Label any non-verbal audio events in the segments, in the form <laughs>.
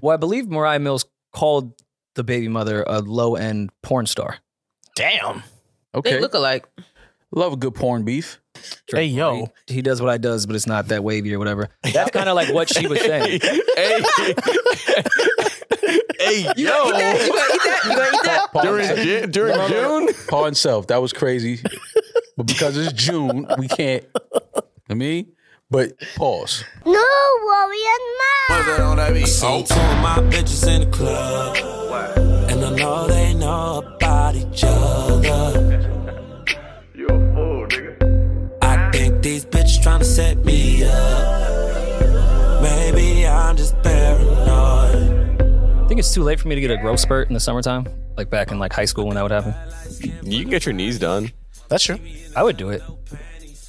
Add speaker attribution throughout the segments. Speaker 1: Well, I believe Mariah Mills called the baby mother a low end porn star.
Speaker 2: Damn.
Speaker 3: They
Speaker 4: Okay.
Speaker 3: look alike.
Speaker 4: Love a good porn beef.
Speaker 2: Hey,
Speaker 5: Oh.
Speaker 2: yo.
Speaker 1: He, he does what I does, but it's not that wavy or
Speaker 5: <laughs>
Speaker 1: whatever. That's kind of like what she was saying.
Speaker 4: hey.
Speaker 2: Hey, <laughs>
Speaker 3: You gonna eat that? You gonna eat that? You gonna eat that?
Speaker 4: During
Speaker 2: Ju- during June?
Speaker 4: Paul himself. That was crazy. But because it's June, we can't. I mean, but pause.
Speaker 6: No worry and mind.
Speaker 7: So two of my bitches in the club. And I know they know about each other.
Speaker 8: You a fool, nigga.
Speaker 7: I think these bitches tryna set me up. Maybe I'm just paranoid.
Speaker 1: I think it's too late for me to get a growth spurt in the summertime, like back in like high school when that would happen.
Speaker 5: You can get your knees done.
Speaker 2: That's true.
Speaker 1: I would do it.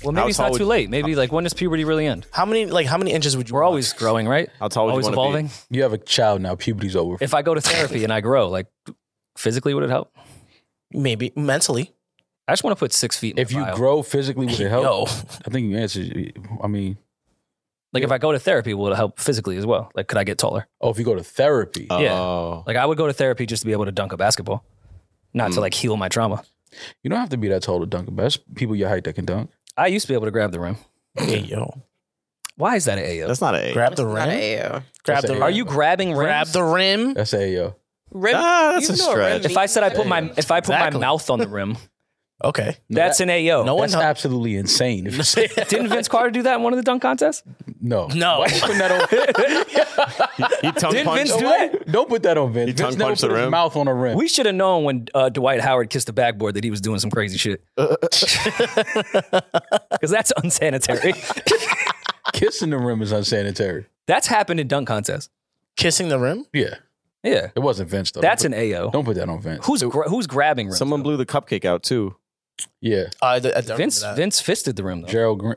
Speaker 1: Well, maybe
Speaker 5: How
Speaker 1: it's not
Speaker 5: tall
Speaker 1: too
Speaker 5: would-
Speaker 1: late. Maybe like when does puberty really end?
Speaker 2: How many like how many inches would you?
Speaker 1: We're
Speaker 2: want?
Speaker 1: always growing, right?
Speaker 5: How tall would you
Speaker 1: always
Speaker 5: wanna be?
Speaker 1: evolving.
Speaker 4: You have a child now. Puberty's over.
Speaker 1: If I go to therapy and I grow, like physically, would it help?
Speaker 2: maybe mentally.
Speaker 1: I just want to put six feet. In
Speaker 4: If
Speaker 1: the
Speaker 4: you
Speaker 1: file.
Speaker 4: grow physically, would it
Speaker 2: <laughs>
Speaker 4: help?
Speaker 2: Yo,
Speaker 4: I think you answered. I mean,
Speaker 1: like if I go to therapy, will it help physically as well? Like, could I get taller?
Speaker 4: oh, if you go to therapy,
Speaker 1: Yeah.
Speaker 5: Oh.
Speaker 1: Like, I would go to therapy just to be able to dunk a basketball, not to like heal my trauma.
Speaker 4: you don't have to be that tall to dunk. But that's people your height that can dunk.
Speaker 1: I used to be able to grab the rim.
Speaker 2: hey yo,
Speaker 1: Why is that an AO?
Speaker 5: That's not a.
Speaker 2: grab the
Speaker 3: Not
Speaker 2: rim.
Speaker 3: a, uh,
Speaker 2: Grab
Speaker 4: That's
Speaker 2: the
Speaker 4: a-
Speaker 2: rim.
Speaker 1: Are you grabbing rims?
Speaker 2: grab the rim?
Speaker 4: That's a uh, yo.
Speaker 3: rim.
Speaker 5: Ah, that's
Speaker 3: You
Speaker 5: a
Speaker 3: know rim
Speaker 5: stretch.
Speaker 1: If I said I put my if I put
Speaker 2: Exactly.
Speaker 1: my mouth on the <laughs> rim,
Speaker 2: Okay. <laughs>
Speaker 1: that's an AO.
Speaker 2: No
Speaker 1: No,
Speaker 2: one.
Speaker 4: That's absolutely insane. If you say
Speaker 1: didn't Vince Carter do that in one of the dunk contests?
Speaker 4: no,
Speaker 2: No.
Speaker 4: Why you putting that on?
Speaker 5: <laughs> He tongue
Speaker 1: Didn't Vince
Speaker 5: punched.
Speaker 1: do that?
Speaker 4: Don't put that on Vince.
Speaker 5: You tongue
Speaker 4: Vince never
Speaker 5: punch the
Speaker 4: put his
Speaker 5: rim?
Speaker 4: mouth on a rim.
Speaker 1: We should have known when uh, Dwight Howard kissed the backboard that he was doing some crazy shit. <laughs> Because that's unsanitary. <laughs>
Speaker 4: Kissing the rim is unsanitary.
Speaker 1: that's happened in dunk contests.
Speaker 2: Kissing the rim?
Speaker 4: Yeah,
Speaker 1: Yeah,
Speaker 4: it wasn't Vince though.
Speaker 1: that's
Speaker 4: don't
Speaker 1: an AO.
Speaker 4: put, don't put that on Vince.
Speaker 1: Who's gra- who's grabbing rims?
Speaker 5: Someone
Speaker 1: though?
Speaker 5: blew the cupcake out too.
Speaker 4: Yeah,
Speaker 2: Uh, I, I don't
Speaker 1: Vince
Speaker 2: remember that.
Speaker 1: Vince fisted the rim though.
Speaker 4: Gerald. Green.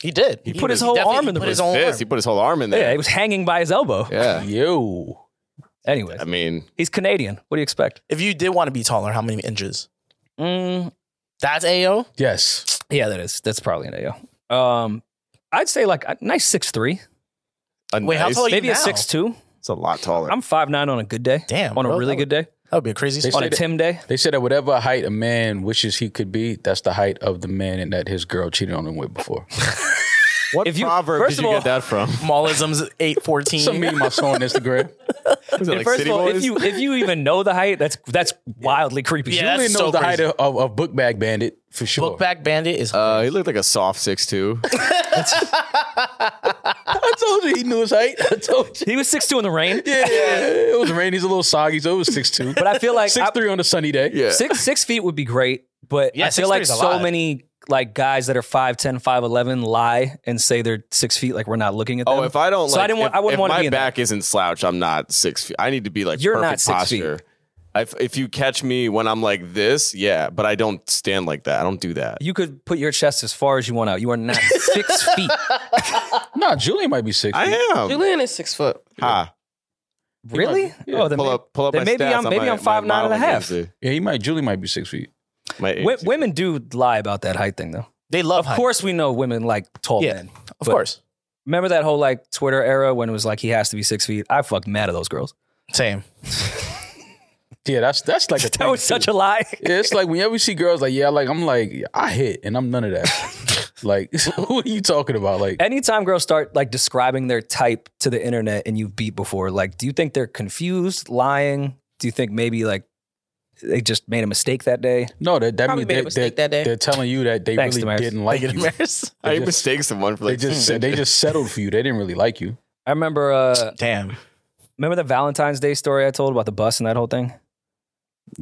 Speaker 2: He did.
Speaker 5: He
Speaker 1: put his whole
Speaker 2: definitely-
Speaker 1: arm in the
Speaker 2: put
Speaker 1: rim.
Speaker 2: his whole
Speaker 5: Fist, he
Speaker 2: arm.
Speaker 5: put his whole arm in
Speaker 1: Yeah,
Speaker 5: there.
Speaker 1: he was hanging by his elbow. <laughs>
Speaker 5: Yeah.
Speaker 4: Yo,
Speaker 1: Anyway,
Speaker 5: I mean,
Speaker 1: he's Canadian. What do you expect?
Speaker 2: If you did want to be taller, how many inches?
Speaker 1: Mm,
Speaker 2: That's AO.
Speaker 4: yes,
Speaker 1: yeah, that is that's probably an AO. Um, I'd say like a nice six three,
Speaker 5: a
Speaker 2: Wait, how
Speaker 5: nice-
Speaker 2: tall are you
Speaker 1: maybe a
Speaker 2: now?
Speaker 1: six two.
Speaker 5: It's a lot taller.
Speaker 1: I'm five nine on a good day.
Speaker 2: Damn,
Speaker 1: on a
Speaker 2: bro,
Speaker 1: really
Speaker 2: that
Speaker 1: good day.
Speaker 2: That would be a crazy.
Speaker 4: They
Speaker 2: spot.
Speaker 1: On a
Speaker 4: that-
Speaker 1: Tim day.
Speaker 4: they said that whatever height a man wishes he could be, that's the height of the man and that his girl cheated on him with before.
Speaker 5: what
Speaker 1: if you-
Speaker 5: proverb
Speaker 1: first
Speaker 5: did
Speaker 1: of
Speaker 5: you
Speaker 1: all-
Speaker 5: get
Speaker 1: <laughs>
Speaker 5: that
Speaker 2: <laughs>
Speaker 5: from?
Speaker 2: Smallism's eight fourteen. <laughs>
Speaker 4: Some meme I saw on Instagram.
Speaker 5: Was it like
Speaker 1: first
Speaker 5: City
Speaker 1: of all, if
Speaker 5: Boys?
Speaker 1: you if you even know the height, that's that's wildly creepy.
Speaker 2: Yeah,
Speaker 4: Julian
Speaker 2: that's
Speaker 4: knows
Speaker 2: so
Speaker 4: the height
Speaker 2: crazy.
Speaker 4: of, of, of Book Bag Bandit for sure.
Speaker 2: Book back bandit is.
Speaker 5: uh, he looked like a soft six
Speaker 1: <laughs>
Speaker 5: two.
Speaker 4: I told you he knew his height. I told you.
Speaker 1: he was six two in the rain.
Speaker 4: Yeah, it was rainy. He's a little soggy, so it was six two.
Speaker 1: But I feel like
Speaker 4: six
Speaker 1: I-
Speaker 4: three on a sunny day.
Speaker 5: Yeah.
Speaker 1: six six feet would be great, but
Speaker 2: Yeah,
Speaker 1: I feel like
Speaker 2: 6'3" is a
Speaker 1: so
Speaker 2: lot.
Speaker 1: many like guys that are 5'10", 5'11", lie and say they're six feet, like we're not looking at them.
Speaker 5: Oh, if I don't
Speaker 1: So I
Speaker 5: like,
Speaker 1: didn't want-
Speaker 5: if,
Speaker 1: I wouldn't
Speaker 5: if
Speaker 1: wanna
Speaker 5: my
Speaker 1: be in
Speaker 5: back is isn't slouched, I'm not six feet. I need to be like
Speaker 1: You're
Speaker 5: perfect
Speaker 1: not six feet.
Speaker 5: posture. If if you catch me when I'm like this, yeah, but I don't stand like that. I don't do that.
Speaker 1: you could put your chest as far as you want out. You are not six feet.
Speaker 4: Nah, Julian might be six.
Speaker 5: I
Speaker 4: feet.
Speaker 5: am.
Speaker 3: Julian is six foot.
Speaker 5: Ha.
Speaker 1: Really?
Speaker 4: Yeah.
Speaker 1: Oh, then
Speaker 5: Pull
Speaker 1: may-
Speaker 5: up, pull up.
Speaker 1: then
Speaker 5: my
Speaker 1: maybe
Speaker 5: stats
Speaker 1: I'm
Speaker 5: on
Speaker 1: maybe
Speaker 5: my-
Speaker 1: I'm
Speaker 5: my
Speaker 1: five nine and a
Speaker 5: modeling
Speaker 1: half.
Speaker 5: agency.
Speaker 4: Yeah, he might. Julian might be six feet.
Speaker 5: My
Speaker 1: Wo-
Speaker 5: agency.
Speaker 1: women do lie about that height thing though.
Speaker 2: They love
Speaker 1: Of course, we know women like tall
Speaker 2: Yeah.
Speaker 1: men.
Speaker 2: Of
Speaker 1: but-
Speaker 2: course.
Speaker 1: Remember that whole like Twitter era when it was like he has to be six feet. I fucked mad at those girls.
Speaker 2: Same.
Speaker 4: Yeah, that's that's like a
Speaker 1: That was such a lie.
Speaker 4: Yeah, it's like whenever you see girls like yeah, like I'm like I hit and I'm none of that.
Speaker 1: <laughs>
Speaker 4: like <laughs> who are you talking about? Like
Speaker 1: Anytime girls start like describing their type to the internet and you've beat before, like, do you think they're confused, lying? Do you think maybe like they just made a mistake that day?
Speaker 4: no, that that
Speaker 3: Probably
Speaker 4: means
Speaker 3: made a
Speaker 4: they,
Speaker 3: mistake
Speaker 4: they're-
Speaker 3: that day.
Speaker 4: they're telling you that they
Speaker 1: Thanks,
Speaker 4: really
Speaker 1: Damaris.
Speaker 4: didn't
Speaker 2: Like
Speaker 4: like you.
Speaker 5: I
Speaker 4: just-
Speaker 5: mistake someone for
Speaker 4: They
Speaker 5: like <laughs>
Speaker 4: just said- they just settled for you. They didn't really like you.
Speaker 1: I remember uh
Speaker 2: <laughs> Damn.
Speaker 1: remember the Valentine's Day story I told about the bus and that whole thing?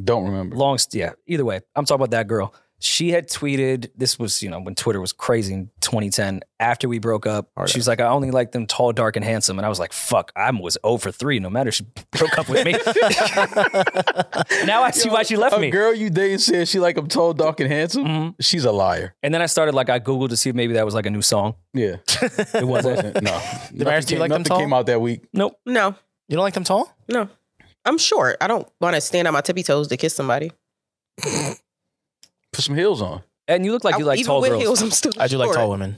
Speaker 4: Don't remember.
Speaker 1: Long st- yeah, either way. I'm talking about that girl. She had tweeted, this was, you know, when Twitter was crazy in 2010. After we broke up, she was like, I only like them tall, dark, and handsome. And I was like, fuck, I was 0 for 3, no matter she <laughs> broke up with me. now I see why she left
Speaker 4: a
Speaker 1: me. Mm-hmm.
Speaker 4: girl you dating said she like I'm tall, dark, and handsome. She's a liar.
Speaker 1: And then I started like I googled to see if maybe that was like a new song.
Speaker 4: Yeah,
Speaker 1: <laughs> It wasn't.
Speaker 4: no.
Speaker 2: Damaris, do you
Speaker 4: came,
Speaker 2: like them
Speaker 4: nothing
Speaker 2: tall?
Speaker 4: came out that week.
Speaker 1: nope.
Speaker 3: No,
Speaker 2: You don't like them tall?
Speaker 3: no. I'm short. I don't want to stand on my tippy toes to kiss somebody.
Speaker 4: Put some heels on.
Speaker 1: And you look like you
Speaker 3: I-
Speaker 1: like
Speaker 3: even
Speaker 1: tall
Speaker 3: with
Speaker 1: girls.
Speaker 3: heels, I'm still.
Speaker 2: I do like
Speaker 3: short.
Speaker 2: tall women.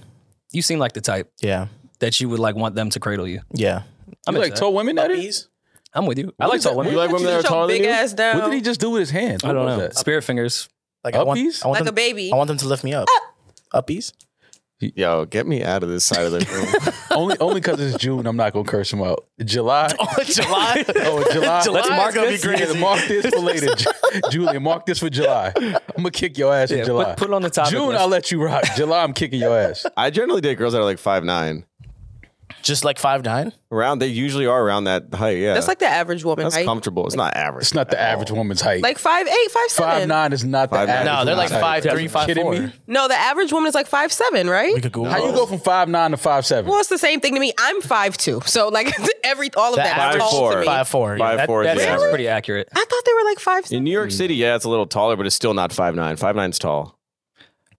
Speaker 1: You seem like the type
Speaker 2: Yeah.
Speaker 1: that you would like want them to cradle you.
Speaker 2: Yeah.
Speaker 1: I'm
Speaker 4: You like
Speaker 1: into
Speaker 4: tall women that is?
Speaker 2: Puppies?
Speaker 1: I'm with you. I like tall women.
Speaker 5: You like women that are
Speaker 3: Put your
Speaker 5: taller than
Speaker 3: big
Speaker 5: you?
Speaker 3: ass down.
Speaker 4: What did he just do with his hands?
Speaker 1: I don't
Speaker 4: What was
Speaker 1: know.
Speaker 4: that?
Speaker 1: Spirit fingers.
Speaker 2: Like I want,
Speaker 4: Uppies?
Speaker 2: I want
Speaker 3: like
Speaker 2: them,
Speaker 3: a baby. Ah!
Speaker 2: I want them to lift me up.
Speaker 1: <laughs>
Speaker 2: Uppies?
Speaker 5: Yo, get me out of this side of the room.
Speaker 4: only only because it's June, I'm not gonna curse him out. July.
Speaker 1: <laughs>
Speaker 2: July.
Speaker 4: Oh, July.
Speaker 2: July
Speaker 4: Let's
Speaker 2: is
Speaker 4: mark
Speaker 2: gonna
Speaker 4: this.
Speaker 2: be crazy.
Speaker 4: Yeah, mark this for later, Ju- Julian. Mark this for July. I'm gonna kick your ass
Speaker 1: Yeah,
Speaker 4: in July.
Speaker 1: put- put it on the topic
Speaker 4: June,
Speaker 1: list.
Speaker 4: I'll let you rock. July, I'm kicking your ass.
Speaker 5: I generally date girls that are like five nine.
Speaker 2: <laughs> Just like five nine.
Speaker 5: Around they usually are around that height. Yeah,
Speaker 3: That's like the average woman
Speaker 5: that's
Speaker 3: height.
Speaker 5: comfortable. It's not average.
Speaker 4: It's not the average
Speaker 1: Oh.
Speaker 4: woman's height.
Speaker 3: like five eight, five seven.
Speaker 4: five nine is not the
Speaker 5: Five nine.
Speaker 4: average.
Speaker 2: No, they're like
Speaker 4: woman's height.
Speaker 2: five
Speaker 4: Are
Speaker 2: three,
Speaker 4: you
Speaker 2: five
Speaker 4: kidding
Speaker 2: four.
Speaker 4: me?
Speaker 3: No, the average woman is like five seven, right?
Speaker 2: We could Google.
Speaker 4: How you go from five nine to five seven?
Speaker 3: well, it's the same thing to me. I'm five two, so like <laughs> every all of
Speaker 2: The
Speaker 3: that is
Speaker 2: average-
Speaker 3: tall
Speaker 5: Five
Speaker 3: to me.
Speaker 2: five four?
Speaker 5: Five four is
Speaker 2: that-
Speaker 5: the
Speaker 2: that's-
Speaker 1: That's pretty accurate.
Speaker 3: I thought they were like five.
Speaker 5: In New York City, yeah, it's a little taller, but it's still not five nine. Five nine's tall.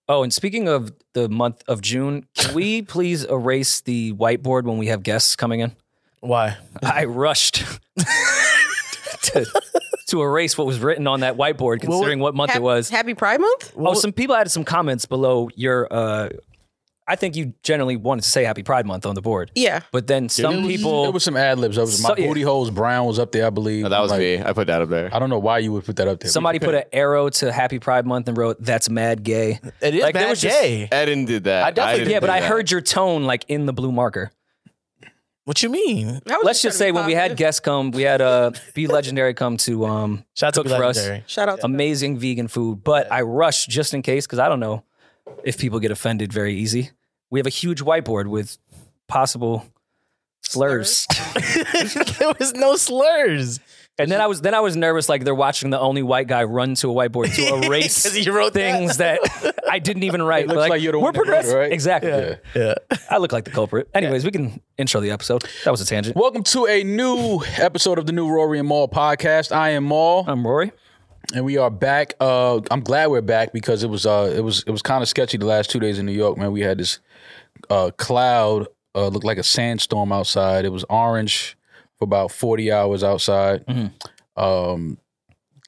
Speaker 1: Oh, and speaking of the month of June, can we
Speaker 3: <laughs>
Speaker 1: please erase the whiteboard when we have guests coming in?
Speaker 2: Why?
Speaker 1: I rushed <laughs> to, to erase what was written on that whiteboard, considering what month
Speaker 3: Hap-
Speaker 1: it was.
Speaker 3: Happy Pride Month.
Speaker 1: oh, some people added some comments below your. Uh, I think you generally wanted to say Happy Pride Month on the board,
Speaker 3: Yeah,
Speaker 1: but then some people.
Speaker 4: There was some ad libs. My
Speaker 1: So- yeah.
Speaker 4: booty holes brown was up there, I believe.
Speaker 5: No, that was
Speaker 4: Like,
Speaker 5: me. I put that up there.
Speaker 4: I don't know why you would put that up there.
Speaker 1: somebody put an arrow to Happy Pride Month and wrote, "That's mad gay."
Speaker 2: It is
Speaker 1: Like,
Speaker 2: like,
Speaker 1: there
Speaker 2: bad
Speaker 1: was just-
Speaker 2: day.
Speaker 5: Eden did that.
Speaker 2: I definitely-
Speaker 5: didn't
Speaker 1: Yeah, but
Speaker 5: do
Speaker 1: I
Speaker 5: that.
Speaker 1: heard your tone like in the blue marker.
Speaker 2: What you mean?
Speaker 3: I was
Speaker 1: Let's just
Speaker 3: trying
Speaker 1: say
Speaker 3: to be
Speaker 1: when we had
Speaker 3: positive.
Speaker 1: guests come, we had uh,
Speaker 4: <laughs>
Speaker 1: Be Legendary come to um,
Speaker 2: Shout out
Speaker 1: cook
Speaker 2: to
Speaker 1: for us.
Speaker 2: Legendary. <laughs>
Speaker 3: shout out to
Speaker 1: amazing vegan food, but I rushed just in case because I don't know if people get offended very easy. We have a huge whiteboard with possible slurs.
Speaker 2: there was no slurs.
Speaker 1: <laughs> and then I was then I was nervous like they're watching the only white guy run to a whiteboard
Speaker 4: <laughs>
Speaker 1: to erase
Speaker 2: <laughs> 'Cause he wrote that.
Speaker 1: things that I didn't even write.
Speaker 4: It looks like you're the
Speaker 1: we're
Speaker 4: one that wrote it,
Speaker 1: progressive.
Speaker 4: right?
Speaker 1: Exactly.
Speaker 4: Yeah.
Speaker 2: <laughs> Yeah.
Speaker 1: I look like the culprit. Anyways, we can intro the episode. That was a tangent.
Speaker 4: Welcome to a new episode of the new Rory and Maul podcast. I am Maul,
Speaker 1: I'm Rory.
Speaker 4: and we are back. Uh, I'm glad we're back because it was uh, it was it was kind of sketchy the last two days in New York. Man, we had this uh, cloud uh, looked like a sandstorm outside. It was orange for about 40 hours outside. Um,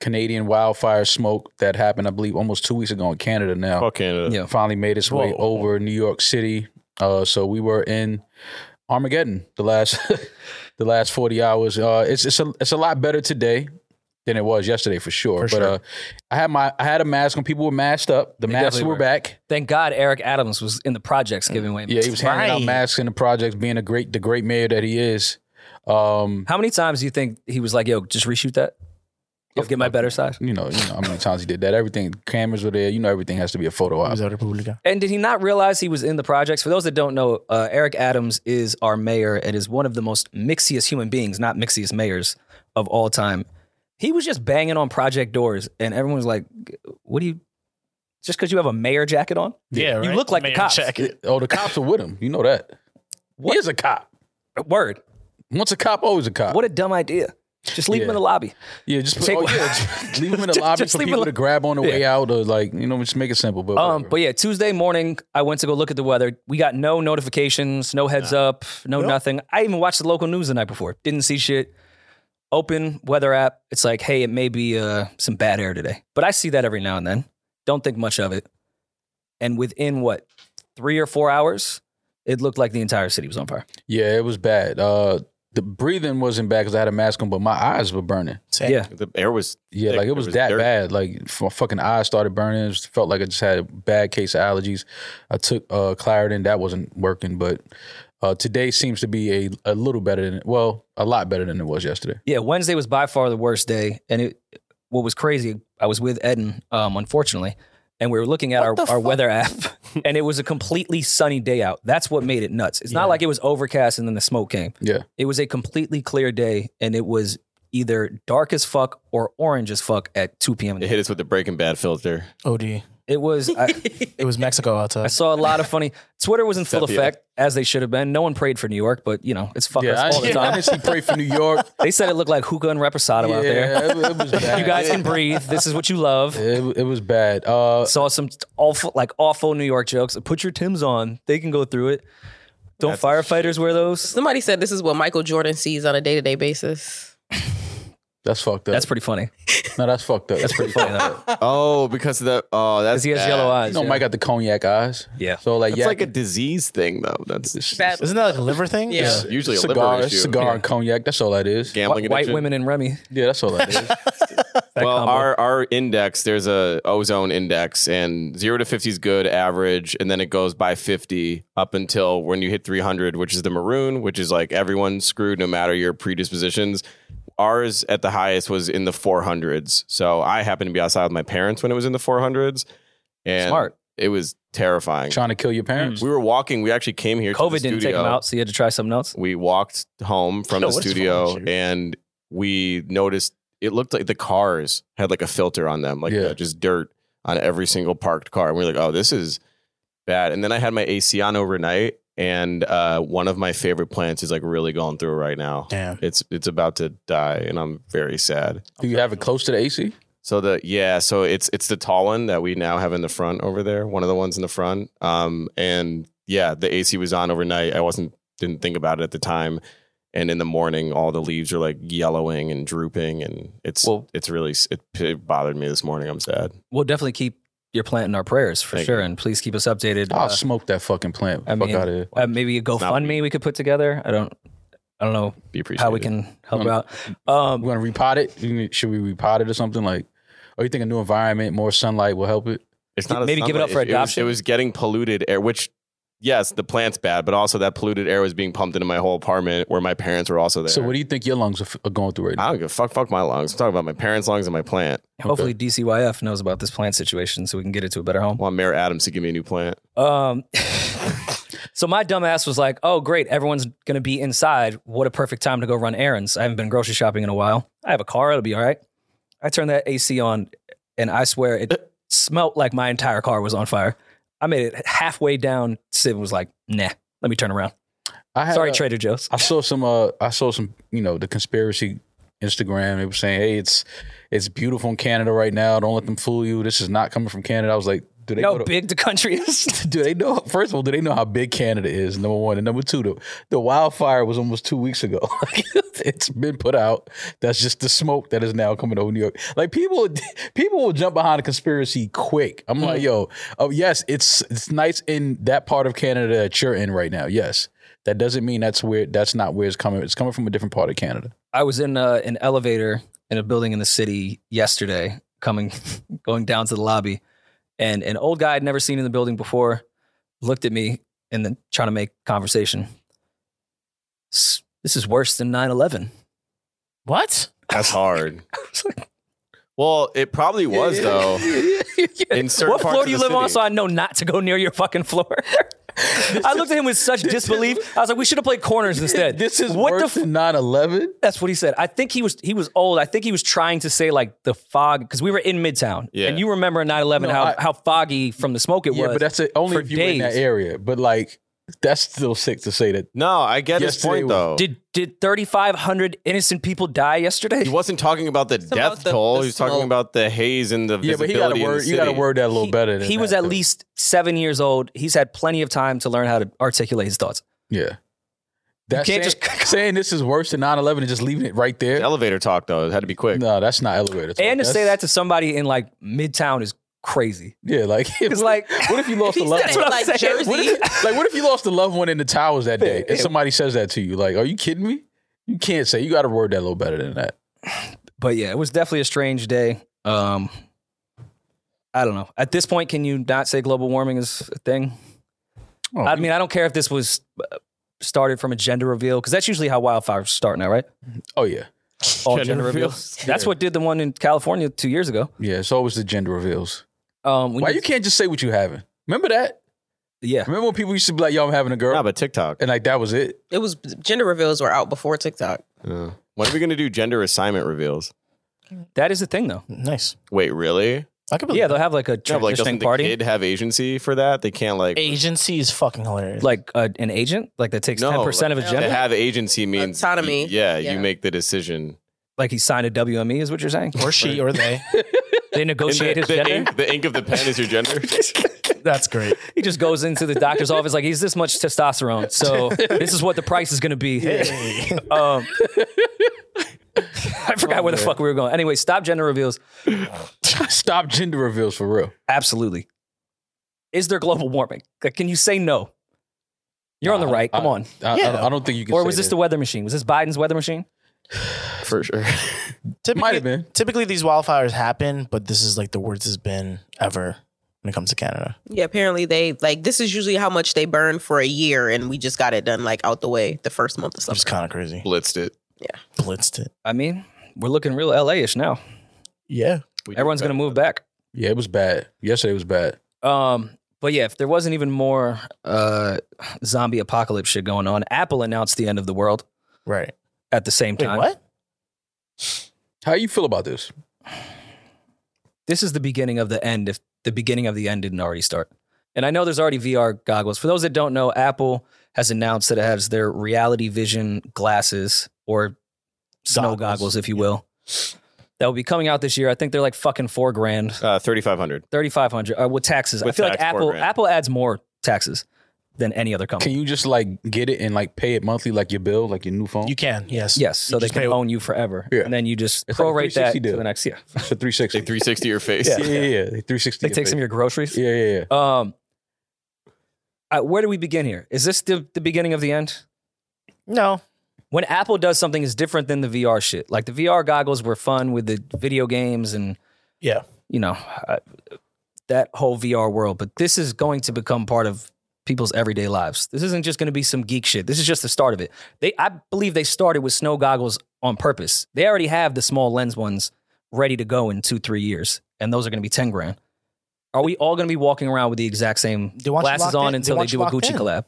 Speaker 4: Canadian wildfire smoke that happened, I believe, almost two weeks ago in Canada. Now,
Speaker 5: Fuck Canada.
Speaker 1: Yeah.
Speaker 4: finally made its way
Speaker 2: Whoa.
Speaker 4: over New York City. Uh, so we were in Armageddon the last <laughs> the last forty hours. Uh, it's it's a it's a lot better today than it was yesterday for sure.
Speaker 2: For
Speaker 4: but
Speaker 2: sure.
Speaker 4: uh, I had my I had a mask on. People were masked up. The masks
Speaker 1: definitely
Speaker 4: were
Speaker 1: were.
Speaker 4: back.
Speaker 1: Thank God Eric Adams was in the projects giving away.
Speaker 4: Mm. Yeah, he was handing out
Speaker 2: Right.
Speaker 4: masks in the projects, being a great the great mayor that he is. Um,
Speaker 1: How many times do you think he was like, "Yo, just reshoot that"? Yo, get my better size.
Speaker 4: you know, you know how many times he did that. Everything cameras were there. You know, everything has to be a photo op.
Speaker 2: User Republica.
Speaker 1: And did he not realize he was in the projects? For those that don't know, uh, Eric Adams is our mayor and is one of the most mixiest human beings, not mixiest mayors of all time. He was just banging on project doors, and everyone was like, "What do you? Just because you have a mayor jacket on?
Speaker 2: Yeah,
Speaker 1: You
Speaker 2: right?
Speaker 1: look like the
Speaker 2: Mayor
Speaker 1: cops.
Speaker 2: jacket.
Speaker 4: Oh, the cops are with him. You know that. He is a cop.
Speaker 1: Word.
Speaker 4: Once a cop, always a cop.
Speaker 1: What a dumb idea. Just leave him
Speaker 4: Yeah.
Speaker 1: in the lobby.
Speaker 4: Yeah, just put,
Speaker 1: Take-
Speaker 4: oh,
Speaker 1: <laughs>
Speaker 4: yeah, just leave them in the lobby
Speaker 1: just
Speaker 4: for
Speaker 1: leave
Speaker 4: people
Speaker 1: them-
Speaker 4: to grab on the way out, or like you know, just make it simple. But
Speaker 1: Um,
Speaker 4: whatever.
Speaker 1: but yeah, Tuesday morning, I went to go look at the weather. We got no notifications, no heads up, no nothing. I even watched the local news the night before. Didn't see shit. Open weather app. It's like, hey, it may be uh, some bad air today. But I see that every now and then. Don't think much of it. And within what, three or four hours, it looked like the entire city was on fire.
Speaker 4: yeah, it was bad. Uh, the breathing wasn't bad because I had a mask on, but my eyes were burning.
Speaker 2: Same.
Speaker 1: Yeah.
Speaker 5: The air was
Speaker 4: Yeah,
Speaker 5: thick.
Speaker 4: like it was,
Speaker 5: was
Speaker 4: that
Speaker 5: dirt.
Speaker 4: bad. Like f- my fucking eyes started burning. It just felt like I just had a bad case of allergies. I took uh, Claritin, that wasn't working, but uh, today seems to be a, a little better than well, a lot better than it was yesterday.
Speaker 1: Yeah, Wednesday was by far the worst day. And it what was crazy, I was with Eden, um, unfortunately, and we were looking at our, our weather app and it was a completely sunny day out. That's what made it nuts. It's not like it was overcast and then the smoke came.
Speaker 4: Yeah,
Speaker 1: It was a completely clear day and it was either dark as fuck or orange as fuck at 2 p.m. in the
Speaker 5: it
Speaker 1: morning.
Speaker 5: hit us with the Breaking Bad filter.
Speaker 3: <laughs>
Speaker 2: OD.
Speaker 1: It was I,
Speaker 2: It was Mexico
Speaker 1: I
Speaker 2: outside.
Speaker 1: saw a lot of funny Twitter was in full
Speaker 5: Sepia.
Speaker 1: effect as they should have been. No one prayed for New York, but you know, it's fuck
Speaker 4: yeah. I,
Speaker 1: us all the
Speaker 4: <laughs> yeah. I
Speaker 1: time.
Speaker 4: didn't see pray for
Speaker 1: <laughs>
Speaker 4: New York.
Speaker 1: They said it looked like hookah and reposado
Speaker 4: yeah,
Speaker 1: out there.
Speaker 4: It, it was
Speaker 1: <laughs>
Speaker 4: bad.
Speaker 1: You guys can breathe. This is what you love.
Speaker 4: it, it was bad. Uh,
Speaker 1: saw some awful like awful New York jokes. Put your Tim's on. They can go through it. Don't firefighters wear those?
Speaker 3: Somebody said this is what Michael Jordan sees on a day to day basis.
Speaker 4: That's fucked up.
Speaker 1: That's pretty funny.
Speaker 4: No, that's
Speaker 1: <laughs>
Speaker 4: fucked up. That's pretty fucked up.
Speaker 5: Oh, because of the oh,
Speaker 1: because
Speaker 5: that's
Speaker 1: he has
Speaker 5: bad.
Speaker 1: yellow eyes.
Speaker 4: You know,
Speaker 1: yeah.
Speaker 4: Mike got the cognac eyes.
Speaker 1: Yeah.
Speaker 4: So like,
Speaker 5: It's
Speaker 4: yeah,
Speaker 5: like a disease thing though. That's
Speaker 3: Bad.
Speaker 2: Isn't that like a liver thing?
Speaker 3: Yeah.
Speaker 5: it's usually a
Speaker 4: cigar,
Speaker 5: liver issue.
Speaker 4: cigar and cognac. That's all that is.
Speaker 1: Wh-
Speaker 5: Gambling
Speaker 1: white,
Speaker 5: addiction.
Speaker 1: women and Remy.
Speaker 4: Yeah, that's all that is.
Speaker 1: That
Speaker 5: well,
Speaker 1: combo.
Speaker 5: our our index, there's a ozone index, and zero to fifty is good average, and then it goes by fifty up until when you hit three hundred, which is the maroon, which is like everyone's screwed no matter your predispositions. Ours at the highest was in the four hundreds, so I happened to be outside with my parents when it was in the four hundreds, and
Speaker 1: smart.
Speaker 5: it was terrifying.
Speaker 4: Trying to kill your parents.
Speaker 5: We were walking. We actually came here. to
Speaker 1: COVID
Speaker 5: the
Speaker 1: didn't take
Speaker 5: studio.
Speaker 1: him out, so you had to try something else.
Speaker 5: We walked
Speaker 2: <laughs>
Speaker 5: home from
Speaker 2: Yo,
Speaker 5: the
Speaker 2: what is wrong
Speaker 5: studio
Speaker 2: with you?
Speaker 5: and we noticed it looked like the cars had like a filter on them, like
Speaker 4: Yeah.
Speaker 5: uh, just dirt on every single parked car. And we were like, oh, this is bad. And then I had my AC on overnight, and uh, one of my favorite plants is like really going through right now.
Speaker 2: Damn.
Speaker 5: It's it's about to die, and I'm very sad.
Speaker 4: Do you have it close to the AC?
Speaker 5: So the yeah, so it's it's the tall one that we now have in the front over there, one of the ones in the front. Um, and yeah, the AC was on overnight. I wasn't didn't think about it at the time, and in the morning, all the leaves are like yellowing and drooping, and it's
Speaker 4: Well-
Speaker 5: it's really it, it bothered me this morning. I'm sad.
Speaker 1: We'll definitely keep your plant in our prayers for
Speaker 5: Thank
Speaker 1: sure, and please keep us updated.
Speaker 4: I'll
Speaker 1: Uh,
Speaker 4: smoke that fucking plant.
Speaker 1: I
Speaker 4: Fuck
Speaker 1: mean,
Speaker 4: out of here.
Speaker 1: uh, maybe a GoFundMe we could put together. I don't, I don't know
Speaker 5: Be appreciated.
Speaker 1: how we can help
Speaker 4: Um,
Speaker 1: out. Um,
Speaker 4: We're gonna repot it. You mean, Should we repot it or something like? Or you think a new environment, more sunlight will help it?
Speaker 5: It's not a
Speaker 1: Maybe give it up
Speaker 5: sunlight
Speaker 1: for
Speaker 5: issue. It was-
Speaker 1: adoption.
Speaker 5: It was, getting polluted air, which yes, the plant's bad, but also that polluted air was being pumped into my whole apartment where my parents were also there.
Speaker 4: So what do you think your lungs are, f- are going through right now?
Speaker 5: I don't give a fuck. Fuck my lungs. I'm talking about my parents' lungs and my plant.
Speaker 1: Hopefully DCYF knows about this plant situation so we can get it to a better
Speaker 5: I
Speaker 1: home.
Speaker 5: want Mayor Adams to give me a new plant.
Speaker 1: Um, <laughs> so my dumbass was like, "Oh, great, everyone's gonna be inside. What a perfect time to go run errands. I haven't been grocery shopping in a while. I have a car. It'll be all right." I turned that AC on, and I swear it smelt like my entire car was on fire. I made it halfway down. Sid was like, "Nah, let me turn around."
Speaker 4: I had
Speaker 1: Sorry,
Speaker 4: a-
Speaker 1: Trader Joe's.
Speaker 4: I saw some. Uh, I saw some. You know, the conspiracy Instagram. They were saying, "Hey, it's it's beautiful in Canada right now. Don't let them fool you. This is not coming from Canada." I was like, "Do they
Speaker 1: No,
Speaker 4: know the-
Speaker 1: big the country is.
Speaker 4: <laughs> do they know? First of all, do they know how big Canada is? Number one, and number two, the, the wildfire was almost two weeks ago. <laughs> it's been put out. That's just the smoke that is now coming over New York. Like people, <laughs> people will jump behind a conspiracy quick. I'm
Speaker 1: Mm.
Speaker 4: like, yo, oh yes, it's it's nice in that part of Canada that you're in right now. Yes, that doesn't mean that's where that's not where it's coming. It's coming from a different part of Canada.
Speaker 1: I was in uh, an elevator in a building in the city yesterday, coming <laughs> going down to the lobby, and an old guy I'd never seen in the building before looked at me and then trying to make conversation. "S- This is worse than 9-11.
Speaker 2: What?
Speaker 5: That's hard.
Speaker 1: <laughs> I was like,
Speaker 5: <laughs> Well, it
Speaker 4: <laughs>
Speaker 5: probably was though. In certain
Speaker 1: what
Speaker 5: parts
Speaker 1: floor
Speaker 5: of
Speaker 1: do you
Speaker 5: the
Speaker 1: live on
Speaker 5: city.
Speaker 1: so I know not to go near your fucking floor? <laughs> I looked at him with
Speaker 5: <laughs>
Speaker 1: such disbelief. I was like, we should have played corners instead.
Speaker 4: This is
Speaker 1: what
Speaker 4: what
Speaker 1: the
Speaker 4: worse than 9-11?
Speaker 1: That's what he said. I think he was he was old. I think he was trying to say like the fog because we were in Midtown.
Speaker 5: Yeah.
Speaker 1: And you remember in 9-11
Speaker 4: No,
Speaker 1: how,
Speaker 4: I-
Speaker 1: how foggy from the smoke it
Speaker 4: Yeah,
Speaker 1: was.
Speaker 4: but that's it, only
Speaker 1: for
Speaker 4: if you were in that
Speaker 1: days.
Speaker 4: area. But like, that's still sick to say that
Speaker 5: No, I get his
Speaker 4: Yesterday
Speaker 5: point
Speaker 4: was-
Speaker 5: though.
Speaker 1: did did 3,500 innocent people die yesterday?
Speaker 5: he wasn't talking about the
Speaker 3: about
Speaker 5: death
Speaker 3: the-
Speaker 5: toll.
Speaker 3: the
Speaker 5: he was talking
Speaker 3: smoke.
Speaker 5: about the haze and the
Speaker 4: Yeah, but
Speaker 5: visibility
Speaker 4: he got to
Speaker 5: in the
Speaker 4: word. You got to
Speaker 5: city.
Speaker 4: word that a little
Speaker 1: He-
Speaker 4: better. Than
Speaker 1: He was
Speaker 4: that,
Speaker 1: at
Speaker 4: though.
Speaker 1: least seven years old. He's had plenty of time to learn how to articulate his thoughts.
Speaker 4: Yeah. That
Speaker 1: can't
Speaker 4: saying,
Speaker 1: just-
Speaker 4: <laughs> saying this is worse than 9-11 and just leaving it right there.
Speaker 5: Elevator talk though. It had to be quick.
Speaker 4: No, that's not elevator. talk.
Speaker 1: And to
Speaker 4: That's-
Speaker 1: say that to somebody in like Midtown is crazy. <laughs>
Speaker 4: yeah, like
Speaker 1: It's like
Speaker 4: what if you
Speaker 1: <laughs>
Speaker 4: lost a loved
Speaker 1: That's
Speaker 3: Said
Speaker 1: what
Speaker 3: it
Speaker 1: I'm
Speaker 4: one?
Speaker 1: saying.
Speaker 3: like Jersey.
Speaker 1: What
Speaker 4: Like <laughs> what if you lost a loved one in the towers that day,
Speaker 1: <laughs>
Speaker 4: and somebody says that to you? Like, are you kidding me? You can't say. You got to word that a little better than that.
Speaker 1: But yeah, it was definitely a strange day. Um I don't know. At this point, can you not say global warming is a thing?
Speaker 4: Oh,
Speaker 1: I mean, I don't care if this was uh, started from a gender reveal because that's usually how wildfires start now, right?
Speaker 4: oh yeah,
Speaker 1: All
Speaker 5: <laughs> Gender
Speaker 1: gender, reveals. That's what did the one in California two years ago.
Speaker 4: yeah. It's always the gender reveals.
Speaker 1: Um, when
Speaker 4: Why you can't just say what you having? Remember that?
Speaker 1: Yeah,
Speaker 4: Remember when people used to be like, "Yo, I'm having a girl,"
Speaker 5: No, but TikTok.
Speaker 4: and like that
Speaker 1: <laughs>
Speaker 4: was it.
Speaker 3: It was gender reveals were out before TikTok.
Speaker 5: Yeah. When are we gonna do gender assignment reveals?
Speaker 1: that is the thing though.
Speaker 2: Nice.
Speaker 5: Wait, really?
Speaker 2: I could believe
Speaker 1: Yeah, they'll have like a
Speaker 5: No, but, like
Speaker 1: transitioning
Speaker 5: doesn't
Speaker 1: party,
Speaker 5: the kid have agency for that? They can't like
Speaker 2: Agency is fucking hilarious.
Speaker 1: like uh, an agent, like that takes
Speaker 5: No,
Speaker 1: ten percent of his
Speaker 5: to
Speaker 1: gender.
Speaker 5: have agency means
Speaker 3: Autonomy.
Speaker 5: y- Yeah,
Speaker 3: Yeah.
Speaker 5: you make the decision.
Speaker 1: like he signed a WME, is what you're
Speaker 5: <laughs>
Speaker 1: saying?
Speaker 2: or she
Speaker 1: <laughs>
Speaker 2: or they.
Speaker 1: they
Speaker 5: And
Speaker 1: negotiate
Speaker 5: the,
Speaker 1: his
Speaker 5: the
Speaker 1: gender.
Speaker 5: ink, the ink of the pen is your
Speaker 1: <laughs>
Speaker 5: gender.
Speaker 2: That's great.
Speaker 1: He just goes into the doctor's office like he's this much testosterone, <laughs> so this is what the price is going to be. Um, I forgot where the
Speaker 4: Yeah.
Speaker 1: fuck we were going. Anyway, stop gender reveals.
Speaker 4: Stop gender reveals for real.
Speaker 1: Absolutely. Is there global warming? Like, Can you say no? You're on the
Speaker 4: Nah,
Speaker 1: right.
Speaker 4: I-
Speaker 1: Come on.
Speaker 4: I,
Speaker 2: Yeah.
Speaker 4: I, I don't think you can.
Speaker 1: Or
Speaker 4: say
Speaker 1: was this
Speaker 4: that.
Speaker 1: the weather machine? Was this Biden's weather machine?
Speaker 5: for sure.
Speaker 2: Typically,
Speaker 4: Might have been.
Speaker 2: typically these wildfires happen, but this is like the worst it's been ever when it comes to Canada.
Speaker 3: Yeah, apparently they like this is usually how much they burn for a year, and we just got it done like out the way the first month of
Speaker 2: Which
Speaker 3: summer.
Speaker 2: is kind of crazy.
Speaker 5: Blitzed it.
Speaker 2: Blitzed it.
Speaker 1: I mean, we're looking real LA-ish now.
Speaker 2: Yeah.
Speaker 5: We did
Speaker 1: Everyone's
Speaker 5: better.
Speaker 1: gonna move back.
Speaker 4: Yeah, it was bad. Yesterday was bad.
Speaker 1: Um, but yeah, if there wasn't even more uh, zombie apocalypse shit going on, Apple announced the end of the world
Speaker 2: Right.
Speaker 1: at the same
Speaker 2: Wait,
Speaker 1: time.
Speaker 2: what?
Speaker 4: How you feel about this?
Speaker 1: This is the beginning of the end. If the beginning of the end didn't already start, and I know there's already VR goggles. For those that don't know, Apple has announced that it has their reality vision glasses or snow
Speaker 2: Goggles.
Speaker 1: goggles, if you will, that will be coming out this year. I think they're like fucking four grand.
Speaker 5: Uh, 3,500.
Speaker 1: thirty five hundred uh, with taxes. I
Speaker 5: With
Speaker 1: feel
Speaker 5: tax,
Speaker 1: like
Speaker 5: four
Speaker 1: Apple
Speaker 5: grand.
Speaker 1: Apple adds more taxes than any other
Speaker 4: Can
Speaker 1: company.
Speaker 4: you just like get it and like pay it monthly, like your bill, like your new phone?
Speaker 2: You can. Yes.
Speaker 1: yes, so
Speaker 2: you
Speaker 1: they
Speaker 2: just
Speaker 1: can
Speaker 2: pay-
Speaker 1: own you forever,
Speaker 4: Yeah.
Speaker 1: and then you just
Speaker 4: It's like a
Speaker 1: prorate
Speaker 4: 360
Speaker 1: that to
Speaker 4: deal.
Speaker 1: the next year.
Speaker 4: for three sixty.
Speaker 5: Like 360 your face.
Speaker 4: Yeah, yeah, yeah. Three sixty.
Speaker 1: They take some of your groceries.
Speaker 4: Yeah, yeah, yeah.
Speaker 1: Um, uh, where do we begin here? Is this the, the beginning of the end?
Speaker 2: No.
Speaker 1: When Apple does something is different than the VR shit. Like the VR goggles were fun with the video games and
Speaker 2: Yeah.
Speaker 1: you know uh, that whole VR world, but this is going to become part of people's everyday lives. This isn't just going to be some geek shit. This is just the start of it. They, I believe, they started with snow goggles on purpose. They already have the small lens ones ready to go in two, three years, and those are going to be ten grand. Are we all going to be walking around with the exact same
Speaker 2: They want you
Speaker 1: glasses
Speaker 2: locked
Speaker 1: on
Speaker 2: in. They
Speaker 1: until they,
Speaker 2: want you
Speaker 1: do a
Speaker 2: locked
Speaker 1: Gucci
Speaker 2: in.
Speaker 1: collab?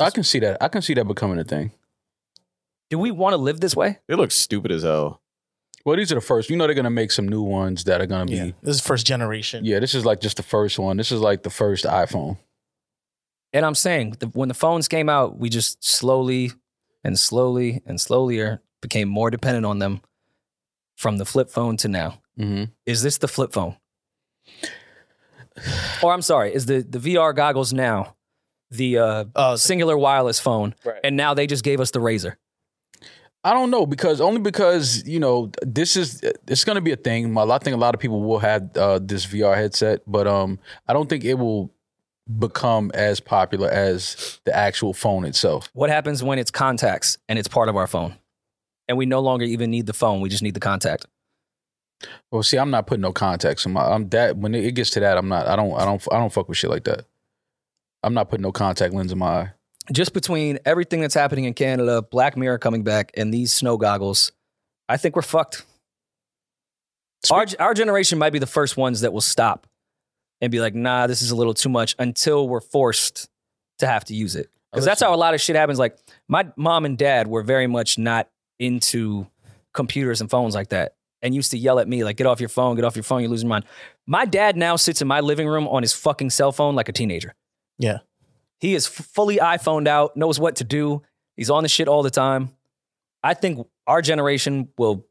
Speaker 4: I can see that. I can see that becoming a thing.
Speaker 1: Do we want to live this way?
Speaker 5: It looks stupid as hell.
Speaker 4: Well, these are the first. You know, they're gonna make some new ones that are gonna be.
Speaker 2: Yeah.
Speaker 4: Yeah.
Speaker 2: This is first generation.
Speaker 4: this is like just the first one. This is like the first iPhone.
Speaker 1: And I'm saying the, when the phones came out, we just slowly and slowly and slowlier became more dependent on them from the flip phone to now.
Speaker 4: Mm-hmm.
Speaker 1: Is this the flip phone? Or I'm sorry, is the, the VR goggles now the uh,
Speaker 2: Oh, so-
Speaker 1: singular wireless phone?
Speaker 4: Right.
Speaker 1: And now they just gave us the Razor.
Speaker 4: I don't know because only because you know this is it's going to be a thing. I think a lot of people will have uh, this VR headset, but um, I don't think it will become as popular as the actual phone itself.
Speaker 1: What happens when it's contacts and it's part of our phone? And we no longer even need the phone, we just need the contact.
Speaker 4: Well, see, I'm not putting no context. I'm, I'm that when it gets to that, I'm not. I don't. I don't. I don't fuck with shit like that. I'm not putting no contact lens in my eye.
Speaker 1: just between everything that's happening in Canada, Black Mirror coming back, and these snow goggles, I think we're fucked. Our, our generation might be the first ones that will stop and be like, nah, this is a little too much until we're forced to have to use it. Because that's how a lot of shit happens. Like, my mom and dad were very much not into computers and phones like that and used to yell at me, like, get off your phone, get off your phone, you're losing your mind. My dad now sits in my living room on his fucking cell phone like a teenager.
Speaker 2: Yeah.
Speaker 1: He is f- fully iPhoned out, knows what to do. He's on the shit all the time. I think our generation will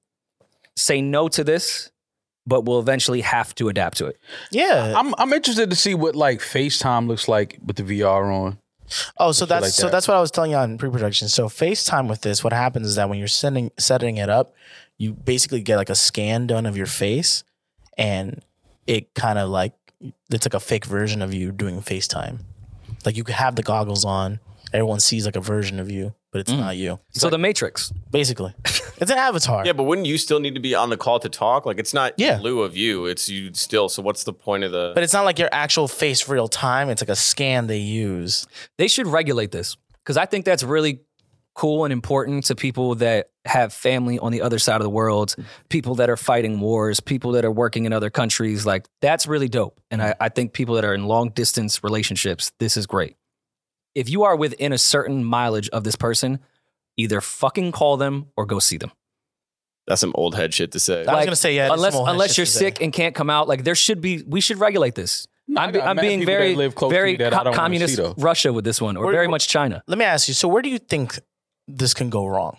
Speaker 1: say no to this, but will eventually have to adapt to it.
Speaker 2: yeah.
Speaker 4: I'm I'm interested to see what like FaceTime looks like with the VR on.
Speaker 2: Oh, so
Speaker 4: shit
Speaker 2: that's
Speaker 4: like
Speaker 2: so
Speaker 4: that.
Speaker 2: that's what I was telling you on pre-production. So FaceTime with this, what happens is that when you're sending setting it up, you basically get like a scan done of your face, and it kind of like it's like a fake version of you doing FaceTime. Like you could have the goggles on, everyone sees like a version of you, but it's not you.
Speaker 1: so the Matrix.
Speaker 2: Basically, it's an avatar.
Speaker 5: Yeah, but wouldn't you still need to be on the call to talk? Like, it's not
Speaker 2: Yeah.
Speaker 5: in lieu of you. It's you still. So, what's the point of the.
Speaker 2: But it's not like your actual face real time. It's like a scan they use.
Speaker 1: They should regulate this because I think that's really cool and important to people that have family on the other side of the world, people that are fighting wars, people that are working in other countries. Like, that's really dope. And I, I think people that are in long distance relationships, this is great. If you are within a certain mileage of this person, either fucking call them or go see them.
Speaker 5: that's some old head shit to say.
Speaker 2: I was
Speaker 1: Like,
Speaker 2: gonna say yeah.
Speaker 1: unless unless you're sick and can't come out, like there should be, we should regulate this.
Speaker 4: No, I
Speaker 1: I'm, be-
Speaker 4: got
Speaker 1: I'm
Speaker 4: mad
Speaker 1: being
Speaker 4: people that
Speaker 1: very,
Speaker 4: live close to
Speaker 1: very
Speaker 4: me that I
Speaker 1: co-
Speaker 4: don't wanna see,
Speaker 1: communist
Speaker 4: though.
Speaker 1: Russia with this one, or
Speaker 2: Or-
Speaker 1: very much China.
Speaker 2: Let me ask you. So where do you think this can go wrong?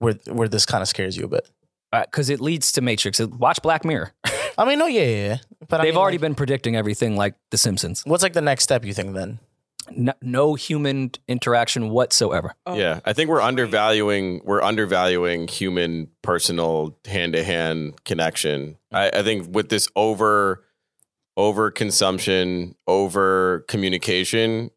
Speaker 2: Where where this kind of scares you a bit?
Speaker 1: because Uh, it leads to Matrix. It- Watch Black Mirror.
Speaker 2: I mean, no, yeah, yeah, yeah. But I
Speaker 1: They've
Speaker 2: mean,
Speaker 1: already
Speaker 2: like,
Speaker 1: been predicting everything like The Simpsons.
Speaker 2: What's like the next step you think then?
Speaker 1: no, no human interaction whatsoever.
Speaker 3: Oh.
Speaker 5: Yeah, I think we're undervaluing we're undervaluing human personal hand to hand connection. I, I think with this over over consumption, over communication,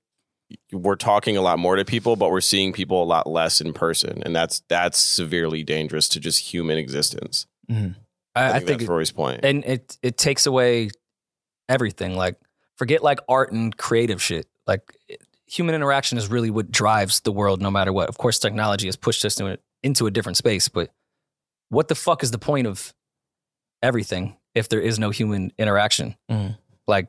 Speaker 5: we're talking a lot more to people, but we're seeing people a lot less in person, and that's that's severely dangerous to just human existence.
Speaker 1: I,
Speaker 5: I, think, that's
Speaker 1: it-
Speaker 5: Rory's point.
Speaker 1: and it it takes away everything. Like forget like art and creative shit. Like it- human interaction is really what drives the world, no matter what. Of course, technology has pushed us into, into a different space, but what the fuck is the point of everything if there is no human interaction?
Speaker 2: Mm.
Speaker 1: Like,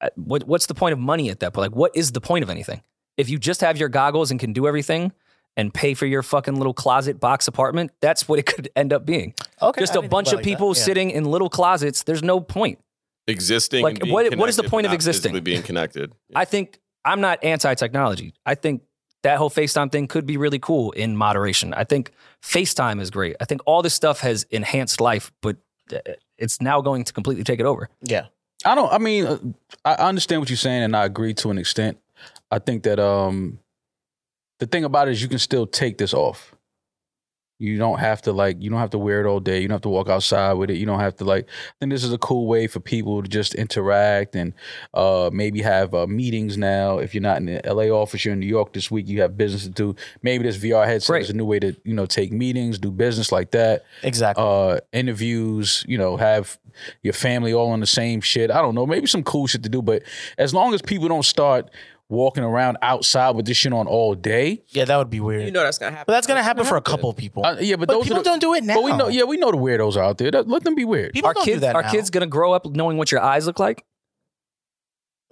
Speaker 1: I- what what's the point of money at that point? Like, what is the point of anything if you just have your goggles and can do everything? And pay for your fucking little closet box apartment. That's what it could end up being
Speaker 2: Okay,
Speaker 1: just
Speaker 2: I
Speaker 1: a
Speaker 2: didn't think
Speaker 1: bunch
Speaker 2: about it
Speaker 1: of
Speaker 2: like that.
Speaker 1: people
Speaker 2: Yeah.
Speaker 1: sitting in little closets. There's no point.
Speaker 5: existing,
Speaker 1: like,
Speaker 5: and being
Speaker 1: what- what is the
Speaker 5: connected,
Speaker 1: point
Speaker 5: but
Speaker 1: of
Speaker 5: not physically
Speaker 1: existing? <laughs>
Speaker 5: Being connected.
Speaker 1: I think I'm not anti technology. I think that whole FaceTime thing could be really cool in moderation. I think FaceTime is great. I think all this stuff has enhanced life, but uh, it's now going to completely take it over.
Speaker 2: Yeah.
Speaker 4: I don't. I mean, uh, I I understand what you're saying, and I agree to an extent. I think that um, the thing about it is you can still take this off. You don't have to like. You don't have to wear it all day. You don't have to walk outside with it. You don't have to like. I think this is a cool way for people to just interact and uh, maybe have uh, meetings now. If you're not in the LA office, you're in New York this week. You have business to do. Maybe this VR headset
Speaker 1: Right.
Speaker 4: is a new way to you know take meetings, do business like that
Speaker 2: Exactly.
Speaker 4: uh interviews you know have your family all on the same shit i don't know maybe some cool shit to do but as long as people don't start walking around outside with this shit on all day
Speaker 2: yeah, that would be weird.
Speaker 3: Oh, You know that's gonna happen.
Speaker 2: but that's gonna happen for a couple of people.
Speaker 4: uh, yeah but,
Speaker 2: But
Speaker 4: those
Speaker 2: people
Speaker 4: are the-
Speaker 2: don't do it now.
Speaker 4: but we know yeah we know the weirdos are out there That- let them be weird
Speaker 2: people
Speaker 1: our
Speaker 2: don't
Speaker 1: kids,
Speaker 2: do that
Speaker 1: our
Speaker 2: now.
Speaker 1: kids, gonna grow up knowing what your eyes look like.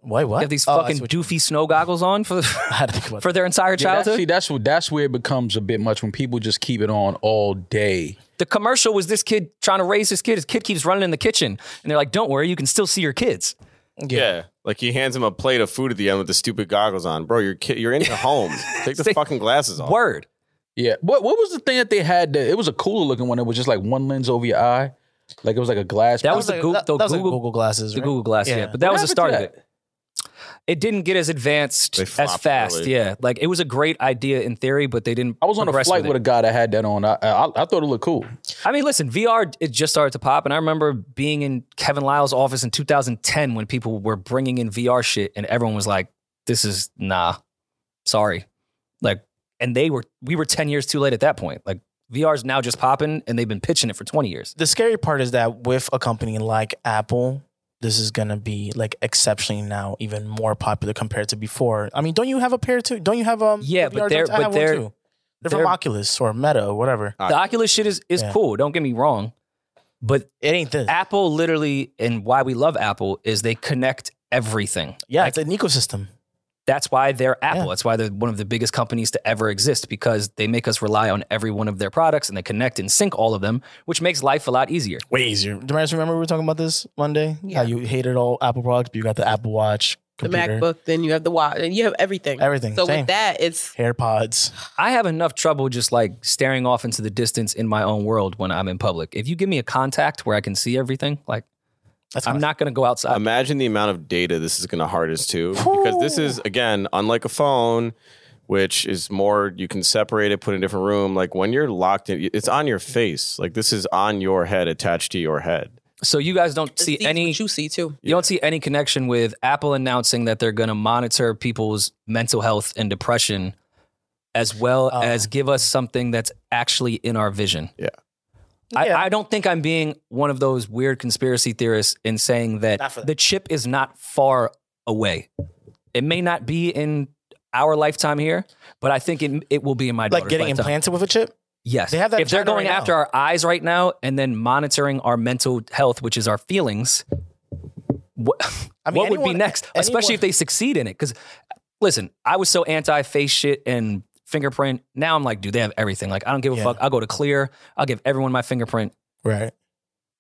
Speaker 2: Wait, what?
Speaker 1: They have these
Speaker 2: Oh, I
Speaker 1: fucking
Speaker 2: see what you-
Speaker 1: doofy snow goggles on
Speaker 2: <laughs>
Speaker 1: for
Speaker 2: I had to think about
Speaker 1: for their entire
Speaker 4: Yeah, that's-
Speaker 1: childhood.
Speaker 4: see that's what that's where it becomes a bit much when people just keep it on all day
Speaker 1: the commercial was this kid trying to raise his kid. His kid keeps running in the kitchen, and they're like, "Don't worry, you can still see your kids."
Speaker 2: that.
Speaker 5: Yeah. Like he hands him a plate of food at the end with the stupid goggles on. Bro, you're ki- you're in
Speaker 1: <laughs>
Speaker 5: your home. Take the
Speaker 1: Say-
Speaker 5: fucking glasses
Speaker 2: Oh.
Speaker 5: off.
Speaker 1: Word.
Speaker 4: yeah what what was the thing that they had that it was a cooler looking one that was just like one lens over your eye like it was like a glass
Speaker 1: That was the
Speaker 2: like-
Speaker 1: Goo-
Speaker 2: that,
Speaker 1: the
Speaker 2: that was like
Speaker 1: Google-
Speaker 2: Google Glasses.
Speaker 1: the
Speaker 2: right?
Speaker 1: Google Glass, yeah.
Speaker 2: Yeah.
Speaker 1: But that was the
Speaker 4: happened
Speaker 1: start
Speaker 4: to
Speaker 1: of
Speaker 4: that?
Speaker 1: it. It didn't get as advanced
Speaker 5: They
Speaker 1: as
Speaker 5: flopped
Speaker 1: fast,
Speaker 5: early.
Speaker 1: yeah. Like it was a great idea in theory, but they didn't.
Speaker 4: I was on a
Speaker 1: progress
Speaker 4: flight with,
Speaker 1: with
Speaker 4: a guy that had that on. I, I I thought it looked cool.
Speaker 1: it. I mean, listen, VR it just started to pop, and I remember being in Kevin Lyle's office in 2010 when people were bringing in VR shit, and everyone was like, "This is nah, sorry." Like, and they were we were 10 years too late at that point. Like VR is now just popping, and they've been pitching it for 20 years.
Speaker 2: The scary part is that with a company like Apple, this is gonna be like exceptionally now even more popular compared to before. I mean, don't you have a pair too? Don't you have um?
Speaker 1: Yeah,
Speaker 2: a
Speaker 1: but
Speaker 2: VR
Speaker 1: they're-
Speaker 2: headset? I
Speaker 1: but
Speaker 2: have one
Speaker 1: they're-
Speaker 2: too. They're from
Speaker 1: they're-
Speaker 2: Oculus or Meta or whatever.
Speaker 1: The Oculus shit is is
Speaker 2: Yeah.
Speaker 1: cool. Don't get me wrong, but
Speaker 2: It ain't this.
Speaker 1: Apple literally, and why we love Apple is they connect everything.
Speaker 2: yeah,
Speaker 1: Like,
Speaker 2: it's an ecosystem.
Speaker 1: that's why they're Apple.
Speaker 2: Yeah.
Speaker 1: That's why they're one of the biggest companies to ever exist because they make us rely on every one of their products and they connect and sync all of them, which makes life a lot easier.
Speaker 2: Way easier. Damaris, remember we were talking about this Monday?
Speaker 3: Yeah.
Speaker 2: How you hated all Apple products, but you got the Apple Watch,
Speaker 3: the
Speaker 2: computer,
Speaker 3: MacBook, then you have the watch, and you have everything.
Speaker 2: everything.
Speaker 3: So
Speaker 2: Same.
Speaker 3: with that, it's
Speaker 2: AirPods.
Speaker 1: I have enough trouble just like staring off into the distance in my own world when I'm in public. If you give me a contact where I can see everything, like
Speaker 2: That's
Speaker 1: I'm not going to go outside.
Speaker 5: Imagine the amount of data this is going to harness too, because this is again unlike a phone, which is more you can separate it, put in a different room. Like when you're locked in, it's on your face. Like this is on your head, attached to your head.
Speaker 1: so you guys don't
Speaker 3: it
Speaker 1: see
Speaker 3: sees
Speaker 1: any
Speaker 3: what you see too.
Speaker 1: You don't see any connection with Apple announcing that they're going to monitor people's mental health and depression as well
Speaker 2: Oh.
Speaker 1: as give us something that's actually in our vision.
Speaker 5: Yeah.
Speaker 2: Yeah.
Speaker 1: I, I don't think I'm being one of those weird conspiracy theorists in saying that,
Speaker 2: Not for that.
Speaker 1: the chip is not far away. It may not be in our lifetime here, but I think it, it will be in my
Speaker 2: like
Speaker 1: daughter's
Speaker 2: getting
Speaker 1: lifetime.
Speaker 2: implanted with a chip.
Speaker 1: Yes.
Speaker 2: They have that in
Speaker 1: if they're
Speaker 2: China
Speaker 1: going
Speaker 2: right
Speaker 1: after
Speaker 2: now.
Speaker 1: our eyes right now and then monitoring our mental health, which is our feelings, what,
Speaker 2: I mean,
Speaker 1: what would be
Speaker 2: anyone-
Speaker 1: next? Especially
Speaker 2: anyone-
Speaker 1: if they succeed in it. Because listen, I was so anti face shit and fingerprint. Now I'm like, dude, they have everything. Like, I don't give a
Speaker 2: Yeah.
Speaker 1: fuck. I'll go to clear. I'll give everyone my fingerprint.
Speaker 2: Right.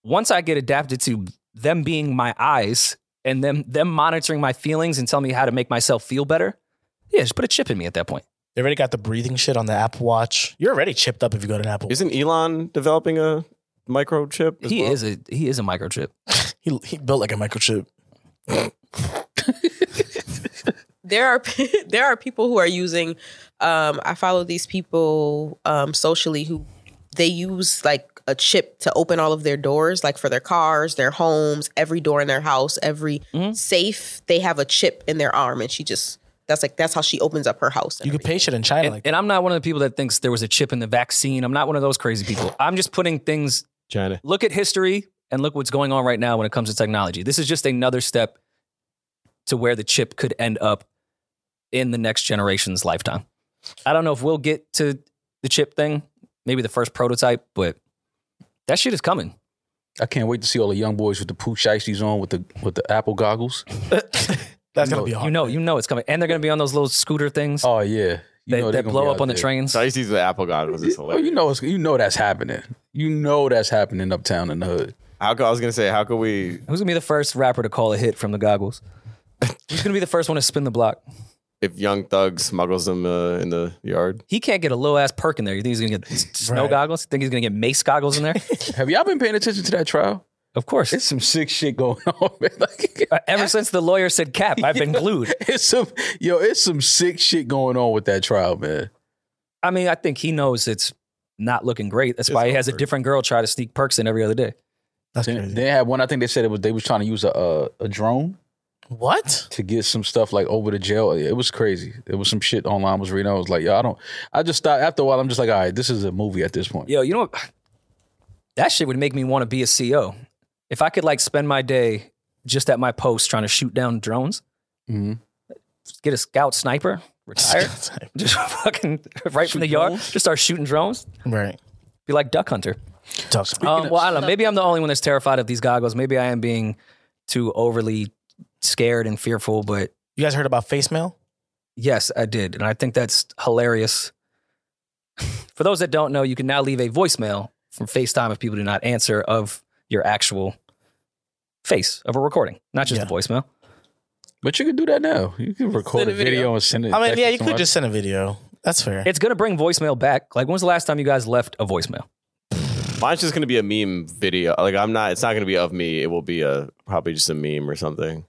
Speaker 1: Once I get adapted to them being my eyes and them them monitoring my feelings and telling me how to make myself feel better, yeah, just put a chip in me at that point.
Speaker 2: They already got the breathing shit on the Apple Watch. You're already chipped up if you go to an Apple.
Speaker 5: Isn't Elon developing a microchip? as
Speaker 1: He
Speaker 5: well?
Speaker 1: is a he is a microchip.
Speaker 2: He, he built like a microchip.
Speaker 3: there are <laughs> there are people who are using. Um, I follow these people um, socially who they use like a chip to open all of their doors, like for their cars, their homes, every door in their house, every
Speaker 2: Mm-hmm.
Speaker 3: safe. They have a chip in their arm, and she just that's like that's how she opens up her house. and
Speaker 2: You could pay shit in China
Speaker 1: And,
Speaker 2: like
Speaker 1: and I'm not one of the people that thinks there was a chip in the vaccine. I'm not one of those crazy people. I'm just putting things,
Speaker 5: China.
Speaker 1: look at history and look what's going on right now when it comes to technology. This is just another step to where the chip could end up in the next generation's lifetime. I don't know if we'll get to the chip thing, maybe the first prototype, but that shit is coming.
Speaker 4: I can't wait to see all the young boys with the poo shiesties on with the with the Apple goggles.
Speaker 2: <laughs> that's gonna be hard.
Speaker 1: You know, you know it's coming. And they're going to be on those little scooter things
Speaker 4: Oh yeah, you
Speaker 1: that,
Speaker 4: know they're
Speaker 1: that
Speaker 4: gonna
Speaker 1: blow
Speaker 4: be
Speaker 1: up
Speaker 4: out
Speaker 1: on the
Speaker 4: there.
Speaker 1: trains.
Speaker 5: So I used to use the Apple God.
Speaker 1: <laughs>
Speaker 5: It was just
Speaker 1: Oh,
Speaker 4: Well,
Speaker 5: hilarious.
Speaker 4: you know, it's, you know that's happening. You know that's happening uptown in the hood.
Speaker 5: How co- I was gonna say, how could we?
Speaker 1: Who's going to be the first rapper to call a hit from the
Speaker 4: <laughs>
Speaker 1: goggles? Who's going to be the first one to spin the block?
Speaker 5: If Young Thug smuggles them uh, in the yard,
Speaker 1: He can't get a little ass perk in there. You think he's gonna get s- snow
Speaker 2: Right.
Speaker 1: goggles? You think he's gonna get mace goggles
Speaker 4: <laughs>
Speaker 1: in there?
Speaker 4: Have y'all been paying attention to that trial?
Speaker 1: of course.
Speaker 4: It's some sick shit going <laughs> on. Man. Like,
Speaker 1: Uh, ever since the lawyer said cap, I've <laughs> been glued.
Speaker 4: it's some yo, it's some sick shit going on with that trial, man.
Speaker 1: I mean, I think he knows it's not looking great. That's why he has a different girl try to sneak perks in every other day.
Speaker 2: That's
Speaker 4: They,
Speaker 2: crazy.
Speaker 4: they had one. I think they said it was they was trying to use a, a a drone
Speaker 2: what?
Speaker 4: to get some stuff like over the jail. It was crazy. It was some shit online I was reading. I was like, yo, I don't. I just thought after a while, I'm just like, all right, this is a movie at this point.
Speaker 1: Yo, you know what? That shit would make me want to be a CO. If I could like spend my day just at my post trying to shoot down drones,
Speaker 4: Mhm.
Speaker 1: get a scout sniper, retire, <laughs> just fucking <laughs> right from the yard, just start shooting drones,
Speaker 2: <laughs> right.
Speaker 1: be like Duck Hunter.
Speaker 2: Talk-
Speaker 1: Um, well, I don't know. Maybe I'm the only one that's terrified of these goggles. Maybe I am being too overly scared and fearful. But
Speaker 2: you guys heard about face mail?
Speaker 1: yes, I did, and I think that's hilarious. <laughs> For those that don't know, you can now leave a voicemail from FaceTime if people do not answer of your actual face of a recording, not just
Speaker 2: Yeah.
Speaker 1: the voicemail.
Speaker 4: But you can do that now. You can record
Speaker 3: Send
Speaker 4: a
Speaker 3: a
Speaker 4: video.
Speaker 3: video.
Speaker 4: and send it.
Speaker 2: I mean,
Speaker 4: text
Speaker 2: yeah,
Speaker 4: it
Speaker 2: you
Speaker 4: to
Speaker 2: could
Speaker 4: my-
Speaker 2: just send a video. That's fair.
Speaker 1: It's gonna bring voicemail back. Like, when's the last time you guys left a voicemail?
Speaker 5: mine's just gonna be a meme video. Like I'm not. It's not gonna be of me. It will be a probably just a meme or something.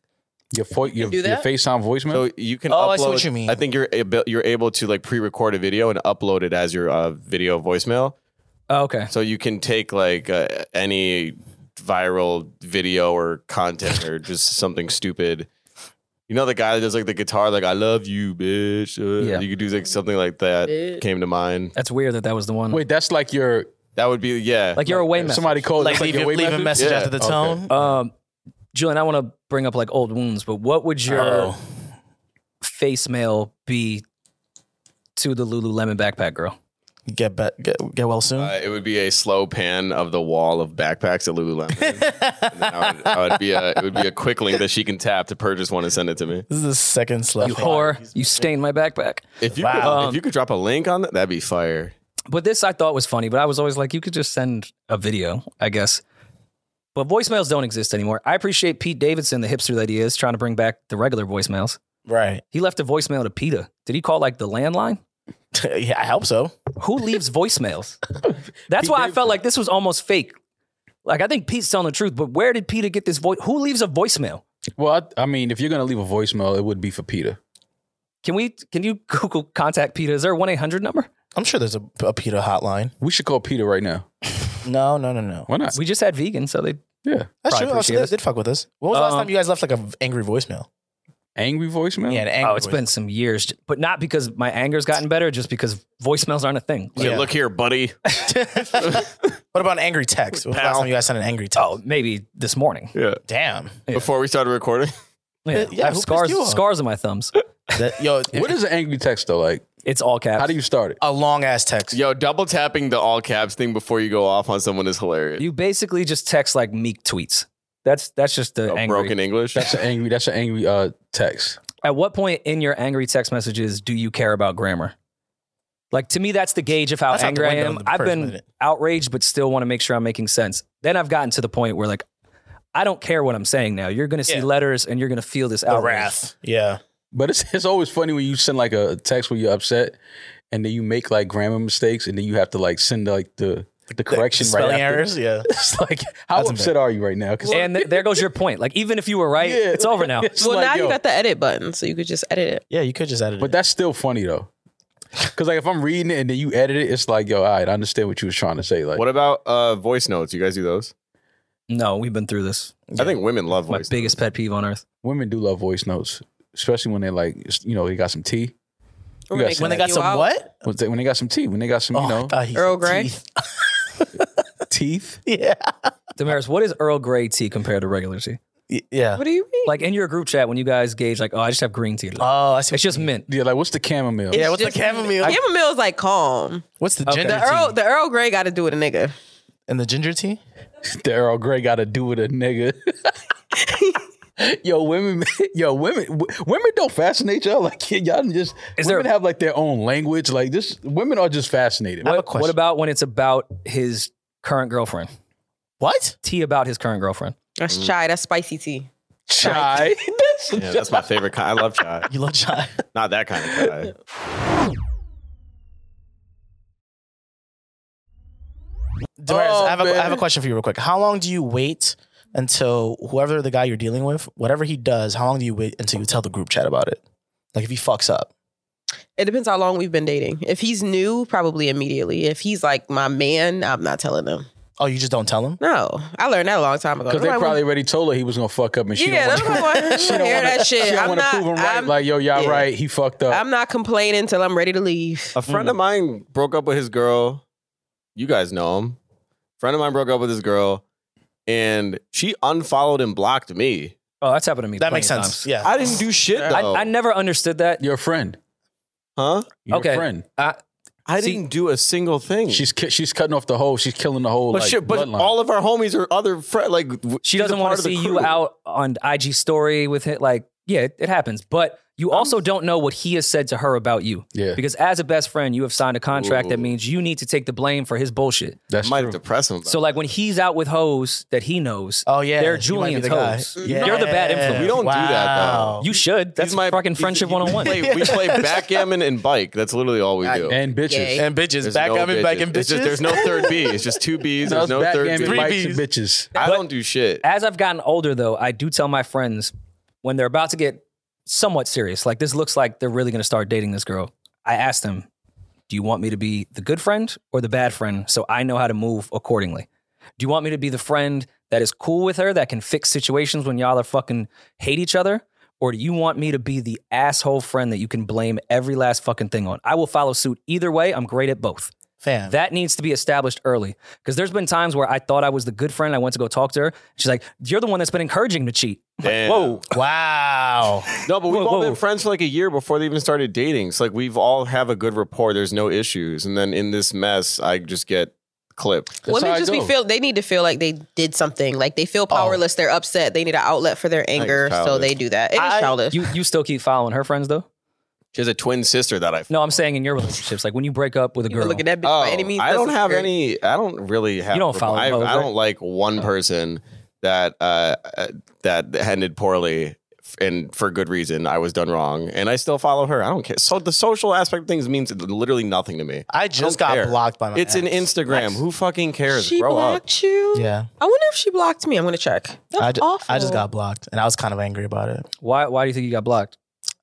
Speaker 4: your fo- your,
Speaker 3: do
Speaker 4: your
Speaker 3: that?
Speaker 4: face on voicemail.
Speaker 5: So you can.
Speaker 2: Oh,
Speaker 5: upload,
Speaker 2: I see what you mean.
Speaker 5: I think you're ab- you're able to like pre-record a video and upload it as your uh, video voicemail.
Speaker 1: Oh, okay.
Speaker 5: So you can take like uh, any viral video or content or just
Speaker 2: <laughs>
Speaker 5: something stupid. You know the guy that does like the guitar, like "I love you, bitch." Uh,
Speaker 1: Yeah.
Speaker 5: You could do like something like that.
Speaker 3: Bitch.
Speaker 5: Came to mind.
Speaker 1: That's weird that that was the
Speaker 2: um,
Speaker 1: one.
Speaker 4: Wait, that's like your
Speaker 5: That would be yeah.
Speaker 1: like you're away. message.
Speaker 4: somebody called
Speaker 2: like
Speaker 4: that's
Speaker 2: leave,
Speaker 4: your
Speaker 2: a-
Speaker 4: wave
Speaker 2: leave a message
Speaker 5: Yeah,
Speaker 2: after the
Speaker 5: okay.
Speaker 2: tone.
Speaker 1: Um, Julian, I want to bring up like old wounds, but what would your
Speaker 2: Oh.
Speaker 1: face mail be to the Lululemon backpack girl?
Speaker 2: Get back, get, get well soon.
Speaker 5: Uh, it would be a slow pan of the wall of backpacks at Lululemon. And then I, would, I would be a it would be a quick link that she can tap to purchase one and send it to me.
Speaker 2: this is the second slow.
Speaker 1: You whore, you stained my backpack.
Speaker 5: If you could,
Speaker 2: Wow.
Speaker 1: Um,
Speaker 5: if you could drop a link on that, that'd be fire.
Speaker 1: But this I thought was funny, but I was always like, you could just send a video, I guess. But voicemails don't exist anymore. I appreciate Pete Davidson, the hipster that he is, trying to bring back the regular voicemails.
Speaker 2: Right. <laughs>
Speaker 1: He left a voicemail to PETA. Did he call like the landline?
Speaker 2: yeah, I hope so.
Speaker 1: Who leaves voicemails? That's why I felt like this was almost fake. Like I think Pete's telling the truth, but where did Peter get this voice? Who leaves a voicemail?
Speaker 4: Well, I, I mean, if you're gonna leave a voicemail, it would be for Peter.
Speaker 1: Can we? Can you Google contact Peter? Is there a one eight hundred number?
Speaker 2: I'm sure there's a, a PETA hotline.
Speaker 4: We should call Peter right now.
Speaker 2: No, no, no, no.
Speaker 4: Why not?
Speaker 1: We just had vegan, so they.
Speaker 4: yeah,
Speaker 2: That's
Speaker 1: Probably
Speaker 2: true. Also,
Speaker 1: appreciate
Speaker 2: they
Speaker 1: us.
Speaker 2: did fuck with us. When was the last
Speaker 1: Um,
Speaker 2: time you guys left like an angry voicemail?
Speaker 4: angry voicemail.
Speaker 2: Yeah, an angry.
Speaker 1: Oh, it's <laughs> been some years, but not because my anger's gotten better, just because voicemails aren't a thing.
Speaker 5: Like,
Speaker 2: Yeah.
Speaker 5: Look here, buddy.
Speaker 2: voicemail. <laughs> what about an angry text? When was the last
Speaker 5: Pal.
Speaker 2: time you guys sent an angry text?
Speaker 1: Oh, maybe this morning.
Speaker 5: Yeah.
Speaker 2: damn.
Speaker 5: <laughs> Before we started recording,
Speaker 1: Yeah, I
Speaker 2: Uh, yeah,
Speaker 1: have
Speaker 2: who pissed
Speaker 1: scars,
Speaker 2: you off?
Speaker 1: scars on my thumbs.
Speaker 2: That- yo, <laughs>
Speaker 4: What is an angry text though? Like,
Speaker 1: It's all caps.
Speaker 4: how do you start it?
Speaker 2: a long ass text?
Speaker 5: yo, double tapping the all caps thing before you go off on someone is hilarious.
Speaker 1: You basically just text like meek tweets. That's that's just the
Speaker 5: Oh,
Speaker 1: angry.
Speaker 5: broken English.
Speaker 4: That's an angry. That's an angry uh, text.
Speaker 1: At what point in your angry text messages do you care about grammar? Like to me, that's the gauge of how
Speaker 2: That's out the
Speaker 1: angry I
Speaker 2: window
Speaker 1: am.
Speaker 2: in the
Speaker 1: I've
Speaker 2: first
Speaker 1: been
Speaker 2: minute.
Speaker 1: outraged, but still want to make sure I'm making sense. Then I've gotten to the point where like I don't care what I'm saying now. You're gonna see
Speaker 2: Yeah.
Speaker 1: letters and you're gonna feel this
Speaker 2: The
Speaker 1: outrage.
Speaker 2: wrath. Yeah.
Speaker 4: But it's it's always funny when you send like a text where you're upset, and then you make like grammar mistakes, and then you have to like send like the the correction right
Speaker 2: spelling
Speaker 4: after.
Speaker 2: errors. Yeah.
Speaker 4: <laughs> It's like, how
Speaker 2: That's
Speaker 4: upset are you right now? 'Cause-
Speaker 1: <laughs> And th- there goes your point. Like even if you were
Speaker 2: <laughs>
Speaker 1: right,
Speaker 4: Yeah.
Speaker 1: it's over now.
Speaker 4: It's
Speaker 3: well,
Speaker 4: like,
Speaker 3: now
Speaker 4: yo.
Speaker 3: you got the edit button, so you could just edit it.
Speaker 2: Yeah. You could just edit
Speaker 4: But
Speaker 2: it.
Speaker 4: that's still funny though. Cause like if I'm reading it and then you edit it, it's like, yo, all right, I understand what you was trying to say. Like
Speaker 5: <laughs> What about uh, voice notes? You guys do those?
Speaker 1: No, we've been through this.
Speaker 5: I think women love
Speaker 1: My
Speaker 5: voice.
Speaker 1: biggest pet peeve on earth.
Speaker 4: women do love voice notes, especially when they like, it's- you know, they got some tea. You
Speaker 3: Or when
Speaker 4: guys-
Speaker 3: they
Speaker 2: When they
Speaker 3: cut
Speaker 2: got
Speaker 3: you
Speaker 2: some
Speaker 3: out.
Speaker 2: what? Oh,
Speaker 4: When they, when they got some tea, when they got some, you
Speaker 2: I
Speaker 4: know,
Speaker 2: thought he
Speaker 3: Earl
Speaker 2: said
Speaker 3: Grey?
Speaker 2: teeth.
Speaker 4: teeth.
Speaker 2: Yeah.
Speaker 1: Damaris, what is Earl Grey tea compared to regular tea?
Speaker 2: Y- Yeah.
Speaker 3: What do you mean?
Speaker 1: Like in your group chat when you guys gauge, like, oh, I just have green tea. today.
Speaker 2: Oh, I see.
Speaker 1: it's just mint.
Speaker 4: Yeah, like what's the chamomile?
Speaker 2: yeah.
Speaker 3: It's
Speaker 2: What's the
Speaker 3: just-
Speaker 2: chamomile?
Speaker 3: Chamomile is like calm.
Speaker 2: what's the
Speaker 1: Okay.
Speaker 2: ginger
Speaker 1: The
Speaker 2: tea?
Speaker 3: The Earl, the Earl Grey got to do with a nigga.
Speaker 2: and the ginger tea?
Speaker 4: The Earl Grey got to do with a nigga. <laughs> yo, women, <laughs> yo, women, w- women don't fascinate y'all. Like y'all just
Speaker 1: Is there-
Speaker 4: women have like their own language. Like this, women are just
Speaker 1: <laughs>
Speaker 4: fascinated.
Speaker 2: I have a
Speaker 1: What
Speaker 2: question.
Speaker 1: about when it's about his current girlfriend?
Speaker 2: What?
Speaker 1: Tea about his current girlfriend.
Speaker 3: That's
Speaker 2: Mm.
Speaker 3: chai. That's spicy tea.
Speaker 4: Chai. that's,
Speaker 5: Yeah, that's my favorite kind. I love chai.
Speaker 2: You love <laughs> chai?
Speaker 5: Not that kind
Speaker 1: <laughs>
Speaker 5: of chai.
Speaker 2: Damaris,
Speaker 4: Oh,
Speaker 2: I, have a, I have a
Speaker 4: man.
Speaker 2: question for you real quick. How long do you wait until whoever the guy you're dealing with, whatever he does, how long do you wait until you tell the group chat about it? Like if he fucks up.
Speaker 3: It depends how long we've been dating. If he's new, probably immediately. If he's like my man, I'm not telling him.
Speaker 2: Oh, you just don't tell him?
Speaker 3: No, I learned that a long time ago.
Speaker 4: Because they
Speaker 3: Nobody
Speaker 4: probably already told her he was gonna fuck up, and she
Speaker 3: Yeah,
Speaker 4: don't
Speaker 3: that's
Speaker 4: want
Speaker 3: what I
Speaker 4: <laughs>
Speaker 3: want.
Speaker 4: she don't
Speaker 3: Hear
Speaker 4: wanna-
Speaker 3: that shit.
Speaker 4: She don't
Speaker 3: I'm
Speaker 4: wanna
Speaker 3: not-
Speaker 4: prove him right.
Speaker 3: I'm-
Speaker 4: like yo, y'all
Speaker 3: yeah.
Speaker 4: right. He fucked up.
Speaker 3: I'm not complaining until I'm ready to leave.
Speaker 5: A
Speaker 4: Mm.
Speaker 5: friend of mine broke up with his girl. You guys know him. Friend of mine broke up with his girl, and she unfollowed and blocked me.
Speaker 1: Oh, that's happened to me.
Speaker 2: That
Speaker 1: plenty
Speaker 2: makes
Speaker 1: of
Speaker 2: sense.
Speaker 1: times.
Speaker 2: Yeah.
Speaker 5: I didn't do shit though.
Speaker 1: I, I never understood that.
Speaker 4: Your friend.
Speaker 5: huh?
Speaker 4: Your
Speaker 1: Okay.
Speaker 4: friend.
Speaker 1: I,
Speaker 5: I
Speaker 1: See-
Speaker 5: didn't do a single thing.
Speaker 4: She's ki- she's cutting off the whole. She's killing the whole.
Speaker 5: but
Speaker 4: like,
Speaker 5: shit, but
Speaker 4: bloodline.
Speaker 5: all of our homies are other friends. Like w-
Speaker 1: she
Speaker 5: she's a
Speaker 1: doesn't want
Speaker 5: part
Speaker 1: to
Speaker 5: of the
Speaker 1: see
Speaker 5: crew.
Speaker 1: you out on IG story with him. Like, yeah, it, it happens. But you also don't know what he has said to her about you.
Speaker 4: Yeah,
Speaker 1: Because as a best friend, you have signed a contract that
Speaker 5: Ooh.
Speaker 1: means you need to take the blame for his bullshit.
Speaker 4: that's
Speaker 5: Might
Speaker 4: true.
Speaker 5: have depressed him. about
Speaker 1: So
Speaker 5: it.
Speaker 1: like when he's out with hoes that he knows,
Speaker 2: Oh, yeah.
Speaker 1: They're
Speaker 2: You might be
Speaker 1: Julian's
Speaker 2: the guy.
Speaker 1: hoes. You're the bad influence.
Speaker 5: We don't do that, though.
Speaker 1: you should. That's
Speaker 5: He's my-
Speaker 1: fucking
Speaker 5: he's-
Speaker 1: friendship
Speaker 5: you-
Speaker 1: one on one.
Speaker 5: We play, we
Speaker 1: <laughs>
Speaker 5: play backgammon and bike. That's literally all we
Speaker 3: I-
Speaker 4: <laughs>
Speaker 5: do.
Speaker 4: and bitches.
Speaker 3: Yay.
Speaker 2: And bitches.
Speaker 5: There's
Speaker 2: back
Speaker 5: no
Speaker 2: up and back and
Speaker 5: It's
Speaker 2: bitches.
Speaker 5: just- there's no <laughs> third B. It's just
Speaker 1: <laughs>
Speaker 5: two B's. There's no third B.
Speaker 4: backgammon,
Speaker 2: Three
Speaker 4: bikes, and bitches.
Speaker 5: I
Speaker 1: But-
Speaker 5: don't do shit.
Speaker 1: as I've gotten older, though, I do tell my friends when they're about to get somewhat serious, like this looks like they're really going to start dating this girl. I ask them, do you want me to be the good friend or the bad friend so I know how to move accordingly? Do you want me to be the friend that is cool with her, that can fix situations when y'all are fucking hate each other? Or do you want me to be the asshole friend that you can blame every last fucking thing on? I will follow suit either way. I'm great at both.
Speaker 2: Fam.
Speaker 1: That needs to be established early. Because there's been times where I thought I was the good friend. I went to go talk to her. She's like, You're the one that's been encouraging to cheat.
Speaker 5: Damn.
Speaker 1: Whoa.
Speaker 2: wow.
Speaker 5: No, but we've
Speaker 1: Whoa,
Speaker 5: all
Speaker 1: whoa.
Speaker 5: been friends for like a year before they even started dating. So like we've all have a good rapport. There's no issues. And then in this mess, I just get clipped.
Speaker 4: That's how
Speaker 3: Women
Speaker 4: I
Speaker 3: just be
Speaker 4: go.
Speaker 3: feel they need to feel like they did something. Like they feel powerless. They're upset. They need an outlet for their anger, so
Speaker 5: childish.
Speaker 3: they do that. It is
Speaker 2: I-
Speaker 3: childish.
Speaker 1: You you still keep following her friends though?
Speaker 5: She has a twin sister that I.
Speaker 1: No, I'm saying in your relationships, like when you break up with a
Speaker 3: You
Speaker 1: girl.
Speaker 3: look at that bitch
Speaker 5: Oh,
Speaker 3: by any means.
Speaker 5: I don't
Speaker 3: necessary.
Speaker 5: have any. I don't really have.
Speaker 1: You don't
Speaker 5: rapport.
Speaker 1: follow
Speaker 5: I,
Speaker 1: those,
Speaker 5: I
Speaker 1: right?
Speaker 5: don't like one person that uh, uh, that ended poorly. f- And for good reason, I was done wrong, and I still follow her. I don't care. So the social aspect of things means literally nothing to me.
Speaker 2: I just got
Speaker 5: care.
Speaker 2: blocked by my
Speaker 5: It's an
Speaker 2: ex.
Speaker 5: Instagram. Who fucking cares?
Speaker 3: She
Speaker 5: Grow up.
Speaker 3: blocked you.
Speaker 2: Yeah.
Speaker 3: I wonder if she blocked me. I'm gonna check. That's
Speaker 2: I, ju-
Speaker 3: awful.
Speaker 2: I just got blocked and I was kind of angry about it.
Speaker 1: why why do you think you got blocked?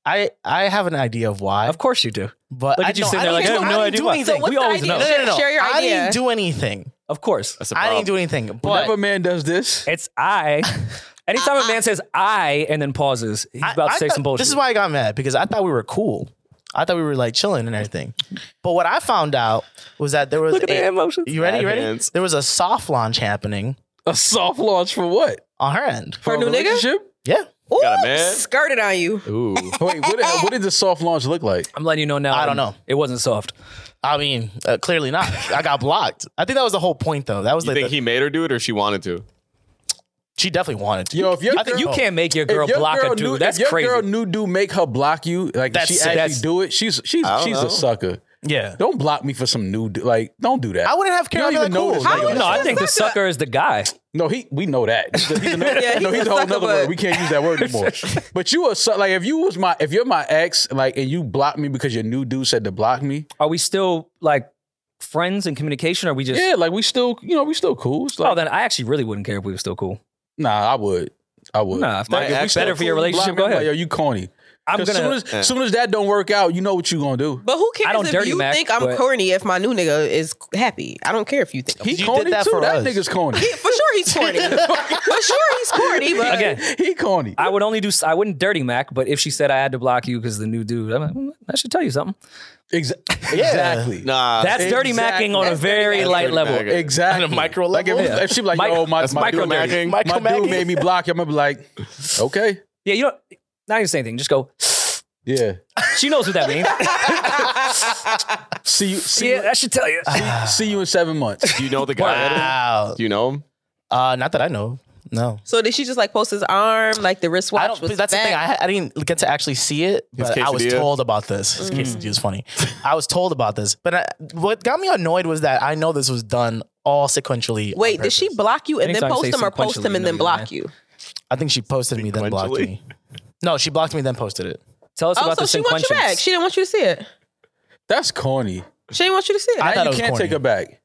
Speaker 2: I, I have an idea of why.
Speaker 1: Of course you do.
Speaker 2: But
Speaker 1: Look
Speaker 2: I
Speaker 1: at you
Speaker 2: don't-
Speaker 1: sitting there
Speaker 2: I
Speaker 1: like, I
Speaker 2: didn't
Speaker 1: have no
Speaker 2: do
Speaker 1: idea. why.
Speaker 2: anything.
Speaker 3: So what's
Speaker 1: we
Speaker 3: the
Speaker 1: always
Speaker 3: idea?
Speaker 1: know.
Speaker 2: No, no, no, no.
Speaker 3: Share your
Speaker 2: I didn't
Speaker 3: idea.
Speaker 2: do anything.
Speaker 1: Of course.
Speaker 5: That's a
Speaker 2: I
Speaker 5: problem.
Speaker 2: didn't do anything. But
Speaker 4: Whenever a man does this,
Speaker 1: It's I. Anytime a man says I and then pauses, he's
Speaker 2: I-
Speaker 1: about to
Speaker 2: I
Speaker 1: say
Speaker 2: thought-
Speaker 1: some bullshit.
Speaker 2: This is why I got mad because I thought we were cool. I thought we were like chilling and everything. But what I found out was that there was
Speaker 1: look at
Speaker 2: a-
Speaker 1: the emotions.
Speaker 2: you ready? You ready?
Speaker 5: Hands.
Speaker 2: There was a soft launch happening
Speaker 4: a soft launch for what?
Speaker 2: on her end.
Speaker 4: For
Speaker 3: new
Speaker 4: a
Speaker 3: nigga?
Speaker 4: relationship?
Speaker 2: Yeah,
Speaker 3: Ooh,
Speaker 5: Got a man?
Speaker 3: skirted on you.
Speaker 5: Ooh.
Speaker 4: Wait, what did, what did the soft launch look like?
Speaker 1: I'm letting you know now.
Speaker 2: I don't know.
Speaker 1: It wasn't soft.
Speaker 2: I mean, uh, clearly not. I got blocked. I think that was the whole point, though. That was
Speaker 5: You
Speaker 2: like
Speaker 5: think
Speaker 2: the-
Speaker 5: he made her do it or she wanted to?
Speaker 2: she definitely wanted to.
Speaker 4: Yo, if your
Speaker 2: I think
Speaker 4: girl-
Speaker 1: You can't make your girl
Speaker 4: if your
Speaker 1: block
Speaker 4: girl
Speaker 1: a dude.
Speaker 4: Knew, if
Speaker 1: That's
Speaker 4: your
Speaker 1: crazy.
Speaker 4: girl knew dude make her block you, like
Speaker 2: That's
Speaker 4: she
Speaker 2: sick.
Speaker 4: actually
Speaker 1: That's-
Speaker 4: do it, she's she's
Speaker 5: I don't
Speaker 4: she's
Speaker 5: know.
Speaker 4: a sucker.
Speaker 2: yeah.
Speaker 4: Don't block me for some new dude. Like, don't do that.
Speaker 2: I wouldn't have cared.
Speaker 4: You don't
Speaker 2: I'd be like,
Speaker 4: even know
Speaker 2: cool.
Speaker 4: this
Speaker 2: Like,
Speaker 4: nigga
Speaker 1: no, I
Speaker 4: like
Speaker 1: think the sucker is the guy.
Speaker 4: No, he we know that. He's,
Speaker 1: <laughs>
Speaker 4: a- he's another,
Speaker 3: Yeah,
Speaker 4: no,
Speaker 3: he's
Speaker 4: he's a
Speaker 3: a
Speaker 4: whole
Speaker 3: sucker,
Speaker 4: other
Speaker 3: but-
Speaker 4: word. We can't use that word anymore. but you a su- like if you was my if you're my ex, like and you blocked me because your new dude said to block me.
Speaker 1: Are we still like friends and communication? Or are we just?
Speaker 4: yeah, like we still, you know, we still cool. It's like,
Speaker 1: oh, then I actually really wouldn't care if we were still cool.
Speaker 4: nah, I would, I would.
Speaker 1: Nah, if
Speaker 5: My
Speaker 1: that, if we
Speaker 5: ex-
Speaker 1: still better for your
Speaker 4: Cool,
Speaker 1: relationship.
Speaker 4: block me,
Speaker 1: Go
Speaker 4: I'm like,
Speaker 1: ahead.
Speaker 4: Yo, you corny.
Speaker 1: I'm
Speaker 4: 'Cause
Speaker 1: gonna.
Speaker 4: soon as, soon as that don't work out, you know what you gonna do.
Speaker 3: But who cares
Speaker 1: I don't
Speaker 3: if
Speaker 1: dirty
Speaker 3: you
Speaker 1: Mac,
Speaker 3: think I'm
Speaker 1: but-
Speaker 3: corny if my new nigga is happy? I don't care if you think I'm
Speaker 4: He
Speaker 2: You
Speaker 4: corny
Speaker 2: did that
Speaker 4: too.
Speaker 2: for
Speaker 4: that
Speaker 2: us.
Speaker 4: nigga's corny.
Speaker 3: for sure
Speaker 1: <laughs>
Speaker 3: he's corny. for sure he's corny, but
Speaker 1: Again,
Speaker 4: he corny.
Speaker 1: I would only do. I wouldn't dirty Mac, but if she said I had to block you because the new dude, I'm like, "Mm, that should tell you something.
Speaker 4: Exa- Exactly.
Speaker 5: Nah,
Speaker 1: That's dirty
Speaker 4: Uh, exactly.
Speaker 1: macking on a
Speaker 4: That's
Speaker 1: very
Speaker 5: That's
Speaker 1: light
Speaker 5: dirty
Speaker 1: level.
Speaker 5: macking.
Speaker 4: Exactly.
Speaker 2: On a micro
Speaker 4: Like if,
Speaker 2: level?
Speaker 4: if she be like,
Speaker 1: Mic-
Speaker 4: oh my,
Speaker 5: That's
Speaker 4: my
Speaker 5: micro
Speaker 4: dude made-
Speaker 5: macking.
Speaker 4: my
Speaker 2: Micro
Speaker 4: dude
Speaker 2: macking.
Speaker 4: made me block you. I'm gonna be like, okay,
Speaker 1: Yeah, you don't. Not even say anything. Just go.
Speaker 4: yeah.
Speaker 1: She knows what that
Speaker 4: <laughs>
Speaker 1: means.
Speaker 4: See you. See,
Speaker 1: yeah, that should tell you.
Speaker 4: you, see you in seven months.
Speaker 5: Do you know the guy?
Speaker 2: Wow.
Speaker 5: <laughs> Do you know him?
Speaker 2: Uh, not that I know. of. No.
Speaker 3: So did she just like post his arm, like the wristwatch?
Speaker 2: I don't,
Speaker 3: was
Speaker 2: that's the
Speaker 3: back?
Speaker 2: thing. I, I didn't get to actually see it,
Speaker 5: His
Speaker 2: but I was
Speaker 5: quesadilla.
Speaker 2: told about this. His quesadilla is funny. I was told about this, but I, what got me annoyed was that I know this was done all sequentially. on
Speaker 3: Wait, did she
Speaker 2: purpose.
Speaker 3: block you and
Speaker 1: Anytime
Speaker 3: then post
Speaker 1: say
Speaker 3: him or post
Speaker 1: sequentially,
Speaker 3: him and
Speaker 1: no,
Speaker 3: then
Speaker 1: you're
Speaker 3: block
Speaker 1: lying.
Speaker 3: you?
Speaker 2: I think she posted me, then blocked
Speaker 5: Sequentially?
Speaker 2: me. No, she blocked me, then posted it.
Speaker 1: Tell us
Speaker 3: Oh,
Speaker 1: about
Speaker 3: so
Speaker 1: the
Speaker 3: she wants you back.
Speaker 1: sequentials.
Speaker 3: She didn't want you to see it.
Speaker 4: That's corny.
Speaker 3: She didn't want you to see it.
Speaker 4: Now
Speaker 2: thought it
Speaker 4: you
Speaker 2: was
Speaker 4: can't
Speaker 2: corny.
Speaker 4: take her back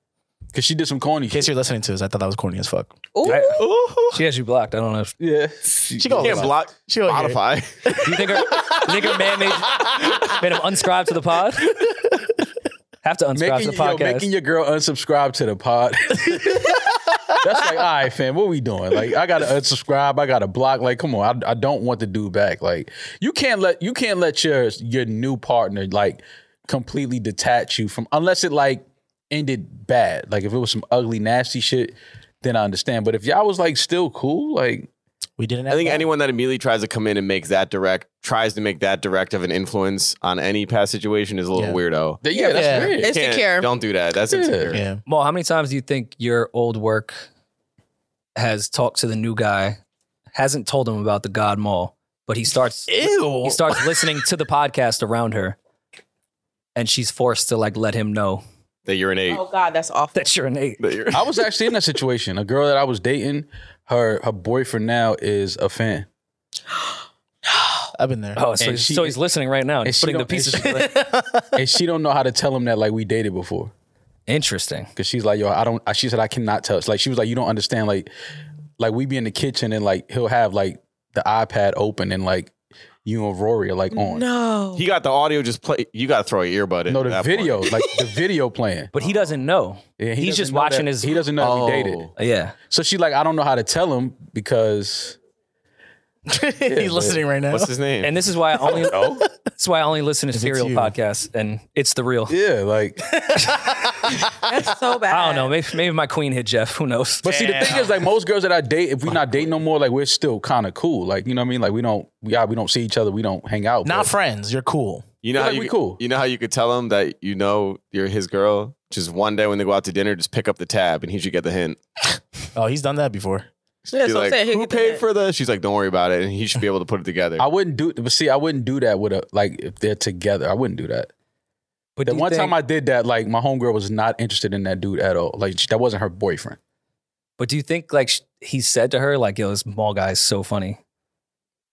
Speaker 4: because she did some corny
Speaker 2: In case
Speaker 4: shit.
Speaker 2: you're listening to this, I thought that was corny as fuck.
Speaker 3: Ooh.
Speaker 1: She has you blocked. I don't know. If,
Speaker 4: Yeah.
Speaker 2: She goes,
Speaker 5: Can't block
Speaker 2: She goes,
Speaker 5: Spotify. <laughs>
Speaker 1: do you think her, do you think her man made, made him unscribe to the
Speaker 4: <laughs>
Speaker 1: pod? Have to unscribe to
Speaker 4: Making,
Speaker 1: the
Speaker 4: yo,
Speaker 1: podcast.
Speaker 4: making your girl unsubscribe to
Speaker 1: <laughs>
Speaker 4: the pod. That's like, all right, fam, what we doing? Like, I gotta unsubscribe. I gotta block. Like, come on, I, I don't want the dude back. Like, you can't let you can't let your your new partner like completely detach you from unless it like ended bad. Like, if it was some ugly, nasty shit, then I understand. But if y'all was like still cool, like,
Speaker 2: We didn't.
Speaker 5: I think anyone that immediately tries to come in and make that direct, tries to make that direct of an influence on any past situation is a little
Speaker 2: Yeah.
Speaker 5: weirdo.
Speaker 4: th- yeah, that's
Speaker 2: Yeah.
Speaker 4: weird.
Speaker 3: It's-
Speaker 5: Can't-
Speaker 3: Insecure.
Speaker 5: Don't do that. That's
Speaker 4: Yeah.
Speaker 5: insecure.
Speaker 2: Yeah.
Speaker 1: Mo, how many times do you think your old work has talked to the new guy, hasn't told him about the God Mall, but he starts
Speaker 2: Ew.
Speaker 1: he starts listening to the podcast around her, and she's forced to like let him know
Speaker 5: That you're an eight.
Speaker 3: Oh God, that's awful.
Speaker 1: that you're an eight.
Speaker 5: That you're- <laughs>
Speaker 4: I was actually in that situation. A girl that I was dating, her her boyfriend now is a fan.
Speaker 2: I've been there.
Speaker 1: Oh, so,
Speaker 4: And
Speaker 1: he's-
Speaker 4: she-
Speaker 1: so he's listening right now. And
Speaker 4: and
Speaker 1: he's
Speaker 4: she
Speaker 1: putting the
Speaker 4: don't- and
Speaker 1: pieces.
Speaker 4: she-
Speaker 1: together.
Speaker 4: <laughs> and she don't know how to tell him that like we dated before
Speaker 1: Interesting.
Speaker 4: because she's like yo i don't she said i cannot tell like she was like you don't understand like like we be in the kitchen and like he'll have like the ipad open and like you and rory are like on
Speaker 3: No.
Speaker 5: He got the audio. Just play. You got to throw an earbud in.
Speaker 4: no
Speaker 5: at
Speaker 4: the
Speaker 5: that
Speaker 4: video
Speaker 5: point.
Speaker 4: like the video playing
Speaker 1: But he doesn't know.
Speaker 4: Yeah,
Speaker 1: He's
Speaker 4: doesn't
Speaker 1: just
Speaker 4: know
Speaker 1: watching
Speaker 4: that-
Speaker 1: his-
Speaker 4: he doesn't know that we dated
Speaker 5: Oh.
Speaker 1: Yeah.
Speaker 4: so she like i don't know how to tell him because
Speaker 2: He's listening right now.
Speaker 5: What's his name?
Speaker 1: And this is
Speaker 4: <laughs>
Speaker 1: why I only
Speaker 4: Oh.
Speaker 1: that's why I only listen to serial
Speaker 2: you.
Speaker 1: podcasts and it's the real.
Speaker 4: yeah like
Speaker 3: That's so bad.
Speaker 1: I don't know. Maybe, maybe my queen hit Jeff. Who knows?
Speaker 4: <laughs> But see, the thing is, like most girls that I date, if we not dating no more, like we're still kind of cool. Like you know what I mean? Like we don't, yeah, we don't see each other, we don't hang out.
Speaker 2: Not
Speaker 4: but-
Speaker 2: friends. You're cool.
Speaker 5: you know how
Speaker 4: like,
Speaker 5: you
Speaker 4: we
Speaker 5: could-
Speaker 4: cool.
Speaker 5: You know how you could tell him that you know you're his girl. Just one day when they go out to dinner, just pick up the tab and he should get the hint.
Speaker 2: Oh, he's done that before.
Speaker 3: Yeah,
Speaker 5: Be
Speaker 3: so I'm
Speaker 5: like,
Speaker 3: saying he'll
Speaker 5: who
Speaker 3: get the
Speaker 5: paid
Speaker 3: hint."
Speaker 5: for this? She's like, don't worry about it, and he should be able to put it together.
Speaker 4: I wouldn't do, but see, I wouldn't do that with a like if they're together. I wouldn't do that.
Speaker 1: But
Speaker 4: The
Speaker 1: do you
Speaker 4: one
Speaker 1: think-
Speaker 4: time I did that, like my homegirl was not interested in that dude at all. Like she, that wasn't her boyfriend.
Speaker 1: But do you think like sh- he said to her like, "Yo, this mall guy is so funny"?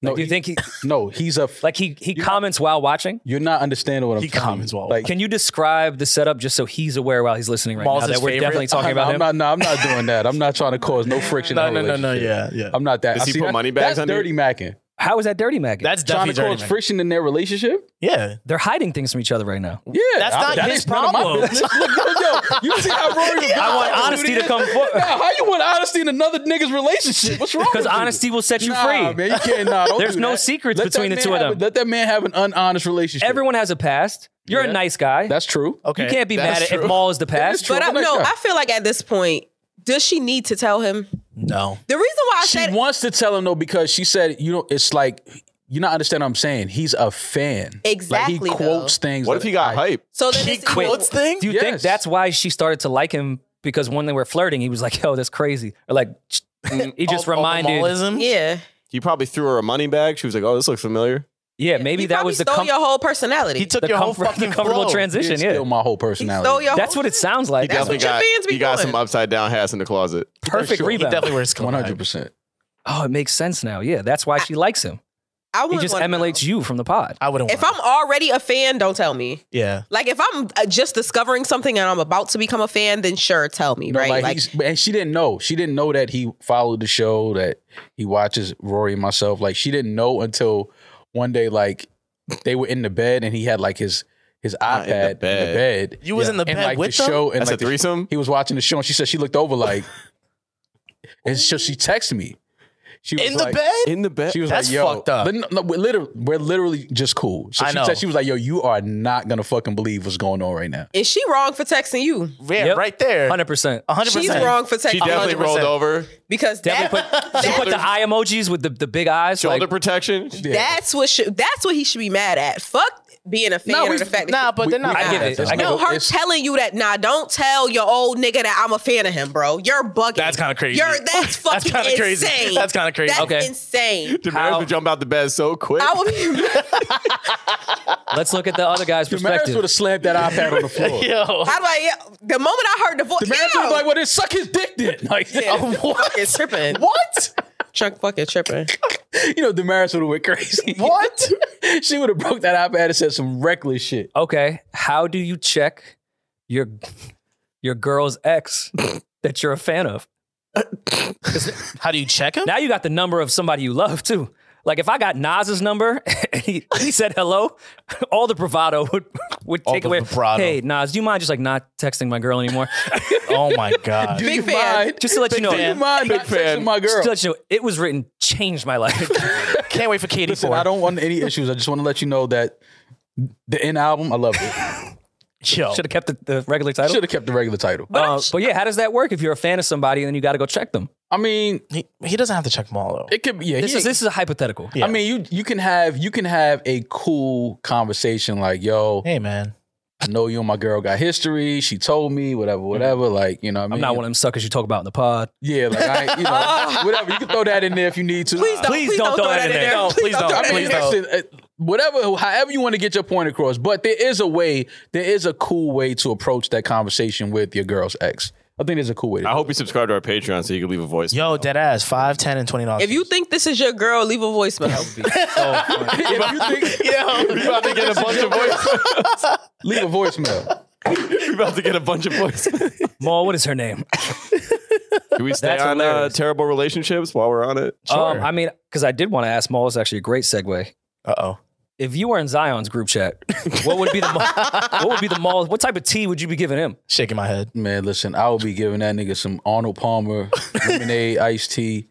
Speaker 4: No,
Speaker 1: Like, do you
Speaker 4: he-
Speaker 1: think he
Speaker 4: No, he's a. F-
Speaker 1: like he he
Speaker 4: You-
Speaker 1: comments while watching?
Speaker 4: you're not understanding what I'm.
Speaker 2: He
Speaker 4: telling
Speaker 2: comments
Speaker 4: you.
Speaker 2: while
Speaker 4: like.
Speaker 1: Can you describe the setup just so he's aware while he's listening right
Speaker 2: Mall's
Speaker 1: now that
Speaker 2: his
Speaker 1: we're
Speaker 2: favorite?
Speaker 1: definitely talking
Speaker 4: <laughs> I'm
Speaker 1: about
Speaker 4: not,
Speaker 1: him?
Speaker 4: I'm not. No, I'm not doing that. I'm not trying to cause no friction.
Speaker 2: No,
Speaker 4: in
Speaker 2: no,
Speaker 4: our
Speaker 2: no, no.
Speaker 4: relationship.
Speaker 2: Yeah, yeah.
Speaker 4: I'm not that.
Speaker 5: Does
Speaker 4: I
Speaker 5: he
Speaker 4: see,
Speaker 5: put
Speaker 4: that-
Speaker 5: money bags
Speaker 4: That's
Speaker 5: under-
Speaker 4: dirty macking.
Speaker 1: How is that dirty, Maggie?
Speaker 2: That's
Speaker 4: Trying
Speaker 2: definitely
Speaker 4: to cause
Speaker 2: dirty, man.
Speaker 4: friction in their relationship.
Speaker 2: Yeah.
Speaker 1: They're hiding things from each other right now.
Speaker 4: Yeah,
Speaker 2: That's not his
Speaker 4: is none of my
Speaker 2: problem.
Speaker 4: business. Look, yo, yo, you see how Rory? was-
Speaker 1: I want honesty to come
Speaker 4: Nah, <laughs>
Speaker 1: forward
Speaker 4: how you want honesty in another nigga's relationship? What's wrong?
Speaker 1: because
Speaker 4: with you?
Speaker 1: honesty will set you
Speaker 4: Nah,
Speaker 1: free.
Speaker 4: man, you can't. Nah, don't
Speaker 1: There's
Speaker 4: do
Speaker 1: no
Speaker 4: that.
Speaker 1: secrets
Speaker 4: Let
Speaker 1: between
Speaker 4: that
Speaker 1: the two
Speaker 4: man
Speaker 1: of
Speaker 4: have
Speaker 1: them.
Speaker 4: a- let that man have an unhonest relationship.
Speaker 1: Everyone has a past. You're
Speaker 4: Yeah.
Speaker 1: a nice guy.
Speaker 4: that's true.
Speaker 2: Okay.
Speaker 1: you can't be
Speaker 5: that's
Speaker 1: mad at if
Speaker 5: true.
Speaker 1: Maul is the past.
Speaker 4: true.
Speaker 3: But I,
Speaker 4: What the
Speaker 3: no,
Speaker 4: next guy?
Speaker 3: I feel like at this point, does she need to tell him?
Speaker 2: No.
Speaker 3: The reason why I
Speaker 4: She
Speaker 3: said
Speaker 4: wants to tell him though because she said, you know, it's like you not understand what I'm saying. He's a fan. Like,
Speaker 3: Exactly,
Speaker 4: he
Speaker 3: though.
Speaker 4: quotes things.
Speaker 5: what if he got hype?
Speaker 3: so then
Speaker 2: He
Speaker 3: it's even-
Speaker 2: quotes things?
Speaker 1: Do you think
Speaker 4: Yes.
Speaker 1: that's why she started to like him? Because when they were flirting, he was like, "Yo, that's crazy," or like he just
Speaker 2: All- all the
Speaker 1: reminded.
Speaker 2: Maoism?
Speaker 3: Yeah,
Speaker 5: He probably threw her a money bag. She was like, oh, this looks familiar.
Speaker 1: yeah, maybe
Speaker 3: He
Speaker 1: that
Speaker 3: probably
Speaker 1: was the
Speaker 3: stole
Speaker 1: com-
Speaker 3: your whole personality.
Speaker 2: He took
Speaker 1: the,
Speaker 2: your whole
Speaker 1: comfort- the
Speaker 2: fucking
Speaker 1: comfortable
Speaker 2: flow.
Speaker 1: transition.
Speaker 4: He's still
Speaker 1: Yeah,
Speaker 4: my whole
Speaker 3: He
Speaker 4: personality.
Speaker 3: stole your
Speaker 1: that's
Speaker 3: whole
Speaker 1: what it sounds like.
Speaker 3: That's
Speaker 5: Definitely
Speaker 3: what your
Speaker 5: got,
Speaker 3: fans be
Speaker 5: he got
Speaker 3: doing.
Speaker 5: some upside down hats in the closet.
Speaker 1: Perfect
Speaker 2: He
Speaker 1: rebound.
Speaker 2: definitely wears
Speaker 4: One hundred
Speaker 2: clothes.
Speaker 4: percent.
Speaker 1: Oh, it makes sense now. Yeah, that's why she likes him.
Speaker 3: I
Speaker 1: He
Speaker 3: would
Speaker 1: just emulates you from the pod.
Speaker 2: I wouldn't.
Speaker 3: If
Speaker 2: want
Speaker 3: I'm already a fan, don't tell me.
Speaker 2: yeah,
Speaker 3: Like if I'm uh, just discovering something and I'm about to become a fan, then sure, tell me,
Speaker 4: No,
Speaker 3: right?
Speaker 4: like
Speaker 3: like
Speaker 4: he's- but- and she didn't know. She didn't know that he followed the show, that he watches Rory and myself. Like she didn't know until one day, like they were in the bed and he had like his his
Speaker 5: Ah,
Speaker 4: iPad
Speaker 5: in
Speaker 4: in
Speaker 5: the
Speaker 4: the bed.
Speaker 5: bed.
Speaker 2: you was in the
Speaker 4: and
Speaker 2: bed
Speaker 4: like
Speaker 2: with
Speaker 4: the
Speaker 2: them.
Speaker 4: show and
Speaker 5: That's
Speaker 4: like
Speaker 5: a
Speaker 4: the-
Speaker 5: threesome.
Speaker 4: he was watching the show and she said she looked
Speaker 2: <laughs>
Speaker 4: over like and so she texted me. She was
Speaker 2: in
Speaker 4: like-
Speaker 2: the bed.
Speaker 5: In the bed.
Speaker 4: She was
Speaker 2: That's
Speaker 4: like, "Yo,
Speaker 2: fucked up.
Speaker 4: li- no, no, we're, literally, we're literally just cool." So
Speaker 2: I
Speaker 4: she
Speaker 2: know.
Speaker 4: said she was like, "Yo, you are not gonna fucking believe what's going on right now."
Speaker 3: is she wrong for texting you?
Speaker 2: Yeah,
Speaker 1: Yep.
Speaker 2: right there.
Speaker 1: Hundred percent.
Speaker 2: hundred
Speaker 3: She's wrong for
Speaker 5: she
Speaker 3: texting you
Speaker 5: definitely rolled
Speaker 2: 100%.
Speaker 5: over.
Speaker 3: because that,
Speaker 1: Definitely put, she put the eye emojis with the, the big eyes.
Speaker 5: Shoulder
Speaker 1: Like,
Speaker 5: protection.
Speaker 3: that's what should that's what he should be mad at. Fuck being a fan
Speaker 2: No,
Speaker 3: of
Speaker 2: we-
Speaker 3: the fact that
Speaker 2: nah, but
Speaker 4: We-
Speaker 2: they're not.
Speaker 4: we-
Speaker 1: I get
Speaker 2: mad.
Speaker 1: it. I get
Speaker 3: no,
Speaker 4: it's-
Speaker 3: her telling you that nah, don't tell your old nigga that I'm a fan of him, bro. You're bugging.
Speaker 2: That's kinda crazy.
Speaker 3: You're that's
Speaker 2: That's
Speaker 3: fucking
Speaker 2: kinda crazy.
Speaker 3: insane.
Speaker 2: That's kinda crazy.
Speaker 3: That's
Speaker 1: Okay.
Speaker 3: insane.
Speaker 5: Damaris
Speaker 1: How-
Speaker 5: would jump out the bed so quick.
Speaker 3: I would be mad.
Speaker 1: let's look at the other
Speaker 2: <laughs>
Speaker 1: guy's
Speaker 4: The marriage would have
Speaker 1: perspective.
Speaker 4: slammed that iPad on the floor.
Speaker 2: Yo,
Speaker 3: How do I? The moment I heard the voice,
Speaker 4: The man
Speaker 3: Ew.
Speaker 4: was like, "Well, then suck his dick then." <laughs> Like,
Speaker 3: Yeah.
Speaker 4: what?
Speaker 3: Fucking tripping.
Speaker 4: What?
Speaker 3: Chuck fucking tripping.
Speaker 4: <laughs> You know, Damaris would have went crazy. <laughs> What? she would have broke that iPad and said some reckless shit.
Speaker 1: Okay, how do you check your your girl's ex that you're a fan of?
Speaker 2: how do you check him?
Speaker 1: Now you got the number of somebody you love too. Like if I got Nas's number <laughs> and he, he said hello, <laughs> all the bravado would would
Speaker 2: All
Speaker 1: take
Speaker 2: the
Speaker 1: away.
Speaker 2: bravado.
Speaker 1: Hey Nas, do you mind just like not texting my girl anymore?
Speaker 2: Oh my god.
Speaker 4: Do
Speaker 3: Big
Speaker 4: you
Speaker 3: fan.
Speaker 4: mind?
Speaker 1: just to let you know,
Speaker 4: do you mind
Speaker 5: Big
Speaker 4: not
Speaker 5: fan.
Speaker 4: texting my
Speaker 1: just
Speaker 4: girl?
Speaker 1: to let you know, it was written changed my life. <laughs>
Speaker 2: Can't wait for Katie
Speaker 4: Listen,
Speaker 2: for
Speaker 4: I don't want any issues. I just want to let you know that the end album, I love <laughs> it.
Speaker 2: Yo,
Speaker 1: Should have kept the, the regular
Speaker 4: I
Speaker 1: title.
Speaker 4: should have kept the regular title.
Speaker 1: But, uh, but yeah, how does that work? If you're a fan of somebody, then you got to go check them.
Speaker 4: I mean,
Speaker 2: he, he doesn't have to check them all though.
Speaker 4: it could be. Yeah,
Speaker 1: This
Speaker 4: he-
Speaker 1: is this is a hypothetical.
Speaker 2: Yeah.
Speaker 4: I mean, you you can have you can have a cool conversation like, "Yo,
Speaker 2: Hey man,
Speaker 4: I know you and my girl got history. She told me whatever, whatever." Like, you know, what I mean,
Speaker 1: I'm not one of them suckers you talk about in the pod.
Speaker 4: Yeah, like I, ain't- you
Speaker 3: <laughs>
Speaker 4: know, whatever. You can throw that in there if you need to.
Speaker 3: Please don't,
Speaker 1: Please don't throw that in there.
Speaker 2: No, please don't.
Speaker 3: throw
Speaker 4: I
Speaker 3: that in
Speaker 4: mean,
Speaker 2: Please
Speaker 3: there.
Speaker 4: <laughs>
Speaker 2: don't.
Speaker 4: listen, uh, whatever, however you want to get your point across, but there is a way, there is a cool way to approach that conversation with your girl's ex. I think there's a cool way.
Speaker 5: I
Speaker 4: To
Speaker 5: hope you subscribe to our Patreon so you can leave a voice. <laughs>
Speaker 2: yo, dead ass five, ten, and twenty dollars.
Speaker 3: If you think this is your girl, leave a voicemail.
Speaker 4: if you think,
Speaker 3: <laughs>
Speaker 2: yo,
Speaker 5: We're about to get a
Speaker 4: <laughs>
Speaker 5: bunch of voice. <laughs>
Speaker 4: leave a voicemail.
Speaker 5: We're about to get a bunch
Speaker 4: <laughs>
Speaker 5: of voice.
Speaker 1: Maul, what is her name?
Speaker 5: Can we stay
Speaker 1: That's
Speaker 5: on uh,
Speaker 1: hilarious.
Speaker 5: terrible relationships while we're on it?
Speaker 1: Um, I mean, because I did want to ask Maul. It's actually a great segue.
Speaker 2: uh oh,
Speaker 1: If you were in Zion's group chat, <laughs> what would be the Maul, what would be the Maul? What type of tea would you be giving him?
Speaker 2: shaking my head.
Speaker 4: Man, listen, I will be giving that nigga some Arnold Palmer lemonade, iced tea.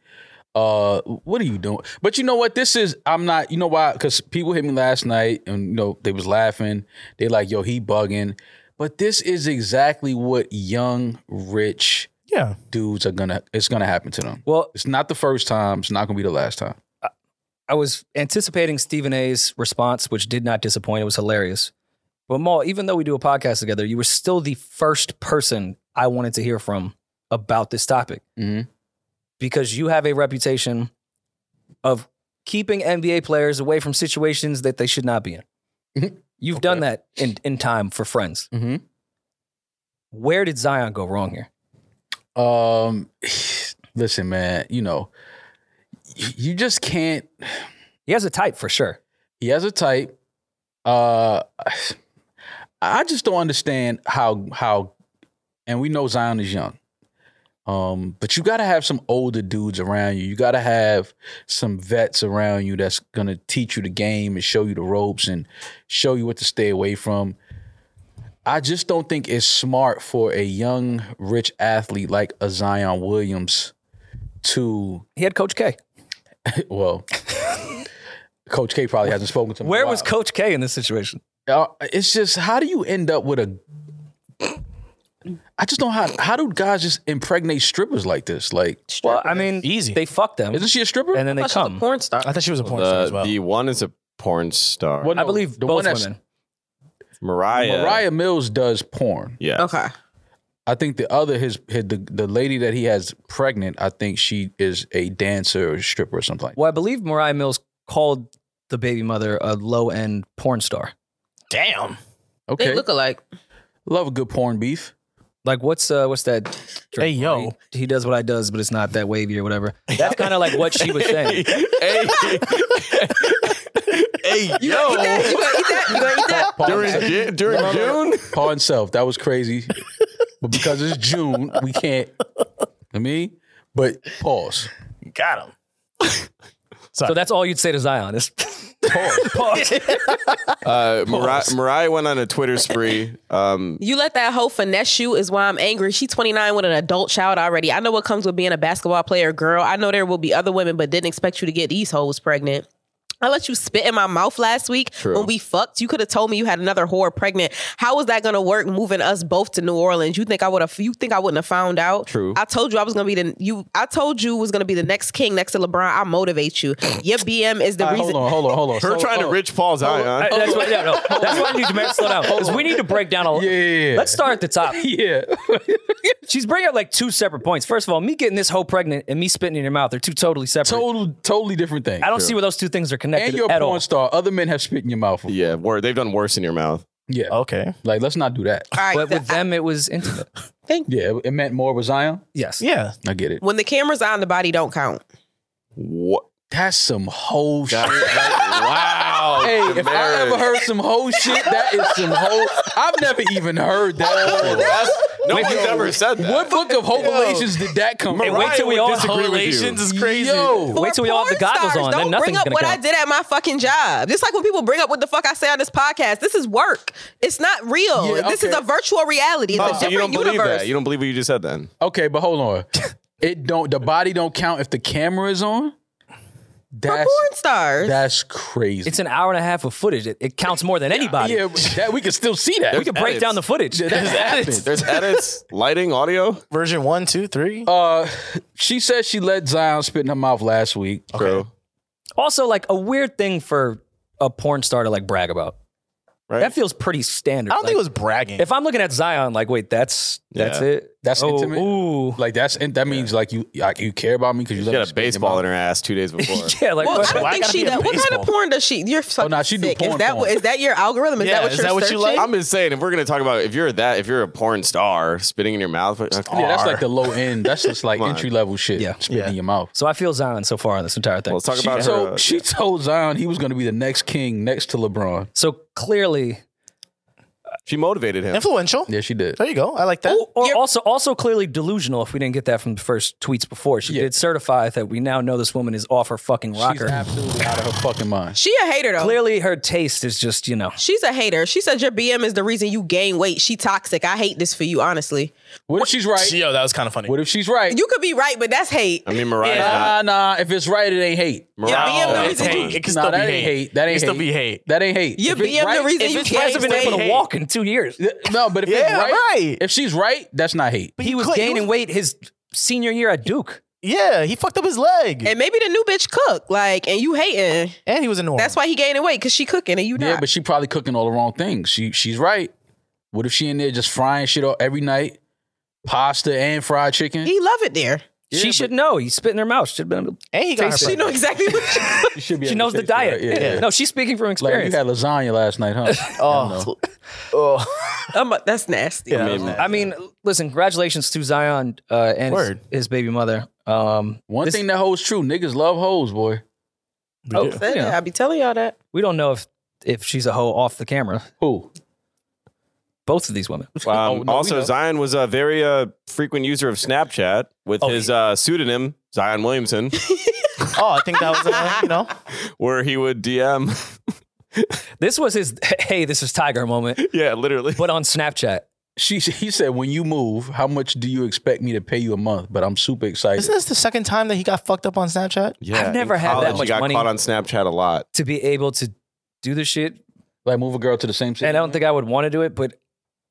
Speaker 4: Uh, what are you doing? But you know what? This is I'm not. You know why? Because people hit me last night, and you know they was laughing. They like, yo, he bugging. But this is exactly what young, rich,
Speaker 2: Yeah,
Speaker 4: dudes are gonna it's gonna happen to them.
Speaker 1: Well,
Speaker 4: It's not the first time, it's not gonna be the last time.
Speaker 1: I was anticipating Stephen A's response, which did not disappoint. It was hilarious. But Maul, even though we do a podcast together, you were still the first person I wanted to hear from about this topic
Speaker 4: Mhm.
Speaker 1: because you have a reputation of keeping NBA players away from situations that they should not be in.
Speaker 4: Mhm.
Speaker 1: You've done that in, in time for friends.
Speaker 4: Mm-hmm.
Speaker 1: Where did Zion go wrong here?
Speaker 4: Um <sighs> listen, man, you know, y- you just can't
Speaker 1: He has a type for sure.
Speaker 4: he has a type. Uh I just don't understand how how and we know Zion is young. Um, but you gotta have some older dudes around you. You gotta have some vets around you that's gonna teach you the game and show you the ropes and show you what to stay away from. I just don't think it's smart for a young, rich athlete like a Zion Williams to
Speaker 1: He had Coach K.
Speaker 4: well <laughs> Coach K probably hasn't spoken to him. in a
Speaker 1: Where was
Speaker 4: while.
Speaker 1: Coach K in this situation?
Speaker 4: Uh, it's just how do you end up with a? I just don't how how do guys just impregnate strippers like this? Like,
Speaker 1: Well, I mean,
Speaker 2: Easy.
Speaker 1: They fucked them,
Speaker 4: isn't she a stripper?
Speaker 1: and then they
Speaker 3: She's a
Speaker 1: come.
Speaker 3: porn star.
Speaker 2: I thought she was a porn star
Speaker 5: Uh,
Speaker 2: as well.
Speaker 5: The one is a porn star.
Speaker 4: Well,
Speaker 1: I
Speaker 4: no,
Speaker 1: believe
Speaker 4: the
Speaker 1: both
Speaker 4: one that's-
Speaker 1: women.
Speaker 5: Mariah.
Speaker 4: Mariah Mills does porn.
Speaker 5: Yeah.
Speaker 3: Okay.
Speaker 4: I think the other his, his the the lady that he has pregnant. I think she is a dancer or stripper or something. Like that.
Speaker 1: Well, I believe Mariah Mills called the baby mother a low end porn star.
Speaker 2: Damn.
Speaker 4: Okay,
Speaker 3: They look alike.
Speaker 4: love a good porn beef.
Speaker 1: Like what's uh what's that?
Speaker 2: Hey, yo.
Speaker 1: he, he does what I does, but it's not that wavy or
Speaker 4: <laughs>
Speaker 1: whatever. That's kind of like what she was saying.
Speaker 5: hey, hey,
Speaker 3: You gonna eat that? You gonna eat that? You gonna
Speaker 4: <laughs>
Speaker 3: eat that?
Speaker 5: during Ju- during June.
Speaker 4: Paul himself, that was crazy. But because it's June, we can't. I mean, but pause.
Speaker 2: Got him.
Speaker 1: So that's all you'd say to Zion.
Speaker 4: <laughs>
Speaker 1: Is
Speaker 4: Pause.
Speaker 1: pause.
Speaker 5: Uh, Mariah, Mariah went on a Twitter spree. Um,
Speaker 3: You let that hoe finesse you is why I'm angry. She's 29 with an adult child already. I know what comes with being a basketball player girl. I know there will be other women, but didn't expect you to get these hoes pregnant. I let you spit in my mouth last week when we fucked. You could have told me you had another whore pregnant. How was that gonna work moving us both to New Orleans? You think I would have you think I wouldn't have found out?
Speaker 5: True.
Speaker 3: I told you I was gonna be the you I told you was gonna be the next king next to LeBron. I motivate you. Your BM is the
Speaker 4: All right,
Speaker 3: reason
Speaker 4: hold on, hold on, hold on.
Speaker 5: her
Speaker 4: So-
Speaker 5: trying to
Speaker 4: oh,
Speaker 5: Rich Paul's
Speaker 1: I-
Speaker 5: Zion.
Speaker 1: that's why, yeah, no, that's why I need to man, slow down. 'Cause we need to break down a
Speaker 4: Yeah, yeah, yeah.
Speaker 1: Let's start at the top.
Speaker 4: <laughs> Yeah.
Speaker 1: She's bringing up like two separate points. First of all, me getting this hoe pregnant and me spitting in your mouth are two totally separate.
Speaker 4: Total, totally different thing.
Speaker 1: I don't see where those two things are connected
Speaker 4: and you're a
Speaker 1: at
Speaker 4: porn
Speaker 1: all.
Speaker 4: star. Other men have spit in your mouth.
Speaker 5: Yeah, word. They've done worse in your mouth.
Speaker 4: Yeah.
Speaker 2: Okay.
Speaker 4: Like, let's not do that.
Speaker 3: All right,
Speaker 1: But
Speaker 3: the-
Speaker 1: with them, it was intimate.
Speaker 4: Yeah, it- it meant more with Zion.
Speaker 1: <laughs> Yes.
Speaker 2: Yeah.
Speaker 4: I get it.
Speaker 3: when the camera's on, the body don't count.
Speaker 5: What?
Speaker 4: That's some whole shit.
Speaker 5: wow.
Speaker 4: <laughs> Hey, if I
Speaker 5: Damaris.
Speaker 4: ever
Speaker 5: <laughs>
Speaker 4: heard some whole shit, that is some whole. I've never even heard that. before.
Speaker 5: That's, no one's ever said that.
Speaker 4: What book of whole relations did that come
Speaker 1: Hey,
Speaker 4: from?
Speaker 1: wait till we all
Speaker 2: Correlations is crazy.
Speaker 4: Yo,
Speaker 1: Wait till we all have the
Speaker 3: porn
Speaker 1: goggles
Speaker 3: stars,
Speaker 1: on,
Speaker 3: Don't
Speaker 1: then nothing's
Speaker 3: bring up
Speaker 1: gonna
Speaker 3: what
Speaker 1: count.
Speaker 3: I did at my fucking job. Just like when people bring up what the fuck I say on this podcast. This is work. It's not real.
Speaker 4: Yeah,
Speaker 3: This
Speaker 4: okay.
Speaker 3: is a virtual reality. It's
Speaker 5: Oh,
Speaker 3: a
Speaker 5: so
Speaker 3: different
Speaker 5: you don't believe
Speaker 3: universe.
Speaker 5: that? You don't believe what you just said then?
Speaker 4: okay, but hold on. It don't. The body don't count if the camera is on.
Speaker 3: For
Speaker 4: That's
Speaker 3: porn stars.
Speaker 4: that's crazy.
Speaker 1: It's an hour and a half of footage. It, it counts more than anybody.
Speaker 4: yeah, that we can still see that.
Speaker 1: We could break
Speaker 5: edits.
Speaker 1: down the footage. <laughs>
Speaker 4: That's happened. <laughs>
Speaker 5: There's edits, lighting, audio.
Speaker 2: Version one, two, three.
Speaker 4: Uh, she said she let Zion spit in her mouth last week.
Speaker 5: Bro.
Speaker 1: Also, like a weird thing for a porn star to like brag about.
Speaker 5: Right.
Speaker 1: That feels pretty standard.
Speaker 2: I don't think it
Speaker 1: Like,
Speaker 2: was bragging.
Speaker 1: If I'm looking at Zion, like, wait, that's that's
Speaker 5: Yeah.
Speaker 1: it.
Speaker 4: That's
Speaker 1: oh,
Speaker 4: intimate?
Speaker 1: Ooh.
Speaker 4: Like that's and that means like you like, you care about me because you
Speaker 5: She
Speaker 4: let me
Speaker 5: got a
Speaker 4: spit in your
Speaker 5: baseball
Speaker 4: mouth.
Speaker 5: in her ass
Speaker 4: <laughs>
Speaker 5: two days before.
Speaker 1: <laughs> yeah, like
Speaker 3: well,
Speaker 1: what-
Speaker 3: I don't
Speaker 2: Why
Speaker 3: think
Speaker 2: gotta
Speaker 3: she
Speaker 2: be in
Speaker 3: does. What kind
Speaker 2: baseball?
Speaker 3: of porn does she? You're so
Speaker 4: Oh, nah, she do
Speaker 3: sick.
Speaker 4: porn
Speaker 3: Is that
Speaker 4: porn.
Speaker 3: is that your algorithm? Is
Speaker 2: Yeah,
Speaker 3: that what
Speaker 2: is
Speaker 3: you're
Speaker 2: that what you
Speaker 3: searching?
Speaker 2: like?
Speaker 5: I'm just saying, if we're gonna talk about if you're that, if you're a porn star spitting in your mouth, okay.
Speaker 4: Yeah, that's like the low end. That's
Speaker 2: <laughs>
Speaker 4: just like entry level shit.
Speaker 1: Yeah.
Speaker 4: spit
Speaker 2: Yeah.
Speaker 4: in your mouth.
Speaker 1: so I feel Zion so far on this entire thing.
Speaker 5: let's talk
Speaker 4: She
Speaker 5: about
Speaker 4: told
Speaker 5: her. uh,
Speaker 4: she told Zion he was going to be the next king next to LeBron.
Speaker 1: so clearly,
Speaker 5: she motivated him.
Speaker 2: Influential.
Speaker 4: Yeah, she did.
Speaker 2: There you go. I like that.
Speaker 1: or
Speaker 3: You're-
Speaker 1: also also clearly delusional. If we didn't get that from the first tweets before, she
Speaker 4: Yeah.
Speaker 1: did certify that we now know this woman is off her fucking
Speaker 4: She's
Speaker 1: rocker.
Speaker 4: absolutely out of her fucking mind.
Speaker 3: She a hater though.
Speaker 1: clearly, her taste is just you know.
Speaker 3: She's a hater. She said your BM is the reason you gain weight. She toxic. I hate this for you, honestly.
Speaker 4: What if she's right?
Speaker 2: Yo, that was kind of funny.
Speaker 4: What if she's right?
Speaker 3: You could be right, but that's hate.
Speaker 5: I mean, Mariah's
Speaker 4: Nah, nah. If it's right, it ain't hate.
Speaker 5: not.
Speaker 3: Yeah,
Speaker 5: Mariah,
Speaker 3: being the
Speaker 5: oh,
Speaker 3: reason
Speaker 5: come
Speaker 3: you-
Speaker 5: on.
Speaker 1: <laughs>
Speaker 2: It can
Speaker 4: Nah,
Speaker 2: still be
Speaker 4: that
Speaker 2: hate.
Speaker 4: ain't hate. That
Speaker 2: It
Speaker 4: ain't
Speaker 2: can still be hate.
Speaker 4: That ain't hate.
Speaker 3: Your
Speaker 4: If it's
Speaker 3: BM the
Speaker 4: right-
Speaker 3: reason you
Speaker 1: She hasn't
Speaker 3: gain
Speaker 1: been able to
Speaker 3: weight.
Speaker 1: walk in two years.
Speaker 4: No, but if it's
Speaker 2: Yeah,
Speaker 4: right,
Speaker 2: right.
Speaker 4: if she's right, that's not hate.
Speaker 1: He was
Speaker 2: Clint, he
Speaker 1: gaining
Speaker 2: was-
Speaker 1: weight his senior year at Duke.
Speaker 2: Yeah, he fucked up his leg, and,
Speaker 3: And maybe the new bitch cook, like, and you hating.
Speaker 2: he was in New Orleans.
Speaker 3: That's why he gaining weight because she cooking and you not.
Speaker 4: Yeah, but she probably cooking all the wrong things. She she's right. What if she in there just frying shit all, every night, pasta and fried chicken?
Speaker 3: he love it there.
Speaker 4: Yeah,
Speaker 1: she
Speaker 4: but-
Speaker 1: should know. He spit in her mouth. Should have been.
Speaker 2: and he got her
Speaker 1: Taste-
Speaker 3: She
Speaker 2: pregnant.
Speaker 3: know exactly
Speaker 4: <laughs>
Speaker 3: what. She, <laughs>
Speaker 4: You should be
Speaker 1: She
Speaker 4: able
Speaker 1: knows
Speaker 4: to
Speaker 1: the
Speaker 4: taste it, right?
Speaker 1: diet.
Speaker 4: Yeah, yeah.
Speaker 1: No, she's speaking from
Speaker 4: Like you
Speaker 1: experience.
Speaker 4: had lasagna last night, <laughs> huh?
Speaker 2: Oh, oh,
Speaker 3: I'm a- that's nasty.
Speaker 2: yeah.
Speaker 1: I mean, listen, congratulations to Zion uh, and his,
Speaker 2: Word.
Speaker 1: his baby mother. Um,
Speaker 4: One
Speaker 1: this-
Speaker 4: thing that holds true, niggas love hoes, boy.
Speaker 1: Oh,
Speaker 2: We do.
Speaker 3: Said
Speaker 1: you
Speaker 3: that.
Speaker 1: know,
Speaker 3: I be telling y'all that.
Speaker 1: we don't know if if she's a hoe off the camera.
Speaker 4: <laughs> Who?
Speaker 1: Both of these women.
Speaker 5: Um,
Speaker 4: Oh, no, we
Speaker 5: also,
Speaker 4: know.
Speaker 5: Zion was a very uh, frequent user of Snapchat with
Speaker 1: Oh,
Speaker 5: his uh, pseudonym Zion
Speaker 1: <laughs>
Speaker 5: Williamson,
Speaker 2: oh, I think that was uh, you know.
Speaker 5: where he would DM.
Speaker 1: This was his <laughs> hey, this is Tiger moment,
Speaker 5: <laughs> yeah, literally.
Speaker 1: but on Snapchat.
Speaker 4: She he said, when you move, how much do you expect me to pay you a month? But I'm super excited.
Speaker 2: Isn't this the second time that he got fucked up on Snapchat?
Speaker 5: Yeah,
Speaker 1: I've never
Speaker 5: in
Speaker 1: had that
Speaker 5: college,
Speaker 1: much
Speaker 5: He got
Speaker 1: money.
Speaker 5: caught on Snapchat a lot.
Speaker 1: To be able to do this shit,
Speaker 4: like move a girl to the same city.
Speaker 1: and I don't think I would want to do it, but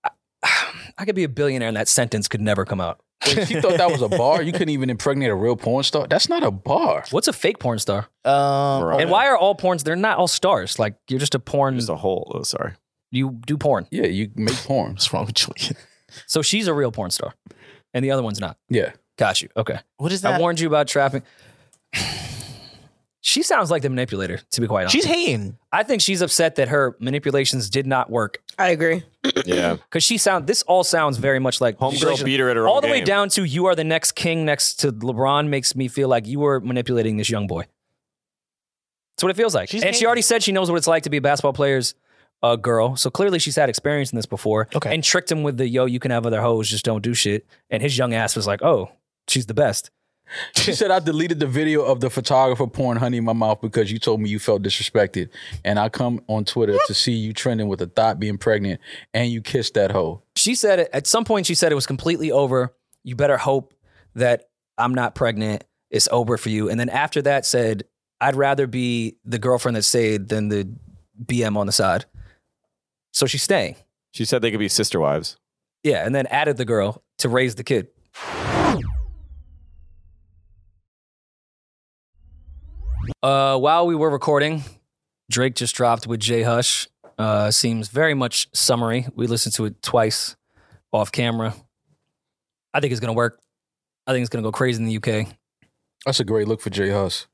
Speaker 1: I, <sighs> I could be a billionaire, and that sentence could never come out.
Speaker 4: Wait, she thought that was <laughs> a bar. You couldn't even impregnate a real porn star. That's not a bar.
Speaker 1: What's a fake porn star?
Speaker 2: Um,
Speaker 5: Right.
Speaker 1: And why are all porns? They're not all stars. Like you're just a porn.
Speaker 5: Oh, Just a whole.
Speaker 1: <clears throat>
Speaker 5: Oh, sorry.
Speaker 1: you do porn.
Speaker 4: Yeah, you make porn.
Speaker 2: what's wrong with you?
Speaker 1: So she's a real porn star, and the other one's not.
Speaker 4: Yeah.
Speaker 1: Got you. Okay.
Speaker 2: What is
Speaker 1: I
Speaker 2: that?
Speaker 1: warned you about trapping. <sighs> she sounds like the manipulator. To be quite honest,
Speaker 2: She's hating.
Speaker 1: I think she's upset that her manipulations did not work.
Speaker 3: I agree.
Speaker 5: Yeah.
Speaker 1: Because she sound this all sounds very much like
Speaker 5: Homegirl beat her at her
Speaker 1: all
Speaker 5: own
Speaker 1: the way
Speaker 5: game.
Speaker 1: down to you are the next king next to LeBron makes me feel like you were manipulating this young boy. That's what it feels like.
Speaker 2: She's
Speaker 1: and she
Speaker 2: hating.
Speaker 1: already said she knows what it's like to be a basketball player's uh, girl. So clearly she's had experience in this before.
Speaker 2: Okay.
Speaker 1: And tricked him with the yo, you can have other hoes, just don't do shit. And his young ass was like, oh, she's the best.
Speaker 4: She said, I deleted the video of the photographer pouring honey in my mouth because you told me you felt disrespected. And I come on Twitter to see you trending with a thought being pregnant and you kissed that hoe.
Speaker 1: She said it, at some point she said it was completely over. You better hope that I'm not pregnant. It's over for you. And then after that said, I'd rather be the girlfriend that stayed than the BM on the side. So she's staying.
Speaker 5: She said they could be sister wives.
Speaker 1: Yeah, and then added the girl to raise the kid. Uh, while we were recording, Drake just dropped with Jay Hush. Uh, seems very much summary. We listened to it twice off camera. I think it's gonna work. I think it's gonna go crazy in the UK.
Speaker 4: That's a great look for Jay Huss.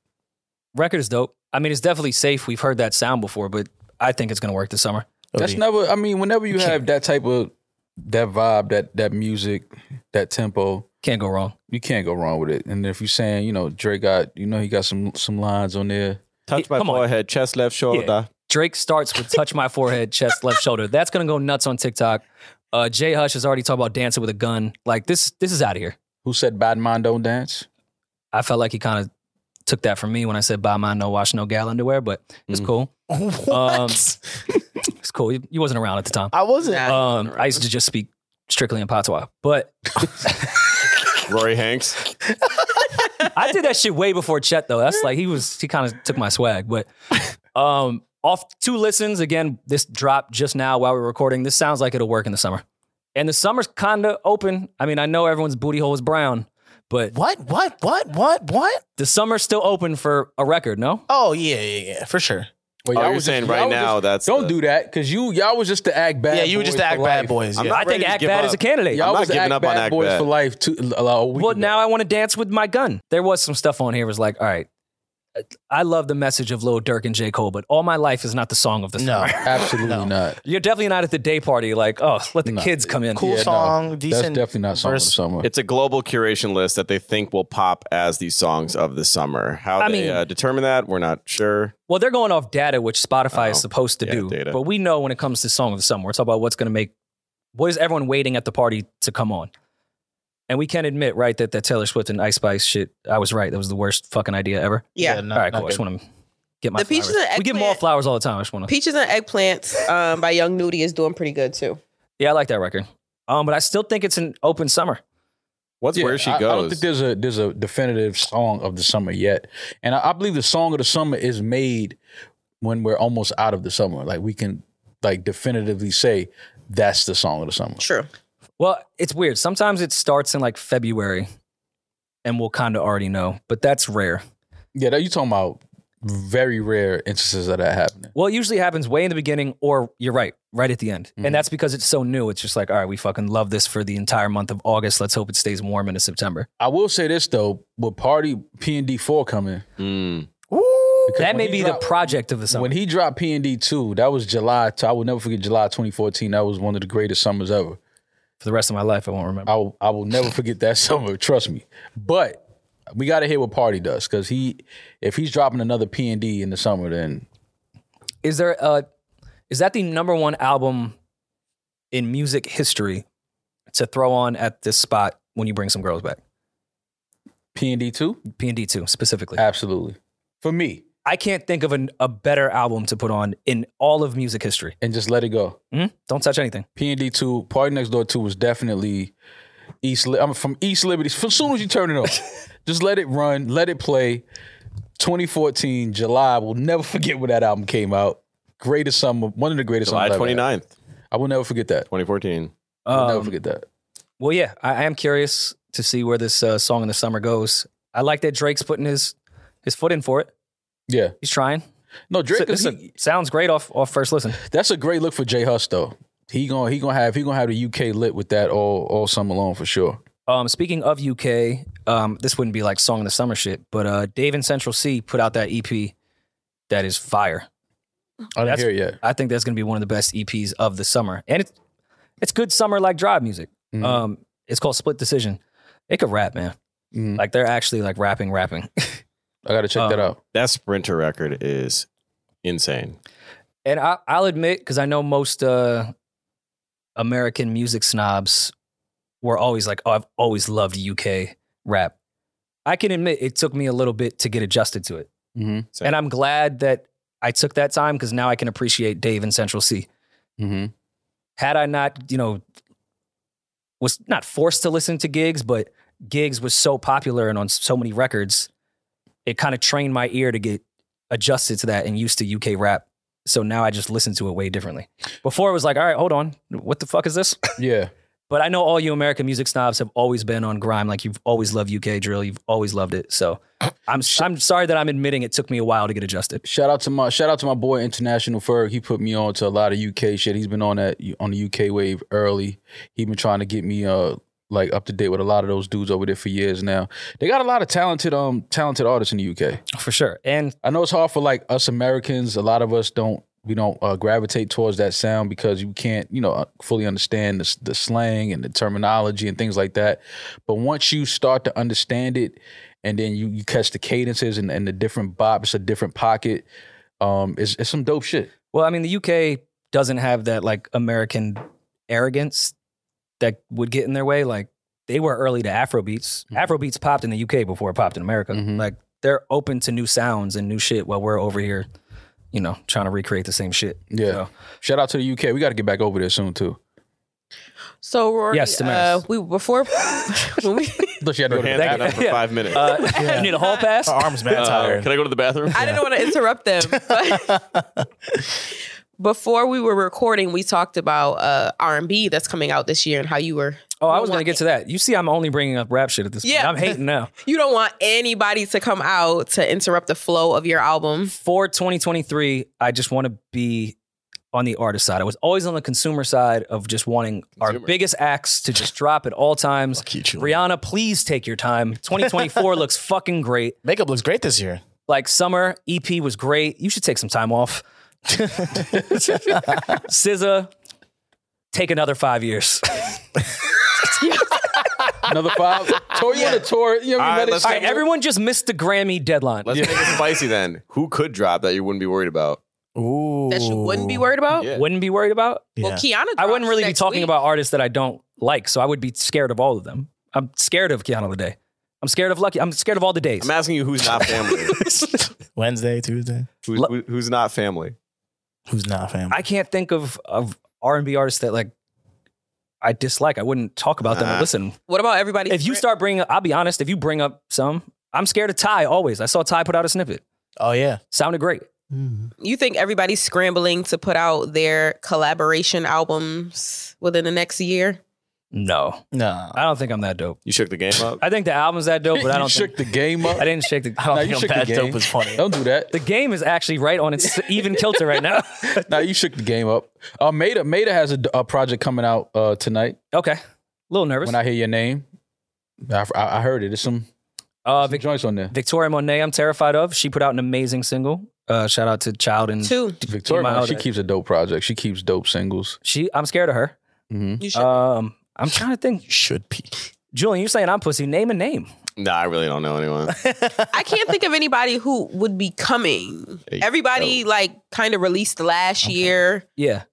Speaker 1: Record is dope. I mean, it's definitely safe. We've heard that sound before, but I think it's gonna work this summer.
Speaker 4: That's
Speaker 2: Odie.
Speaker 4: never, I mean, whenever you have that type of, that vibe, that that music, that tempo,
Speaker 1: Can't go wrong.
Speaker 4: you can't go wrong with it. And if you're saying, you know, Drake got, you know, he got some some lines on there.
Speaker 5: Touch my
Speaker 1: come on.
Speaker 5: forehead, chest, left shoulder.
Speaker 1: Drake starts with touch my forehead, chest, left shoulder. That's gonna go nuts on TikTok. Uh, Jay Hush has already talked about dancing with a gun. Like this, this is out of here.
Speaker 4: Who said bad mind don't dance?
Speaker 1: I felt like he kind of took that from me when I said buy mine, no wash, no gal underwear, but it's
Speaker 2: Mm.
Speaker 1: cool.
Speaker 2: <laughs> What?
Speaker 1: Um, It's cool. You, you wasn't around at the time.
Speaker 2: I wasn't.
Speaker 3: Nah.
Speaker 1: Um, I used to just speak strictly in patois, but
Speaker 5: Rory Hanks.
Speaker 1: I did that shit way before Chet though. That's like he was he kind of took my swag, but um, off two listens again. This dropped just now while we were recording. This sounds like it'll work in the summer, and the summer's kinda open. I mean, I know everyone's booty hole is brown, but
Speaker 2: What? What? What? What? What?
Speaker 1: the summer's still open for a record. No,
Speaker 2: Oh yeah, yeah, yeah, for sure.
Speaker 4: Well,
Speaker 5: Oh,
Speaker 4: y'all
Speaker 5: you're
Speaker 4: was
Speaker 5: saying
Speaker 4: just-
Speaker 5: right
Speaker 4: y'all was
Speaker 5: now
Speaker 4: just-
Speaker 5: that's
Speaker 4: don't
Speaker 5: the-
Speaker 4: do that because you y'all was just the act bad.
Speaker 2: yeah, you were just
Speaker 4: boys
Speaker 2: the act
Speaker 4: for
Speaker 2: bad
Speaker 4: life.
Speaker 2: boys.
Speaker 5: I'm
Speaker 2: Yeah.
Speaker 5: not-
Speaker 1: I think
Speaker 5: ready to
Speaker 1: act
Speaker 5: give
Speaker 1: bad
Speaker 5: up.
Speaker 1: is a candidate.
Speaker 4: Y'all
Speaker 5: I'm not
Speaker 4: was the
Speaker 5: giving
Speaker 4: act
Speaker 5: up on
Speaker 4: bad
Speaker 5: Act
Speaker 4: boys
Speaker 5: Bad.
Speaker 4: for life. Too, uh, a week
Speaker 1: well,
Speaker 4: ago.
Speaker 1: now I want to dance with my gun. There was some stuff on here was like, all right, I love the message of Lil Durk and J Cole, but all my life is not the song of the
Speaker 2: No.
Speaker 1: <laughs> summer.
Speaker 4: <laughs> absolutely
Speaker 2: No.
Speaker 4: not.
Speaker 1: You're definitely not at the day party. Like, oh, let the
Speaker 4: No.
Speaker 1: kids come in.
Speaker 2: Cool
Speaker 4: Yeah, no.
Speaker 2: song, decent.
Speaker 4: That's definitely not something.
Speaker 2: verse.
Speaker 4: Summer.
Speaker 5: It's a global curation list that they think will pop as the songs of the summer. How
Speaker 1: I
Speaker 5: they
Speaker 1: mean-
Speaker 5: uh, determine that, we're not sure.
Speaker 1: Well, they're going off data, which Spotify is
Speaker 5: Oh,
Speaker 1: supposed to
Speaker 5: yeah,
Speaker 1: do.
Speaker 5: data.
Speaker 1: But we know when it comes to Song of the Summer, it's about what's going to make, what is everyone waiting at the party to come on? And we can admit, right, that that Taylor Swift and Ice Spice shit, I was right. That was the worst fucking idea ever.
Speaker 3: Yeah.
Speaker 2: no,
Speaker 1: all right,
Speaker 2: not
Speaker 1: cool. I just
Speaker 2: good.
Speaker 1: want to get my
Speaker 3: The peaches
Speaker 1: flowers.
Speaker 3: and
Speaker 1: We give them all
Speaker 3: eggplant-
Speaker 1: flowers all the time. I just want to.
Speaker 3: Peaches and Eggplants um, by Young Nudie is doing pretty good too.
Speaker 1: Yeah, I like that record. Um, but I still think it's an open summer.
Speaker 5: What's
Speaker 4: Yeah,
Speaker 5: where she
Speaker 4: I- I don't
Speaker 5: goes?
Speaker 4: think there's a there's a definitive song of the summer yet, and I, I believe the song of the summer is made when we're almost out of the summer. Like we can like definitively say that's the song of the summer.
Speaker 3: True.
Speaker 1: Well, it's weird. Sometimes it starts in like February, and we'll kind of already know, but that's rare.
Speaker 4: Yeah, that you talking about very rare instances of that happening.
Speaker 1: Well, it usually happens way in the beginning, or you're right, right at the end.
Speaker 4: Mhm.
Speaker 1: And that's because it's so new. It's just like, all right, we fucking love this for the entire month of August. Let's hope it stays warm into September.
Speaker 4: I will say this though, with Party P and D four coming,
Speaker 5: Mm.
Speaker 4: because
Speaker 1: That
Speaker 4: when
Speaker 1: may
Speaker 4: he
Speaker 1: be
Speaker 4: dropped-
Speaker 1: the project of the summer.
Speaker 4: When he dropped P and D two, that was July. I will never forget July 2014. That was one of the greatest summers ever.
Speaker 1: for the rest of my life, I won't remember.
Speaker 4: I will, I will never forget that <laughs> summer. Trust me. But we got to hear what Party does because he, if he's dropping another P and D in the summer, then
Speaker 1: Is there a, is that the number one album in music history to throw on at this spot when you bring some girls back?
Speaker 4: P and D two,
Speaker 1: P and D two specifically.
Speaker 4: Uh, absolutely for me,
Speaker 1: I can't think of an, a better album to put on in all of music history.
Speaker 4: and just let it go.
Speaker 1: Hmm? Don't touch anything.
Speaker 4: P and D two, Party Next Door two was definitely East. Li- I'm from East Liberty. As soon as you turn
Speaker 1: <laughs>
Speaker 4: it on, just let it run, let it play. 2014 July. We'll never forget when that album came out. Greatest summer, one of the greatest.
Speaker 5: July
Speaker 4: summers I've ever had.
Speaker 5: 29th,
Speaker 4: I will never forget that.
Speaker 5: 2014.
Speaker 4: I will never
Speaker 1: Um,
Speaker 4: forget that.
Speaker 1: Well, yeah, I, I am curious to see where this uh, song in the summer goes. I like that Drake's putting his his foot in for it.
Speaker 4: Yeah.
Speaker 1: He's trying.
Speaker 4: No, Drake.
Speaker 1: This-
Speaker 4: is
Speaker 1: this sounds great off off first listen.
Speaker 4: That's a great look for Jay Huss though. He gonna he gonna have he gonna have the UK lit with that all all summer long for sure.
Speaker 1: Um, speaking of UK, um, this wouldn't be like song in the summer shit, but uh, Dave and Central C put out that EP that is fire.
Speaker 4: I didn't
Speaker 1: That's-
Speaker 4: hear it yet.
Speaker 1: E I think that's going to be one of the best EPs of the summer, and it's It's good summer like drive music.
Speaker 4: Mhm.
Speaker 1: Um, it's called Split Decision. They could rap, man.
Speaker 4: Mhm.
Speaker 1: Like they're actually like rapping, rapping.
Speaker 4: I gotta check that
Speaker 1: Um,
Speaker 4: out.
Speaker 5: That sprinter record is insane.
Speaker 1: And I, I'll admit, because I know most uh, American music snobs were always like, "Oh, I've always loved UK rap." I can admit it took me a little bit to get adjusted to it,
Speaker 4: Mm-hmm.
Speaker 5: Same.
Speaker 1: and I'm glad that I took that time because now I can appreciate Dave and Central C.
Speaker 4: Mm-hmm.
Speaker 1: Had I not, you know, was not forced to listen to gigs, but gigs was so popular and on so many records, it kind of trained my ear to get adjusted to that and used to UK rap. So now I just listen to it way differently. Before it was like, all right, hold on, what the fuck is this?
Speaker 4: Yeah.
Speaker 1: But I know all you American music snobs have always been on grime. Like you've always loved UK drill. You've always loved it. So I'm I'm sorry that I'm admitting it took me a while to get adjusted.
Speaker 4: Shout out to my shout out to my boy International Ferg. He put me on to a lot of UK shit. He's been on that on the UK wave early. He been trying to get me uh like up to date with a lot of those dudes over there for years now. They got a lot of talented um talented artists in the UK.
Speaker 1: For sure. And
Speaker 4: I know it's hard for like us Americans. A lot of us don't we don't uh, gravitate towards that sound because you can't you know uh, fully understand the, s- the slang and the terminology and things like that. But once you start to understand it, and then you, you catch the cadences and, and the different bops, a different pocket. Um, it's, it's some dope shit.
Speaker 1: well, I mean, the UK doesn't have that like American arrogance that would get in their way. Like they were early to Afrobeats.
Speaker 4: Mhm.
Speaker 1: Afrobeats popped in the UK before it popped in America.
Speaker 4: Mhm.
Speaker 1: Like they're open to new sounds and new shit while we're over here, you know, trying to recreate the same shit.
Speaker 4: Yeah.
Speaker 1: So-
Speaker 4: Shout out to the UK. We got to get back over there soon too.
Speaker 3: So Rory,
Speaker 1: Yes,
Speaker 3: uh,
Speaker 1: Damaris.
Speaker 3: we before <laughs> when we,
Speaker 4: But you had to go
Speaker 5: Her
Speaker 4: to
Speaker 5: hand
Speaker 1: Thank
Speaker 5: that
Speaker 1: you.
Speaker 5: up for
Speaker 1: Yeah.
Speaker 4: <laughs>
Speaker 5: five minutes. <laughs>
Speaker 1: Uh, you <laughs> need a hall pass?
Speaker 2: Her arms mad
Speaker 5: Uh,
Speaker 2: tired.
Speaker 5: can I go to the bathroom?
Speaker 3: I didn't want to interrupt them. But before we were recording, we talked about uh, R and B that's coming out this year and how you were
Speaker 1: Oh, I was
Speaker 3: Well,
Speaker 1: going to get to that. You see, I'm only bringing up rap shit at this
Speaker 3: Yeah.
Speaker 1: point. I'm hating now.
Speaker 3: you don't want anybody to come out to interrupt the flow of your album.
Speaker 1: For 2023, I just want to be on the artist side. I was always on the consumer side of just wanting our
Speaker 5: Consumer.
Speaker 1: biggest acts to just drop at all times.
Speaker 2: Fuck you, Julie.
Speaker 1: Rihanna, please take your time.
Speaker 3: <laughs>
Speaker 1: 2024 looks fucking great.
Speaker 2: Makeup looks great this year.
Speaker 1: Like summer EP was great. You should take some time
Speaker 3: <laughs>
Speaker 1: off. SZA, take another five years. <laughs>
Speaker 4: another five. Tori, you on a tour? You know what I mean?
Speaker 5: All right,
Speaker 4: Let it-
Speaker 5: let's
Speaker 1: all right, everyone just missed the Grammy deadline.
Speaker 5: Let's make it spicy then. Who could drop that you wouldn't be worried about?
Speaker 2: Ooh.
Speaker 3: That you wouldn't be worried
Speaker 4: Oh,
Speaker 3: about.
Speaker 5: Yeah.
Speaker 1: Wouldn't be worried about.
Speaker 2: Yeah.
Speaker 3: Well, Kiana,
Speaker 1: I wouldn't
Speaker 3: drops
Speaker 1: really be
Speaker 3: next
Speaker 1: talking
Speaker 3: week.
Speaker 1: about artists that I don't like, so I would be scared of all of them. I'm scared of Keanu the Day. I'm scared of Lucky. I'm scared of all the days.
Speaker 5: I'm asking you who's
Speaker 4: <laughs>
Speaker 5: not family.
Speaker 2: Wednesday, Tuesday.
Speaker 5: who's,
Speaker 1: Lo-
Speaker 5: who- who's not family?
Speaker 2: Who's not family?
Speaker 1: I can't think of of R and B artists that like I dislike. I wouldn't talk about them. or
Speaker 3: Uh-huh.
Speaker 5: Nah.
Speaker 1: listen,
Speaker 3: What about everybody?
Speaker 1: if you start bringing, I'll be honest. If you bring up some, I'm scared of Ty. Always, I saw Ty put out a snippet.
Speaker 2: oh yeah.
Speaker 1: Sounded great.
Speaker 3: you think everybody's scrambling to put out their collaboration albums within the next year?
Speaker 1: No,
Speaker 2: No.
Speaker 1: I don't think I'm that dope.
Speaker 5: You shook the game
Speaker 4: <laughs>
Speaker 5: up.
Speaker 1: I think the album's that dope, but I
Speaker 4: you
Speaker 1: don't.
Speaker 4: shook
Speaker 1: Think,
Speaker 4: the game up.
Speaker 1: I didn't shake the.
Speaker 2: I don't
Speaker 4: Nah, you
Speaker 2: think
Speaker 4: shook
Speaker 2: I'm
Speaker 4: the
Speaker 2: that
Speaker 4: game.
Speaker 2: dope is funny.
Speaker 4: Don't do that.
Speaker 1: The game is actually right on
Speaker 4: <laughs>
Speaker 1: its even kilter right now.
Speaker 4: Now you shook the game up. Uh, Maida, Maida has a, a project coming out uh, tonight.
Speaker 1: Okay, a little nervous.
Speaker 4: When I hear your name, I, I I heard it. There's some,
Speaker 1: uh,
Speaker 4: some joints on there.
Speaker 1: Victoria Monet, I'm terrified of. She put out an amazing single. Uh, shout out to Child and
Speaker 3: Two.
Speaker 4: Victoria,
Speaker 1: Came out
Speaker 4: Monet, she
Speaker 1: at-
Speaker 4: keeps a dope project. She keeps dope singles.
Speaker 1: she. I'm scared of her. <laughs>
Speaker 4: hmm
Speaker 3: You should.
Speaker 1: Um, I'm trying to think.
Speaker 2: You should be.
Speaker 1: Julian, you're saying I'm pussy. Name a name.
Speaker 5: Nah, I really don't know
Speaker 4: <laughs>
Speaker 5: anyone.
Speaker 3: I can't think of anybody who would be coming.
Speaker 5: Hey,
Speaker 3: Everybody
Speaker 5: yo.
Speaker 3: like kind of released last year.
Speaker 1: Yeah,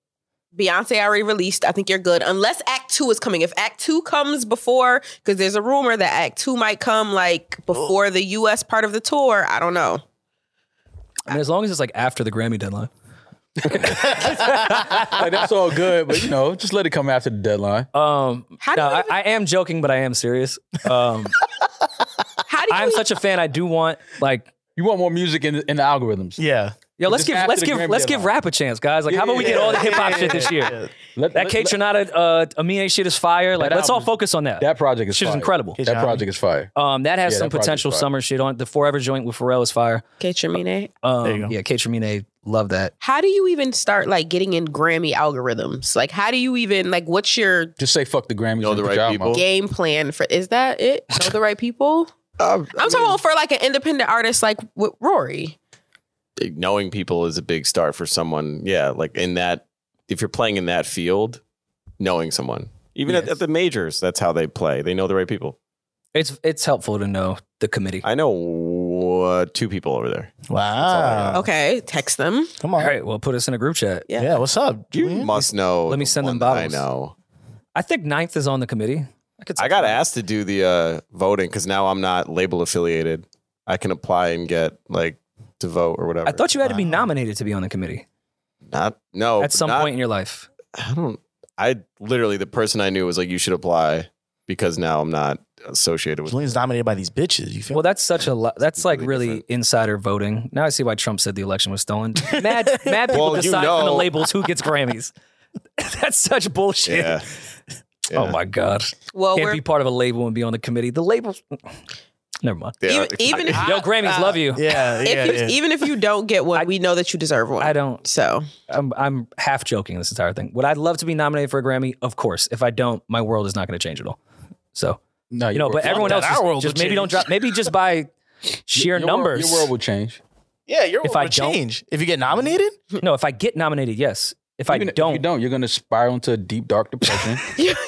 Speaker 3: Beyonce already released. I think you're good. Unless Act Two is coming. If Act Two comes before, because there's a rumor that Act Two might come like
Speaker 5: Oh.
Speaker 3: before the U.S. part of the tour. I don't know.
Speaker 1: I mean, as long as it's like after the Grammy deadline.
Speaker 4: Like, that's all good, but you know, just let it come after the deadline.
Speaker 1: Um,
Speaker 3: How do
Speaker 1: no,
Speaker 3: you
Speaker 1: I,
Speaker 3: even-
Speaker 1: I am joking, but I am
Speaker 3: <laughs>
Speaker 1: serious. Um,
Speaker 3: How do you?
Speaker 1: I'm such a fan. I do want like.
Speaker 4: You want more music in, in the algorithms?
Speaker 2: Yeah.
Speaker 1: Yo, let's
Speaker 4: Just
Speaker 1: give
Speaker 4: after
Speaker 1: let's
Speaker 4: the
Speaker 1: give
Speaker 4: Grammy
Speaker 1: let's give
Speaker 4: deadline.
Speaker 1: rap a chance, guys. Like, how about we get all the hip hop shit this year?
Speaker 4: Let,
Speaker 1: That
Speaker 4: let-
Speaker 1: Kate
Speaker 4: let-
Speaker 1: Trinata, uh, Amine shit is fire. Like,
Speaker 4: That
Speaker 1: let's all
Speaker 4: album's-
Speaker 1: focus on that.
Speaker 4: that project is
Speaker 1: shit is
Speaker 4: fire.
Speaker 1: incredible.
Speaker 2: Kate
Speaker 4: That
Speaker 2: Johnny.
Speaker 4: project is fire.
Speaker 1: Um, that has
Speaker 4: Yeah,
Speaker 1: some
Speaker 4: that project's
Speaker 1: potential
Speaker 4: fire.
Speaker 1: summer shit on. it. The Forever joint with Pharrell is fire.
Speaker 3: Kate Tremine.
Speaker 1: Um,
Speaker 2: There you go.
Speaker 1: Yeah, Kate Tremine, love that.
Speaker 3: How do you even start like getting in Grammy algorithms? Like, how do you even like? What's your
Speaker 4: Just say fuck the Grammys.
Speaker 5: Know
Speaker 4: and
Speaker 5: the
Speaker 4: put
Speaker 5: right
Speaker 4: your album
Speaker 5: people.
Speaker 4: out.
Speaker 3: game plan for? Is that it? Know the right people?
Speaker 5: Um,
Speaker 3: I'm talking about for like an independent artist, like with Rory.
Speaker 5: Knowing people is a big start for someone. Yeah, like in that, if you're playing in that field, knowing someone. Even at,
Speaker 1: Yes.
Speaker 5: at the majors, that's how they play. They know the right people.
Speaker 1: It's it's helpful to know the committee.
Speaker 5: I know uh, two people over there.
Speaker 2: Wow.
Speaker 3: Okay, text them.
Speaker 2: Come on.
Speaker 1: All right, well, put us in a group chat.
Speaker 2: Yeah. what's up?
Speaker 5: You
Speaker 2: Julian?
Speaker 5: must know.
Speaker 1: Let me
Speaker 5: the
Speaker 1: send them
Speaker 5: one that I
Speaker 1: bottles.
Speaker 5: know.
Speaker 1: I think ninth is on the committee. could
Speaker 5: I got asked to do the uh, voting because now I'm not label affiliated. I can apply and get like to vote or whatever.
Speaker 1: I thought you had to be
Speaker 2: Wow.
Speaker 1: nominated to be on the committee
Speaker 5: not
Speaker 4: Oh,
Speaker 5: no
Speaker 1: at some
Speaker 5: not-
Speaker 1: point in your life.
Speaker 5: I don't. I literally the person I knew was like, you should apply because now I'm not
Speaker 1: <laughs>
Speaker 5: associated with.
Speaker 2: Julian's dominated by these bitches. You
Speaker 1: Well,
Speaker 2: feel? Well,
Speaker 1: that's such a lot. That's like
Speaker 5: Completely
Speaker 1: really
Speaker 5: different.
Speaker 1: insider voting. Now I see why Trump said the election was stolen. Mad, mad people
Speaker 5: Well, you
Speaker 1: decide from the
Speaker 5: know-
Speaker 1: labels who gets Grammys. <laughs> that's such bullshit.
Speaker 5: Yeah. Yeah.
Speaker 1: Oh my god!
Speaker 3: Well,
Speaker 1: Can't
Speaker 3: we're
Speaker 1: be part of a label and be on the committee. The labels. <laughs> Never mind.
Speaker 5: Yeah.
Speaker 3: even, even if
Speaker 1: Yo, Grammys,
Speaker 3: uh,
Speaker 1: love you.
Speaker 2: yeah,
Speaker 3: If
Speaker 2: yeah,
Speaker 3: you,
Speaker 2: yeah.
Speaker 3: even if you don't get one, we know that you deserve one.
Speaker 1: I don't.
Speaker 3: So <laughs>
Speaker 1: I'm, I'm half joking this entire thing. Would I love to be nominated for a Grammy? Of course. If I don't, my world is not going to change at all. So
Speaker 4: No,
Speaker 1: you know, but everyone else
Speaker 2: that. Our world
Speaker 1: just, just
Speaker 2: will
Speaker 1: maybe don't
Speaker 2: change.
Speaker 1: drop. Maybe just by sheer
Speaker 4: your
Speaker 1: numbers.
Speaker 4: World, your world will change.
Speaker 2: yeah, your
Speaker 1: if
Speaker 2: if
Speaker 1: I
Speaker 2: I
Speaker 1: don't-
Speaker 2: change, if you get nominated,
Speaker 1: no, if I get nominated, yes. If I
Speaker 4: Even if
Speaker 1: don't,
Speaker 4: you don't, you're gonna spiral into a deep dark depression.